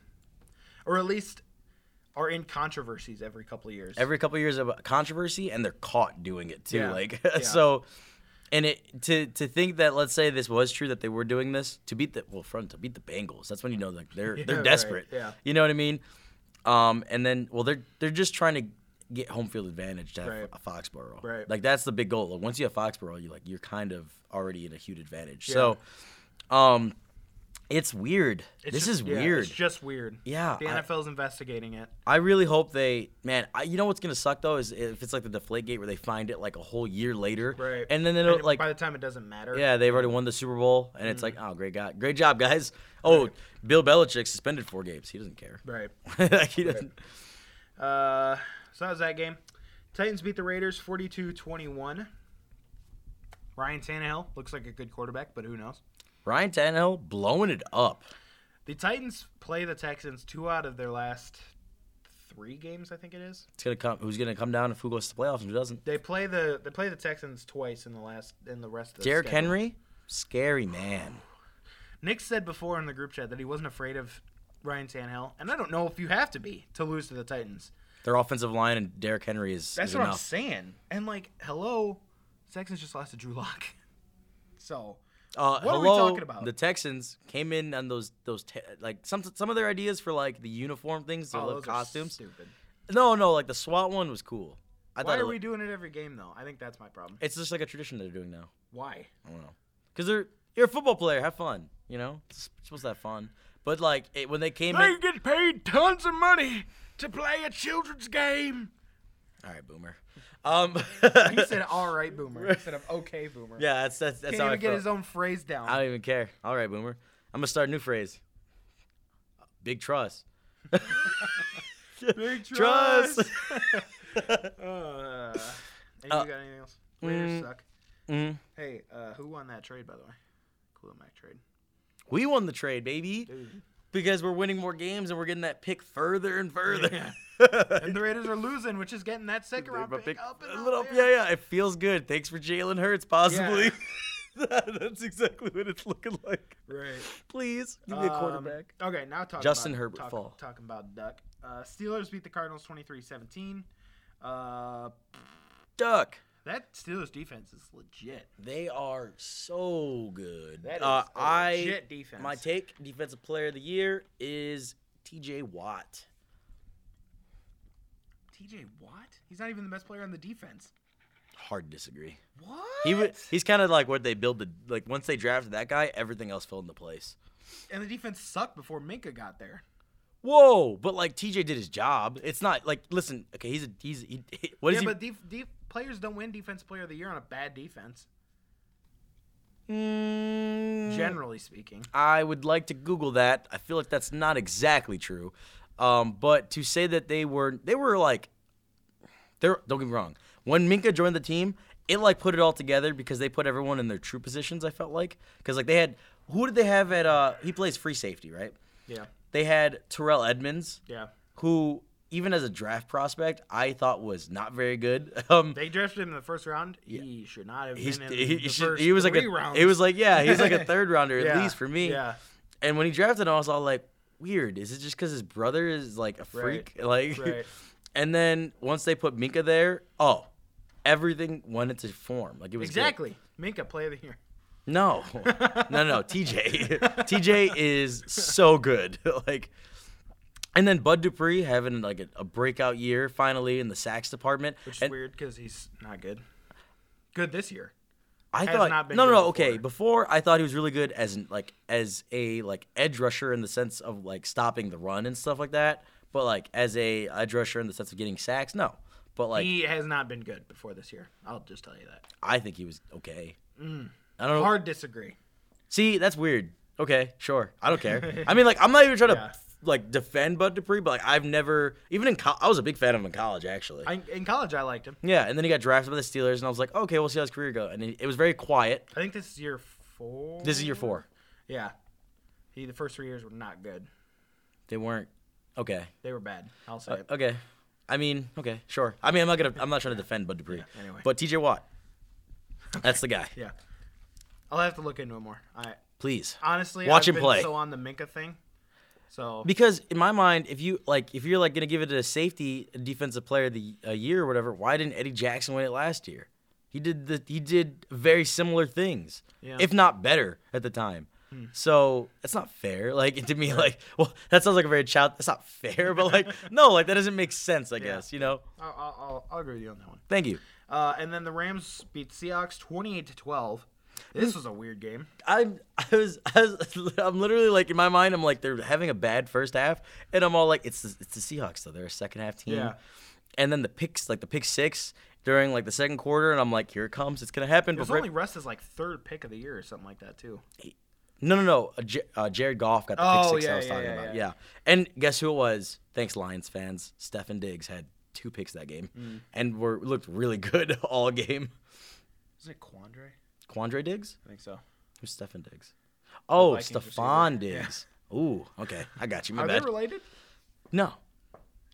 [SPEAKER 2] or at least are in controversies every couple of years.
[SPEAKER 1] every couple of years of controversy and they're caught doing it too.
[SPEAKER 2] Yeah,
[SPEAKER 1] Like
[SPEAKER 2] yeah.
[SPEAKER 1] so. And it to to think that let's say this was true that they were doing this to beat the well front to beat the Bengals that's when you know like they're
[SPEAKER 2] Yeah,
[SPEAKER 1] they're
[SPEAKER 2] right,
[SPEAKER 1] desperate
[SPEAKER 2] yeah.
[SPEAKER 1] you know what I mean, um and then well they're they're just trying to get home field advantage to have
[SPEAKER 2] Right.
[SPEAKER 1] a Foxborough
[SPEAKER 2] Right.
[SPEAKER 1] like that's the big goal like once you have Foxborough you like you're kind of already in a huge advantage so um it's weird this
[SPEAKER 2] It's just-
[SPEAKER 1] is
[SPEAKER 2] yeah,
[SPEAKER 1] weird
[SPEAKER 2] It's just weird.
[SPEAKER 1] Yeah,
[SPEAKER 2] the
[SPEAKER 1] I-
[SPEAKER 2] NFL's investigating it.
[SPEAKER 1] I really hope they, man. I, you know what's gonna suck though is if it's like the Deflate Gate where they find it like a whole year later,
[SPEAKER 2] Right.
[SPEAKER 1] And then they don't like,
[SPEAKER 2] by the Mm-hmm. time it doesn't matter.
[SPEAKER 1] yeah, they've already won the Super Bowl, and it's like, oh, great God, great job, guys. Oh, Bill Belichick suspended four games. He doesn't care.
[SPEAKER 2] Right.
[SPEAKER 1] like, he doesn't.
[SPEAKER 2] Uh, so that was that game. Titans beat the Raiders 42-21. Ryan Tannehill looks like a good quarterback, but who knows?
[SPEAKER 1] Ryan Tannehill blowing it up.
[SPEAKER 2] The Titans play the Texans two out of their last three games, I think it is.
[SPEAKER 1] It's gonna come. Who's gonna come down if who goes to the playoffs and who doesn't?
[SPEAKER 2] They play the they play the Texans twice in the last in the rest of the
[SPEAKER 1] Derrick
[SPEAKER 2] schedule.
[SPEAKER 1] Henry, scary man.
[SPEAKER 2] Nick said before in the group chat that he wasn't afraid of Ryan Tannehill, and I don't know if you have to be to lose to the Titans.
[SPEAKER 1] Their offensive line and Derrick Henry is,
[SPEAKER 2] That's
[SPEAKER 1] is
[SPEAKER 2] what
[SPEAKER 1] enough.
[SPEAKER 2] I'm saying. And like, hello, Texans just lost to Drew Lock. So
[SPEAKER 1] Uh,
[SPEAKER 2] What are we
[SPEAKER 1] hello,
[SPEAKER 2] talking about?
[SPEAKER 1] The Texans came in on those those te- like some some of their ideas for like the uniform things, their
[SPEAKER 2] Oh,
[SPEAKER 1] little
[SPEAKER 2] those are
[SPEAKER 1] costumes.
[SPEAKER 2] Stupid.
[SPEAKER 1] No, no, like the SWAT one was cool. I
[SPEAKER 2] Why
[SPEAKER 1] thought it
[SPEAKER 2] are we
[SPEAKER 1] looked-
[SPEAKER 2] doing it every game though? I think that's my problem.
[SPEAKER 1] it's just like a tradition they're doing now.
[SPEAKER 2] Why?
[SPEAKER 1] I don't know, because they're you're a football player, have fun, you know. It's supposed to have fun, but like it, when they came in,
[SPEAKER 2] get paid tons of money to play a children's game.
[SPEAKER 1] all right, boomer. Um,
[SPEAKER 2] He said, "All right, boomer," instead of "Okay, boomer."
[SPEAKER 1] yeah, that's that's that's
[SPEAKER 2] Can't
[SPEAKER 1] how I
[SPEAKER 2] even get
[SPEAKER 1] felt.
[SPEAKER 2] his own phrase down.
[SPEAKER 1] I don't even care. All right, boomer. I'm gonna start a new phrase. Big trust.
[SPEAKER 2] Big
[SPEAKER 1] Trust.
[SPEAKER 2] uh, hey, you
[SPEAKER 1] Uh,
[SPEAKER 2] got anything else? Raiders
[SPEAKER 1] mm.
[SPEAKER 2] suck.
[SPEAKER 1] Mhm.
[SPEAKER 2] Hey, uh, who won that trade by the way? Cool Mac trade.
[SPEAKER 1] We won the trade, baby.
[SPEAKER 2] Dude.
[SPEAKER 1] because we're winning more games and we're getting that pick further and further.
[SPEAKER 2] And the Raiders are losing, which is getting that second round
[SPEAKER 1] But
[SPEAKER 2] pick,
[SPEAKER 1] pick-
[SPEAKER 2] up and
[SPEAKER 1] a
[SPEAKER 2] up
[SPEAKER 1] little-
[SPEAKER 2] there.
[SPEAKER 1] yeah, yeah, it feels good. Thanks for Jalen Hurts, possibly. That's exactly what it's looking like.
[SPEAKER 2] Right.
[SPEAKER 1] Please give me a
[SPEAKER 2] Um,
[SPEAKER 1] quarterback.
[SPEAKER 2] okay, now talk
[SPEAKER 1] Justin
[SPEAKER 2] about,
[SPEAKER 1] Herbert
[SPEAKER 2] talk,
[SPEAKER 1] fall.
[SPEAKER 2] Talking about Duck. Uh, Steelers beat the Cardinals 23-17. Uh,
[SPEAKER 1] Duck.
[SPEAKER 2] that Steelers defense is legit.
[SPEAKER 1] They are so good.
[SPEAKER 2] That is
[SPEAKER 1] Uh,
[SPEAKER 2] a
[SPEAKER 1] I-
[SPEAKER 2] legit defense.
[SPEAKER 1] My take, defensive player of the year is T.J. Watt.
[SPEAKER 2] TJ Watt? He's not even the best player on the defense.
[SPEAKER 1] Hard disagree.
[SPEAKER 2] What?
[SPEAKER 1] He wa- he's kind of like what they build the like once they drafted that guy, everything else fell into place.
[SPEAKER 2] and the defense sucked before Minka got there.
[SPEAKER 1] Whoa! But like TJ did his job. It's not like listen. Okay, he's a he's he, what is
[SPEAKER 2] yeah,
[SPEAKER 1] he?
[SPEAKER 2] but def- def- players don't win defense player of the year on a bad defense,
[SPEAKER 1] Mm,
[SPEAKER 2] generally speaking.
[SPEAKER 1] I would like to Google that. I feel like that's not exactly true. Um, but to say that they were they were like they're don't get me wrong. When Minka joined the team, it like put it all together because they put everyone in their true positions, I felt like. Because like they had who did they have at uh he plays free safety, right?
[SPEAKER 2] Yeah.
[SPEAKER 1] They had Terrell Edmonds,
[SPEAKER 2] Yeah.
[SPEAKER 1] who even as a draft prospect, I thought was not very good. Um
[SPEAKER 2] They drafted him in the first round. He should not have
[SPEAKER 1] he's,
[SPEAKER 2] been in
[SPEAKER 1] he,
[SPEAKER 2] the
[SPEAKER 1] he should-
[SPEAKER 2] first
[SPEAKER 1] he was like
[SPEAKER 2] three
[SPEAKER 1] a,
[SPEAKER 2] rounds.
[SPEAKER 1] it was like yeah he's like a third rounder at
[SPEAKER 2] Yeah,
[SPEAKER 1] least for me
[SPEAKER 2] Yeah.
[SPEAKER 1] and when he drafted him, I was all like weird is it just because his brother is like a
[SPEAKER 2] Right,
[SPEAKER 1] freak like
[SPEAKER 2] right.
[SPEAKER 1] and then once they put Minka there oh everything went into form like it was good.
[SPEAKER 2] Exactly. Minka, play of the year.
[SPEAKER 1] no no no TJ TJ is so good like and then Bud Dupree having like a, a breakout year finally in the sacks department
[SPEAKER 2] Which is
[SPEAKER 1] And-
[SPEAKER 2] weird because he's not good. Good this year.
[SPEAKER 1] I
[SPEAKER 2] has
[SPEAKER 1] thought
[SPEAKER 2] not been
[SPEAKER 1] no, no,
[SPEAKER 2] good
[SPEAKER 1] no. Okay, before I thought he was really good as an, like as a like edge rusher in the sense of like stopping the run and stuff like that. But like as a edge rusher in the sense of getting sacks, no. But like
[SPEAKER 2] He has not been good before this year. I'll just tell you that.
[SPEAKER 1] I think he was okay. I don't know.
[SPEAKER 2] Mm. Hard disagree.
[SPEAKER 1] See, that's weird. Okay, sure. I don't care. I mean, like I'm not even trying
[SPEAKER 2] Yeah.
[SPEAKER 1] to like defend Bud Dupree, but like I've never even in co- I was a big fan of him in college actually.
[SPEAKER 2] I, in college, I liked him.
[SPEAKER 1] yeah, and then he got drafted by the Steelers, and I was like, okay, we'll see how his career go. And it, it was very quiet.
[SPEAKER 2] I think this is year four.
[SPEAKER 1] This is year four.
[SPEAKER 2] Yeah. He, the first three years were not good.
[SPEAKER 1] They weren't okay.
[SPEAKER 2] They were bad. I'll say
[SPEAKER 1] Uh,
[SPEAKER 2] it.
[SPEAKER 1] okay, I mean, okay, sure. I mean, I'm not gonna I'm not trying to defend Bud Dupree,
[SPEAKER 2] Yeah, anyway.
[SPEAKER 1] but T.J. Watt, that's the guy.
[SPEAKER 2] Yeah. I'll have to look into it more. I
[SPEAKER 1] Please
[SPEAKER 2] honestly
[SPEAKER 1] Watch
[SPEAKER 2] I've
[SPEAKER 1] him
[SPEAKER 2] been
[SPEAKER 1] play.
[SPEAKER 2] So on the Minka thing. So
[SPEAKER 1] Because in my mind, if you like, if you're like gonna give it to a safety a defensive player of the a year or whatever, why didn't Eddie Jackson win it last year? He did the he did very similar things,
[SPEAKER 2] Yeah. Hmm.
[SPEAKER 1] if not better at the time. So that's not fair. Like to me, like well, that sounds like a very child. That's not fair, but like no, like that doesn't make sense. I guess you know.
[SPEAKER 2] I'll, I'll, I'll, I'll agree with you on that one.
[SPEAKER 1] Thank you.
[SPEAKER 2] Uh, and then the Rams beat Seahawks 28 to 12. This was a weird game.
[SPEAKER 1] I'm I was, I was I'm literally like in my mind I'm like they're having a bad first half and I'm all like it's the, it's the Seahawks though they're a second half team
[SPEAKER 2] Yeah.
[SPEAKER 1] and then the picks like the pick six during like the second quarter and I'm like here it comes it's gonna happen
[SPEAKER 2] It was
[SPEAKER 1] before-
[SPEAKER 2] only Russ's like third pick of the year or something like that too.
[SPEAKER 1] no no no uh, J- uh, Jared Goff got the
[SPEAKER 2] Oh,
[SPEAKER 1] pick six
[SPEAKER 2] yeah,
[SPEAKER 1] I was
[SPEAKER 2] yeah,
[SPEAKER 1] talking
[SPEAKER 2] yeah,
[SPEAKER 1] about
[SPEAKER 2] yeah.
[SPEAKER 1] yeah and guess who it was thanks Lions fans Stefan Diggs had two picks that game
[SPEAKER 2] Mm.
[SPEAKER 1] and were looked really good all game
[SPEAKER 2] Is it Quandre?
[SPEAKER 1] Quandre Diggs
[SPEAKER 2] I think so.
[SPEAKER 1] who's Stefan Diggs oh
[SPEAKER 2] Vikings receiver.
[SPEAKER 1] Stephon Diggs ooh okay I got you my
[SPEAKER 2] Are
[SPEAKER 1] bad
[SPEAKER 2] they related?
[SPEAKER 1] no.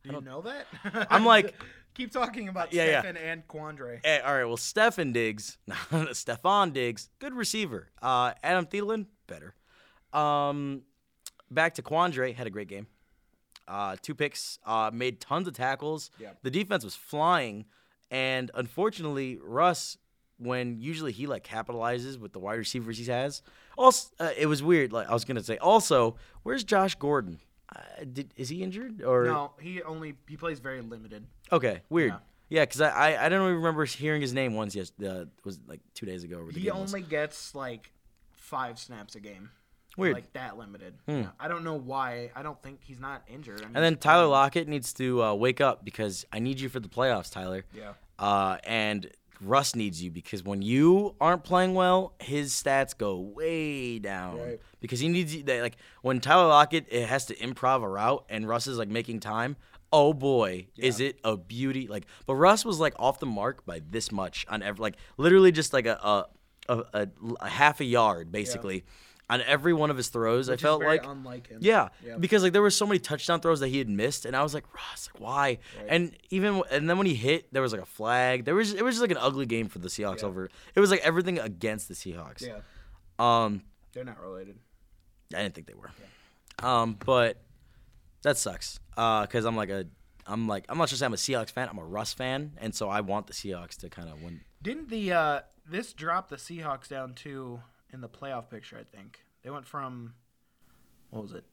[SPEAKER 2] Do you know that?
[SPEAKER 1] I'm like-
[SPEAKER 2] keep talking about
[SPEAKER 1] Yeah, yeah.
[SPEAKER 2] Stefan and Quandre.
[SPEAKER 1] Eh, all right, well, Stefan Diggs, Stefan Diggs, good receiver. Uh, Adam Thielen, better. Um, back to Quandre, had a great game. Uh, two picks, uh, made tons of tackles.
[SPEAKER 2] Yeah.
[SPEAKER 1] The defense was flying, and unfortunately, Russ, when usually he like capitalizes with the wide receivers he has, also uh, it was weird. Like I was gonna say, also, where's Josh Gordon? Uh, did, is he injured or
[SPEAKER 2] No, he only he plays very limited.
[SPEAKER 1] Okay, weird.
[SPEAKER 2] Yeah.
[SPEAKER 1] Yeah, because I, I I don't even remember hearing his name once. Yes, uh, was like two days ago. Or the
[SPEAKER 2] He
[SPEAKER 1] game was.
[SPEAKER 2] only gets like five snaps a game.
[SPEAKER 1] Weird. Hmm.
[SPEAKER 2] Like that limited. Yeah. I don't know why. I don't think he's not injured. I mean,
[SPEAKER 1] And then Tyler Lockett needs to uh, wake up because I need you for the playoffs, Tyler.
[SPEAKER 2] Yeah.
[SPEAKER 1] Uh, and Russ needs you because when you aren't playing well, his stats go way down.
[SPEAKER 2] Right.
[SPEAKER 1] Because he needs you. They, like when Tyler Lockett it has to improv a route and Russ is like making time. Oh boy, is it a beauty? Like, but Russ was like off the mark by this much on every like literally just like a a, a, a, a half a yard basically on every one of his throws. I
[SPEAKER 2] Which is
[SPEAKER 1] felt
[SPEAKER 2] very
[SPEAKER 1] like
[SPEAKER 2] unlike him.
[SPEAKER 1] yeah,
[SPEAKER 2] Yeah.
[SPEAKER 1] because like there were so many touchdown throws that he had missed, and I was like, Ross, like why? And even and then when he hit, there was like a flag. There was it was just like an ugly game for the Seahawks. Over it was like everything against the Seahawks.
[SPEAKER 2] Yeah.
[SPEAKER 1] Um,
[SPEAKER 2] They're not related.
[SPEAKER 1] I didn't think they were. Um, but that sucks. Uh, cause I'm like a, I'm like I'm not just saying I'm a Seahawks fan. I'm a Russ fan, and so I want the Seahawks to kind of win.
[SPEAKER 2] Didn't the uh this drop the Seahawks down to in the playoff picture, I think. They went from what was it?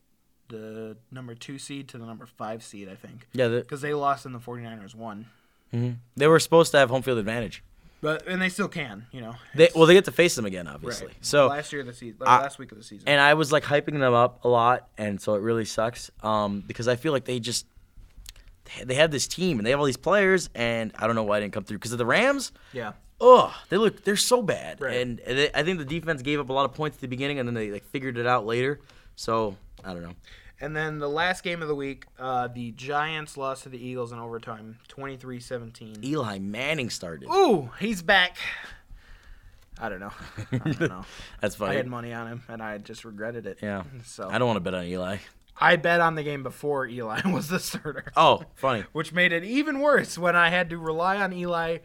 [SPEAKER 2] The number 2 seed to the number 5 seed, I think.
[SPEAKER 1] Yeah, the,
[SPEAKER 2] Cuz they lost and the 49ers won.
[SPEAKER 1] they were supposed to have home field advantage.
[SPEAKER 2] But and they still can, you know.
[SPEAKER 1] They well, they get to face them again, obviously. So
[SPEAKER 2] last year of the season,
[SPEAKER 1] I-
[SPEAKER 2] last week of the season.
[SPEAKER 1] and I was like hyping them up a lot, and so it really sucks um, because I feel like they just they have this team and they have all these players, and I don't know why I didn't come through because of the Rams.
[SPEAKER 2] yeah.
[SPEAKER 1] Ugh, they look they're so bad,
[SPEAKER 2] Right.
[SPEAKER 1] and they, I think the defense gave up a lot of points at the beginning, and then they like figured it out later. So I don't know.
[SPEAKER 2] And then the last game of the week, uh, the Giants lost to the Eagles in overtime, 23-17.
[SPEAKER 1] Eli Manning started.
[SPEAKER 2] Ooh, he's back. I don't know. I don't know.
[SPEAKER 1] That's
[SPEAKER 2] I
[SPEAKER 1] funny.
[SPEAKER 2] had money on him, and I just regretted it.
[SPEAKER 1] yeah,
[SPEAKER 2] So
[SPEAKER 1] I don't want to bet on Eli.
[SPEAKER 2] I bet on the game before Eli was the starter,
[SPEAKER 1] Oh, funny.
[SPEAKER 2] which made it even worse when I had to rely on Eli.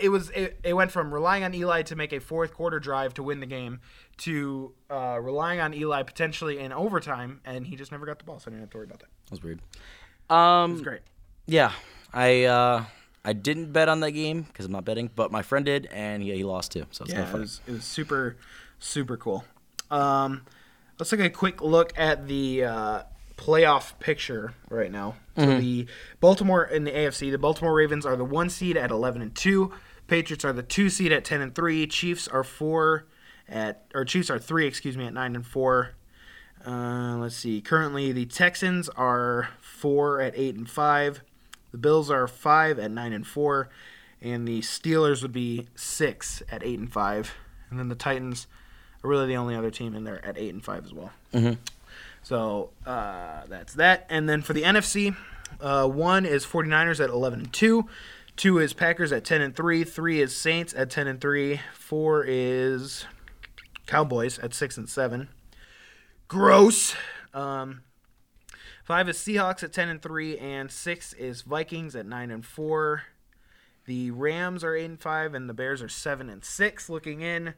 [SPEAKER 2] It was it, it went from relying on Eli to make a fourth quarter drive to win the game to uh, relying on Eli potentially in overtime, and he just never got the ball, so I didn't have to worry about that.
[SPEAKER 1] That was weird.
[SPEAKER 2] It's
[SPEAKER 1] Um,
[SPEAKER 2] great.
[SPEAKER 1] yeah, I uh, I didn't bet on that game because I'm not betting, but my friend did, and he, he lost too. So it's no
[SPEAKER 2] Yeah, it
[SPEAKER 1] fun.
[SPEAKER 2] was, it was super, super cool. Um, let's take a quick look at the uh, playoff picture right now. So
[SPEAKER 1] Mm-hmm.
[SPEAKER 2] the Baltimore in the AFC, the Baltimore Ravens are the one seed at eleven and two. Patriots are the two seed at ten and three. Chiefs are four at or Chiefs are three, excuse me, at nine and four. Uh, let's see. Currently, the Texans are four at eight and five. The Bills are five at nine and four, and the Steelers would be six at eight and five, and then the Titans are really the only other team in there at eight and five as well. So uh, that's that. And then for the NFC, uh, one is 49ers at 11 and 2. Two is Packers at 10 and 3. Three is Saints at 10 and 3. Four is Cowboys at 6 and 7. Gross. Um, five is Seahawks at 10 and 3. And six is Vikings at 9 and 4. The Rams are 8 and 5. And the Bears are 7 and 6 looking in.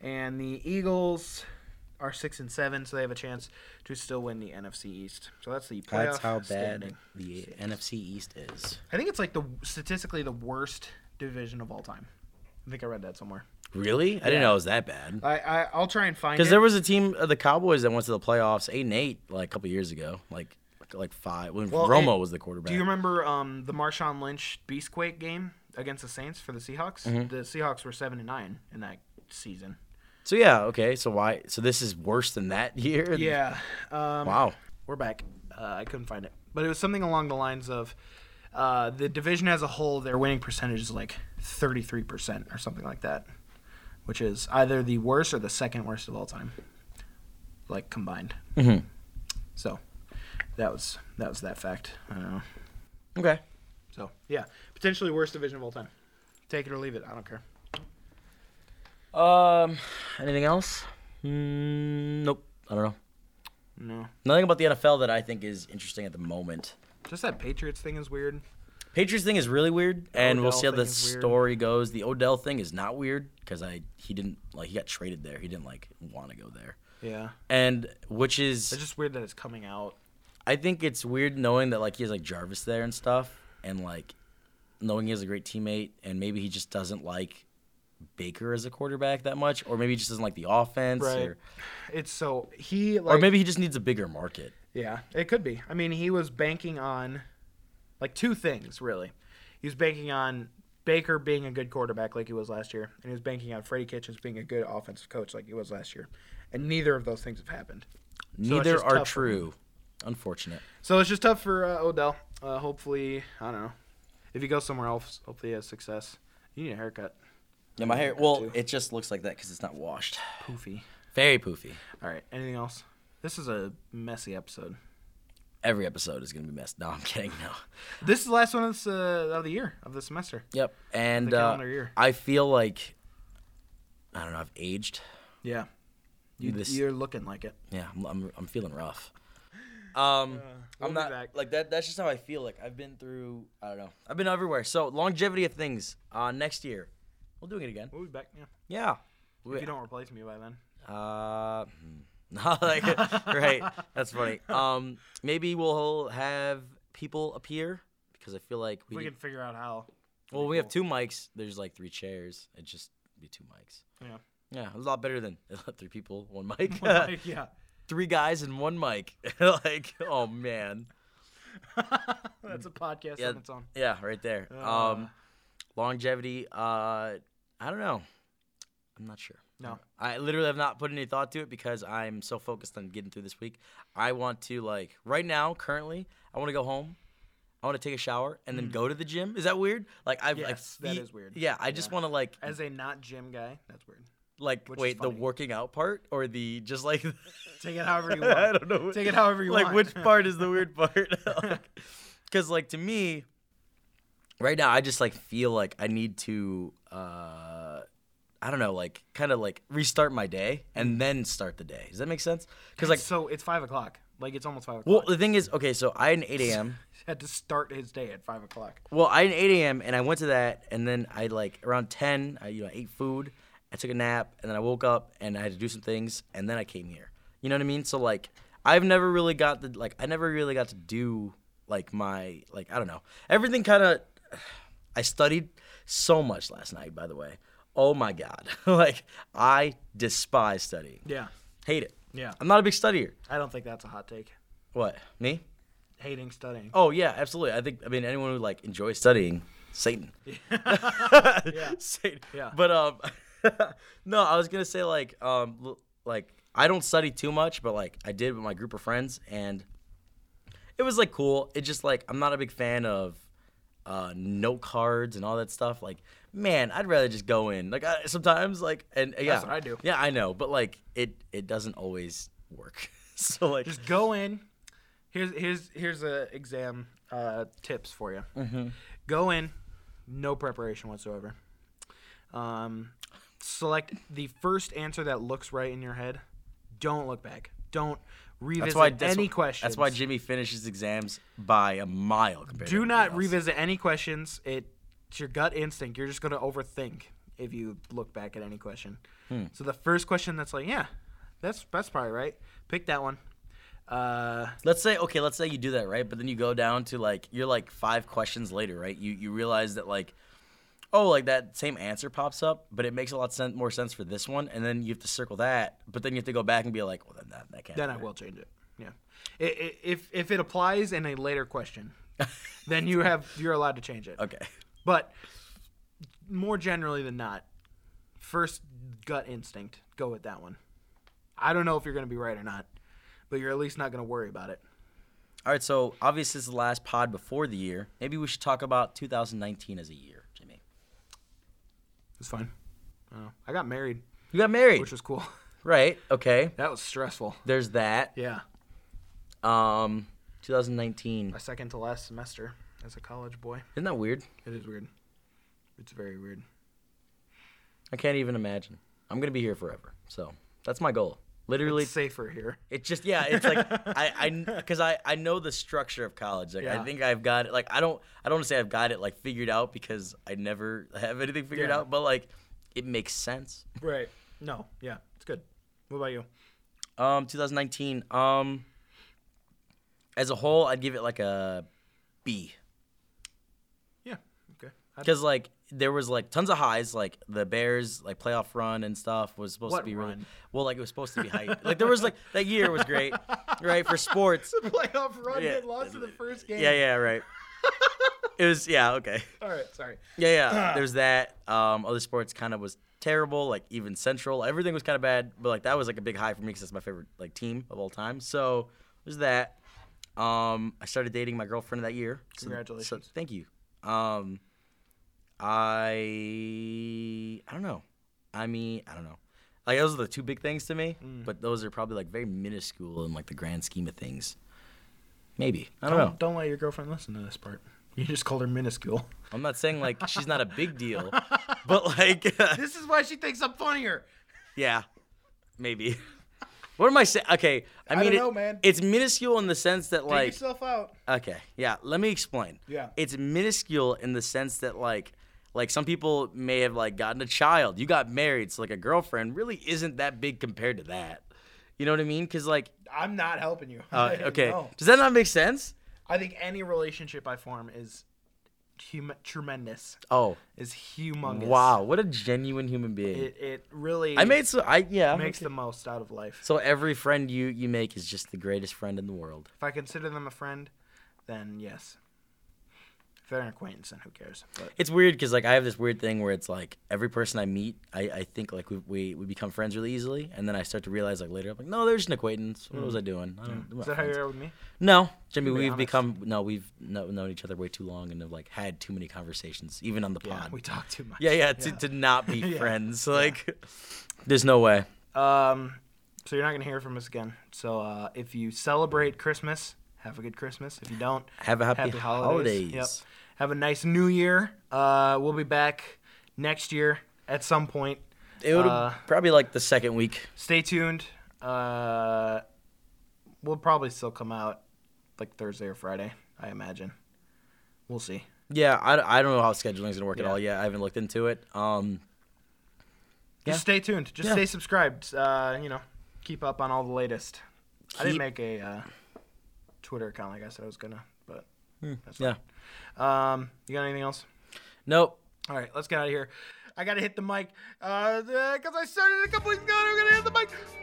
[SPEAKER 2] And the Eagles are six and seven, so they have a chance to still win the NFC East. So that's the playoff
[SPEAKER 1] That's how bad
[SPEAKER 2] standing.
[SPEAKER 1] the NFC East is.
[SPEAKER 2] I think it's like the statistically the worst division of all time. I think I read that somewhere.
[SPEAKER 1] Really? I didn't know it was that bad.
[SPEAKER 2] I, I I'll try and find
[SPEAKER 1] Because
[SPEAKER 2] it.
[SPEAKER 1] there was a team of the Cowboys that went to the playoffs eight and eight like a couple years ago, like like five when
[SPEAKER 2] Well,
[SPEAKER 1] Romo
[SPEAKER 2] and
[SPEAKER 1] was the quarterback.
[SPEAKER 2] Do you remember um, the Marshawn Lynch Beastquake game against the Saints for the Seahawks? The Seahawks were seven and nine in that season.
[SPEAKER 1] so yeah, okay. So why? So this is worse than that year.
[SPEAKER 2] Yeah. Um,
[SPEAKER 1] Wow.
[SPEAKER 2] We're back. Uh, I couldn't find it, but it was something along the lines of uh, the division as a whole. Their winning percentage is like thirty-three percent or something like that, which is either the worst or the second worst of all time, like combined. Mm-hmm.
[SPEAKER 1] Mhm.
[SPEAKER 2] So that was that was that fact. I don't know.
[SPEAKER 1] Okay.
[SPEAKER 2] So yeah, potentially worst division of all time. Take it or leave it. I don't care.
[SPEAKER 1] Um. Anything else? Mm, nope. I don't know.
[SPEAKER 2] No,
[SPEAKER 1] Nothing about the NFL that I think is interesting at the moment.
[SPEAKER 2] just that Patriots thing is weird.
[SPEAKER 1] Patriots thing is really weird, and we'll
[SPEAKER 2] Odell
[SPEAKER 1] see how
[SPEAKER 2] thing
[SPEAKER 1] the
[SPEAKER 2] is weird.
[SPEAKER 1] story goes. The Odell thing is not weird because I he didn't like he got traded there. He didn't like want to go there,
[SPEAKER 2] Yeah,
[SPEAKER 1] and which is
[SPEAKER 2] it's just weird that it's coming out.
[SPEAKER 1] I think it's weird knowing that like he has like Jarvis there and stuff, and like knowing he has a great teammate, and maybe he just doesn't like Baker as a quarterback that much, or maybe he just doesn't like the offense,
[SPEAKER 2] Right.
[SPEAKER 1] or,
[SPEAKER 2] It's so he like
[SPEAKER 1] or maybe he just needs a bigger market.
[SPEAKER 2] Yeah, it could be. I mean, he was banking on like two things really. He was banking on Baker being a good quarterback like he was last year, and he was banking on Freddie Kitchens being a good offensive coach like he was last year. And neither of those things have happened. it's
[SPEAKER 1] Neither
[SPEAKER 2] just
[SPEAKER 1] are
[SPEAKER 2] tough for him.
[SPEAKER 1] true. Unfortunate.
[SPEAKER 2] So it's just tough for uh, Odell. Uh, hopefully, I don't know. If he goes somewhere else, hopefully he has success. You need a haircut.
[SPEAKER 1] Yeah, my hair. Well,
[SPEAKER 2] Too.
[SPEAKER 1] it just looks like that because it's not washed.
[SPEAKER 2] Poofy.
[SPEAKER 1] Very poofy.
[SPEAKER 2] All right, anything else? This is a messy episode.
[SPEAKER 1] Every episode is gonna be messed. No, I'm kidding. No.
[SPEAKER 2] This is the last one of, this, uh, of the year, of the semester.
[SPEAKER 1] Yep. And
[SPEAKER 2] The
[SPEAKER 1] uh,
[SPEAKER 2] calendar year.
[SPEAKER 1] I feel like I don't know. I've aged.
[SPEAKER 2] Yeah. You,
[SPEAKER 1] This-
[SPEAKER 2] You're looking like it.
[SPEAKER 1] Yeah, I'm I'm, I'm feeling rough. Um, I'm
[SPEAKER 2] we'll be
[SPEAKER 1] not
[SPEAKER 2] back.
[SPEAKER 1] like that. That's just how I feel. Like I've been through. I don't know. I've been everywhere. So longevity of things. Uh, next year, we'll do it again.
[SPEAKER 2] We'll be back. Yeah.
[SPEAKER 1] Yeah.
[SPEAKER 2] If you don't replace me by then.
[SPEAKER 1] Uh, hmm. no, like, right. That's funny. Um, maybe we'll have people appear because I feel like we.
[SPEAKER 2] We can figure out how.
[SPEAKER 1] well, we have
[SPEAKER 2] cool.
[SPEAKER 1] two mics. There's like three chairs. It just be two mics.
[SPEAKER 2] Yeah.
[SPEAKER 1] Yeah, a lot better than three people, one mic.
[SPEAKER 2] Like, yeah.
[SPEAKER 1] three guys and one mic. like, oh man.
[SPEAKER 2] That's a podcast
[SPEAKER 1] Yeah.
[SPEAKER 2] on its own.
[SPEAKER 1] Yeah, right there.
[SPEAKER 2] Uh.
[SPEAKER 1] um, longevity. Uh, I don't know. I'm not sure.
[SPEAKER 2] No.
[SPEAKER 1] I literally have not put any thought to it because I'm so focused on getting through this week. I want to like right now, currently, I want to go home. I want to take a shower and then go to the gym. Is that weird? Like I like
[SPEAKER 2] Mm. Yes, that
[SPEAKER 1] feet-
[SPEAKER 2] is weird.
[SPEAKER 1] Yeah, I just
[SPEAKER 2] Yeah.
[SPEAKER 1] want to like
[SPEAKER 2] As a not gym guy, that's weird.
[SPEAKER 1] like
[SPEAKER 2] which is
[SPEAKER 1] wait the
[SPEAKER 2] funny.
[SPEAKER 1] working out part or the just like
[SPEAKER 2] Take it however you
[SPEAKER 1] I don't
[SPEAKER 2] want.
[SPEAKER 1] know.
[SPEAKER 2] Take it however you
[SPEAKER 1] like
[SPEAKER 2] want.
[SPEAKER 1] which part is the weird part? Because like to me, right now I just like feel like I need to, uh, I don't know, like kind of like restart my day
[SPEAKER 2] Mm.
[SPEAKER 1] and then start the day. Does that make sense? Because like,
[SPEAKER 2] so it's five o'clock. Like it's almost five
[SPEAKER 1] well,
[SPEAKER 2] o'clock.
[SPEAKER 1] the thing is, okay, so I had an eight a.m.
[SPEAKER 2] had to start his day at five o'clock.
[SPEAKER 1] Well, I had an 8 a.m. and I went to that, and then I like around 10, I you know I ate food, I took a nap, and then I woke up and I had to do some things, and then I came here. You know what I mean? So like, I've never really got the like I never really got to do like my like I don't know everything kind of. I studied so much last night, by the way. Oh my god, like I despise studying,
[SPEAKER 2] Yeah.
[SPEAKER 1] hate it.
[SPEAKER 2] Yeah.
[SPEAKER 1] I'm not a big studier.
[SPEAKER 2] I don't think that's a hot take.
[SPEAKER 1] What me?
[SPEAKER 2] Hating studying.
[SPEAKER 1] Oh yeah, absolutely. I think I mean anyone who like enjoys studying, Satan. Satan.
[SPEAKER 2] Yeah.
[SPEAKER 1] But um, no, I was gonna say like um, l- like I don't study too much, but like I did with my group of friends, and it was like cool. It just like I'm not a big fan of uh, note cards and all that stuff. Like, man, I'd rather just go in. Like I, sometimes, like and yeah,
[SPEAKER 2] what I do.
[SPEAKER 1] Yeah, I know, but like it it doesn't always work. so like
[SPEAKER 2] Just go in. Here's here's here's a exam uh, tips for you.
[SPEAKER 1] Mm-hmm.
[SPEAKER 2] Go in, no preparation whatsoever. Um, select the first answer that looks right in your head. Don't look back. Don't revisit
[SPEAKER 1] that's why that's
[SPEAKER 2] any
[SPEAKER 1] wh-
[SPEAKER 2] questions.
[SPEAKER 1] That's why Jimmy finishes exams by a mile. Compared to
[SPEAKER 2] Do
[SPEAKER 1] everybody
[SPEAKER 2] not
[SPEAKER 1] else.
[SPEAKER 2] revisit any questions. It, it's your gut instinct. You're just going to overthink if you look back at any question.
[SPEAKER 1] Hmm.
[SPEAKER 2] So the first question that's like, yeah, that's that's probably right. Pick that one. Uh,
[SPEAKER 1] Let's say okay, let's say you do that, right? But then you go down to like you're like five questions later, right? You you realize that like oh, like that same answer pops up, but it makes a lot sen- more sense for this one, and then you have to circle that, but then you have to go back and be like, well, then that, that can't.
[SPEAKER 2] then I
[SPEAKER 1] be
[SPEAKER 2] will change it. Yeah. I- i- If if it applies in a later question, then you have you're allowed to change it.
[SPEAKER 1] right. Okay.
[SPEAKER 2] But more generally than not, first gut instinct, go with that one. I don't know if you're going to be right or not, but you're at least not going to worry about it.
[SPEAKER 1] All right, so obviously this is the last pod before the year. Maybe we should talk about 2019 as a year, Jimmy.
[SPEAKER 2] It's fine. Oh, I got married,
[SPEAKER 1] You got married,
[SPEAKER 2] which was cool.
[SPEAKER 1] right? Okay.
[SPEAKER 2] That was stressful.
[SPEAKER 1] There's that.
[SPEAKER 2] Yeah.
[SPEAKER 1] Um, 2019.
[SPEAKER 2] My second to last semester as a college boy.
[SPEAKER 1] Isn't that weird?
[SPEAKER 2] It is weird. It's very weird.
[SPEAKER 1] I can't even imagine. I'm gonna be here forever, so that's my goal. Literally,
[SPEAKER 2] It's safer here.
[SPEAKER 1] It just yeah, it's like I I because I I know the structure of college. Like
[SPEAKER 2] Yeah.
[SPEAKER 1] I think I've got it. Like I don't I don't want to say I've got it like figured out because I never have anything figured
[SPEAKER 2] Yeah.
[SPEAKER 1] out. But like it makes sense.
[SPEAKER 2] Right. No. Yeah. It's good. What about you?
[SPEAKER 1] Um, 2019. Um, as a whole, I'd give it like a B
[SPEAKER 2] Yeah. Okay. I-
[SPEAKER 1] because like there was like tons of highs. Like the Bears like playoff run and stuff was supposed
[SPEAKER 2] What
[SPEAKER 1] to be really
[SPEAKER 2] run?
[SPEAKER 1] well. Like it was supposed to be hype. like there was like that year was great, right for sports.
[SPEAKER 2] the playoff run
[SPEAKER 1] Yeah.
[SPEAKER 2] that lost to the first game.
[SPEAKER 1] Yeah, yeah, right. it was yeah okay.
[SPEAKER 2] All right. Sorry.
[SPEAKER 1] Yeah, yeah. There's that. Um, other sports kind of was terrible. Like even Central, everything was kind of bad. But like that was like a big high for me because that's my favorite like team of all time. So there's that. Um, I started dating my girlfriend that year. So-
[SPEAKER 2] Congratulations.
[SPEAKER 1] so- thank you. Um, I I don't know. I mean, I don't know. Like those are the two big things to me. But those are probably like very minuscule in like the grand scheme of things. Maybe I don't know.
[SPEAKER 2] Don't let your girlfriend listen to this part. You just called her minuscule.
[SPEAKER 1] I'm not saying like she's not a big deal, but like
[SPEAKER 2] This is why she thinks I'm funnier.
[SPEAKER 1] Yeah, maybe. What am I saying? Okay, I mean,
[SPEAKER 2] don't
[SPEAKER 1] it-
[SPEAKER 2] know, man.
[SPEAKER 1] it's minuscule in the sense that,
[SPEAKER 2] Take
[SPEAKER 1] like,
[SPEAKER 2] yourself out.
[SPEAKER 1] okay, yeah. Let me explain.
[SPEAKER 2] Yeah.
[SPEAKER 1] it's minuscule in the sense that, like, like some people may have like gotten a child. You got married, so like a girlfriend really isn't that big compared to that. You know what I mean? Because like,
[SPEAKER 2] I'm not helping you.
[SPEAKER 1] uh, okay,
[SPEAKER 2] No.
[SPEAKER 1] does that not make sense?
[SPEAKER 2] I think any relationship I form is hum- tremendous.
[SPEAKER 1] Oh,
[SPEAKER 2] Is humongous.
[SPEAKER 1] wow, what a genuine human being.
[SPEAKER 2] It, it really
[SPEAKER 1] I made so I yeah. I'm
[SPEAKER 2] makes
[SPEAKER 1] okay.
[SPEAKER 2] the most out of life.
[SPEAKER 1] so every friend you you make is just the greatest friend in the world.
[SPEAKER 2] If I consider them a friend, then yes. If they're an acquaintance, then who cares? But
[SPEAKER 1] It's weird because like I have this weird thing where it's like every person I meet, I, I think like we, we we become friends really easily, and then I start to realize like later I'm like no, there's an acquaintance. What was I doing? I don't, we're
[SPEAKER 2] Hmm.
[SPEAKER 1] not
[SPEAKER 2] is that how
[SPEAKER 1] friends."
[SPEAKER 2] you are with me?
[SPEAKER 1] no, Jimmy,
[SPEAKER 2] be
[SPEAKER 1] we've
[SPEAKER 2] honest.
[SPEAKER 1] become no, we've no, known each other way too long and have like had too many conversations, even on the
[SPEAKER 2] Yeah,
[SPEAKER 1] pod.
[SPEAKER 2] Oh, we talk too much.
[SPEAKER 1] yeah, yeah, to, to not be
[SPEAKER 2] Yeah.
[SPEAKER 1] friends, like there's no way.
[SPEAKER 2] Um, so you're not gonna hear from us again. So uh, if you celebrate Christmas, have a good Christmas. If you don't,
[SPEAKER 1] Have a happy holidays.
[SPEAKER 2] Yep. Have a nice New Year. Uh, we'll be back next year at some point.
[SPEAKER 1] It would
[SPEAKER 2] Uh,
[SPEAKER 1] probably like the second week.
[SPEAKER 2] Stay tuned. Uh, we'll probably still come out like Thursday or Friday, I imagine. We'll see.
[SPEAKER 1] Yeah, I, I don't know how scheduling's gonna work at
[SPEAKER 2] Yeah.
[SPEAKER 1] all. Yeah, I haven't looked into it. Um, Yeah.
[SPEAKER 2] Just stay tuned. Just
[SPEAKER 1] Yeah.
[SPEAKER 2] stay subscribed. Uh, you know, keep up on all the latest. I didn't
[SPEAKER 1] Keep-
[SPEAKER 2] make a uh, Twitter account like I said I was gonna, but that's
[SPEAKER 1] yeah.
[SPEAKER 2] fine. Um, you got anything else?
[SPEAKER 1] Nope.
[SPEAKER 2] All Uh, right, let's get out of here. I gotta hit the mic because I started a couple weeks ago. and I'm gonna hit the mic.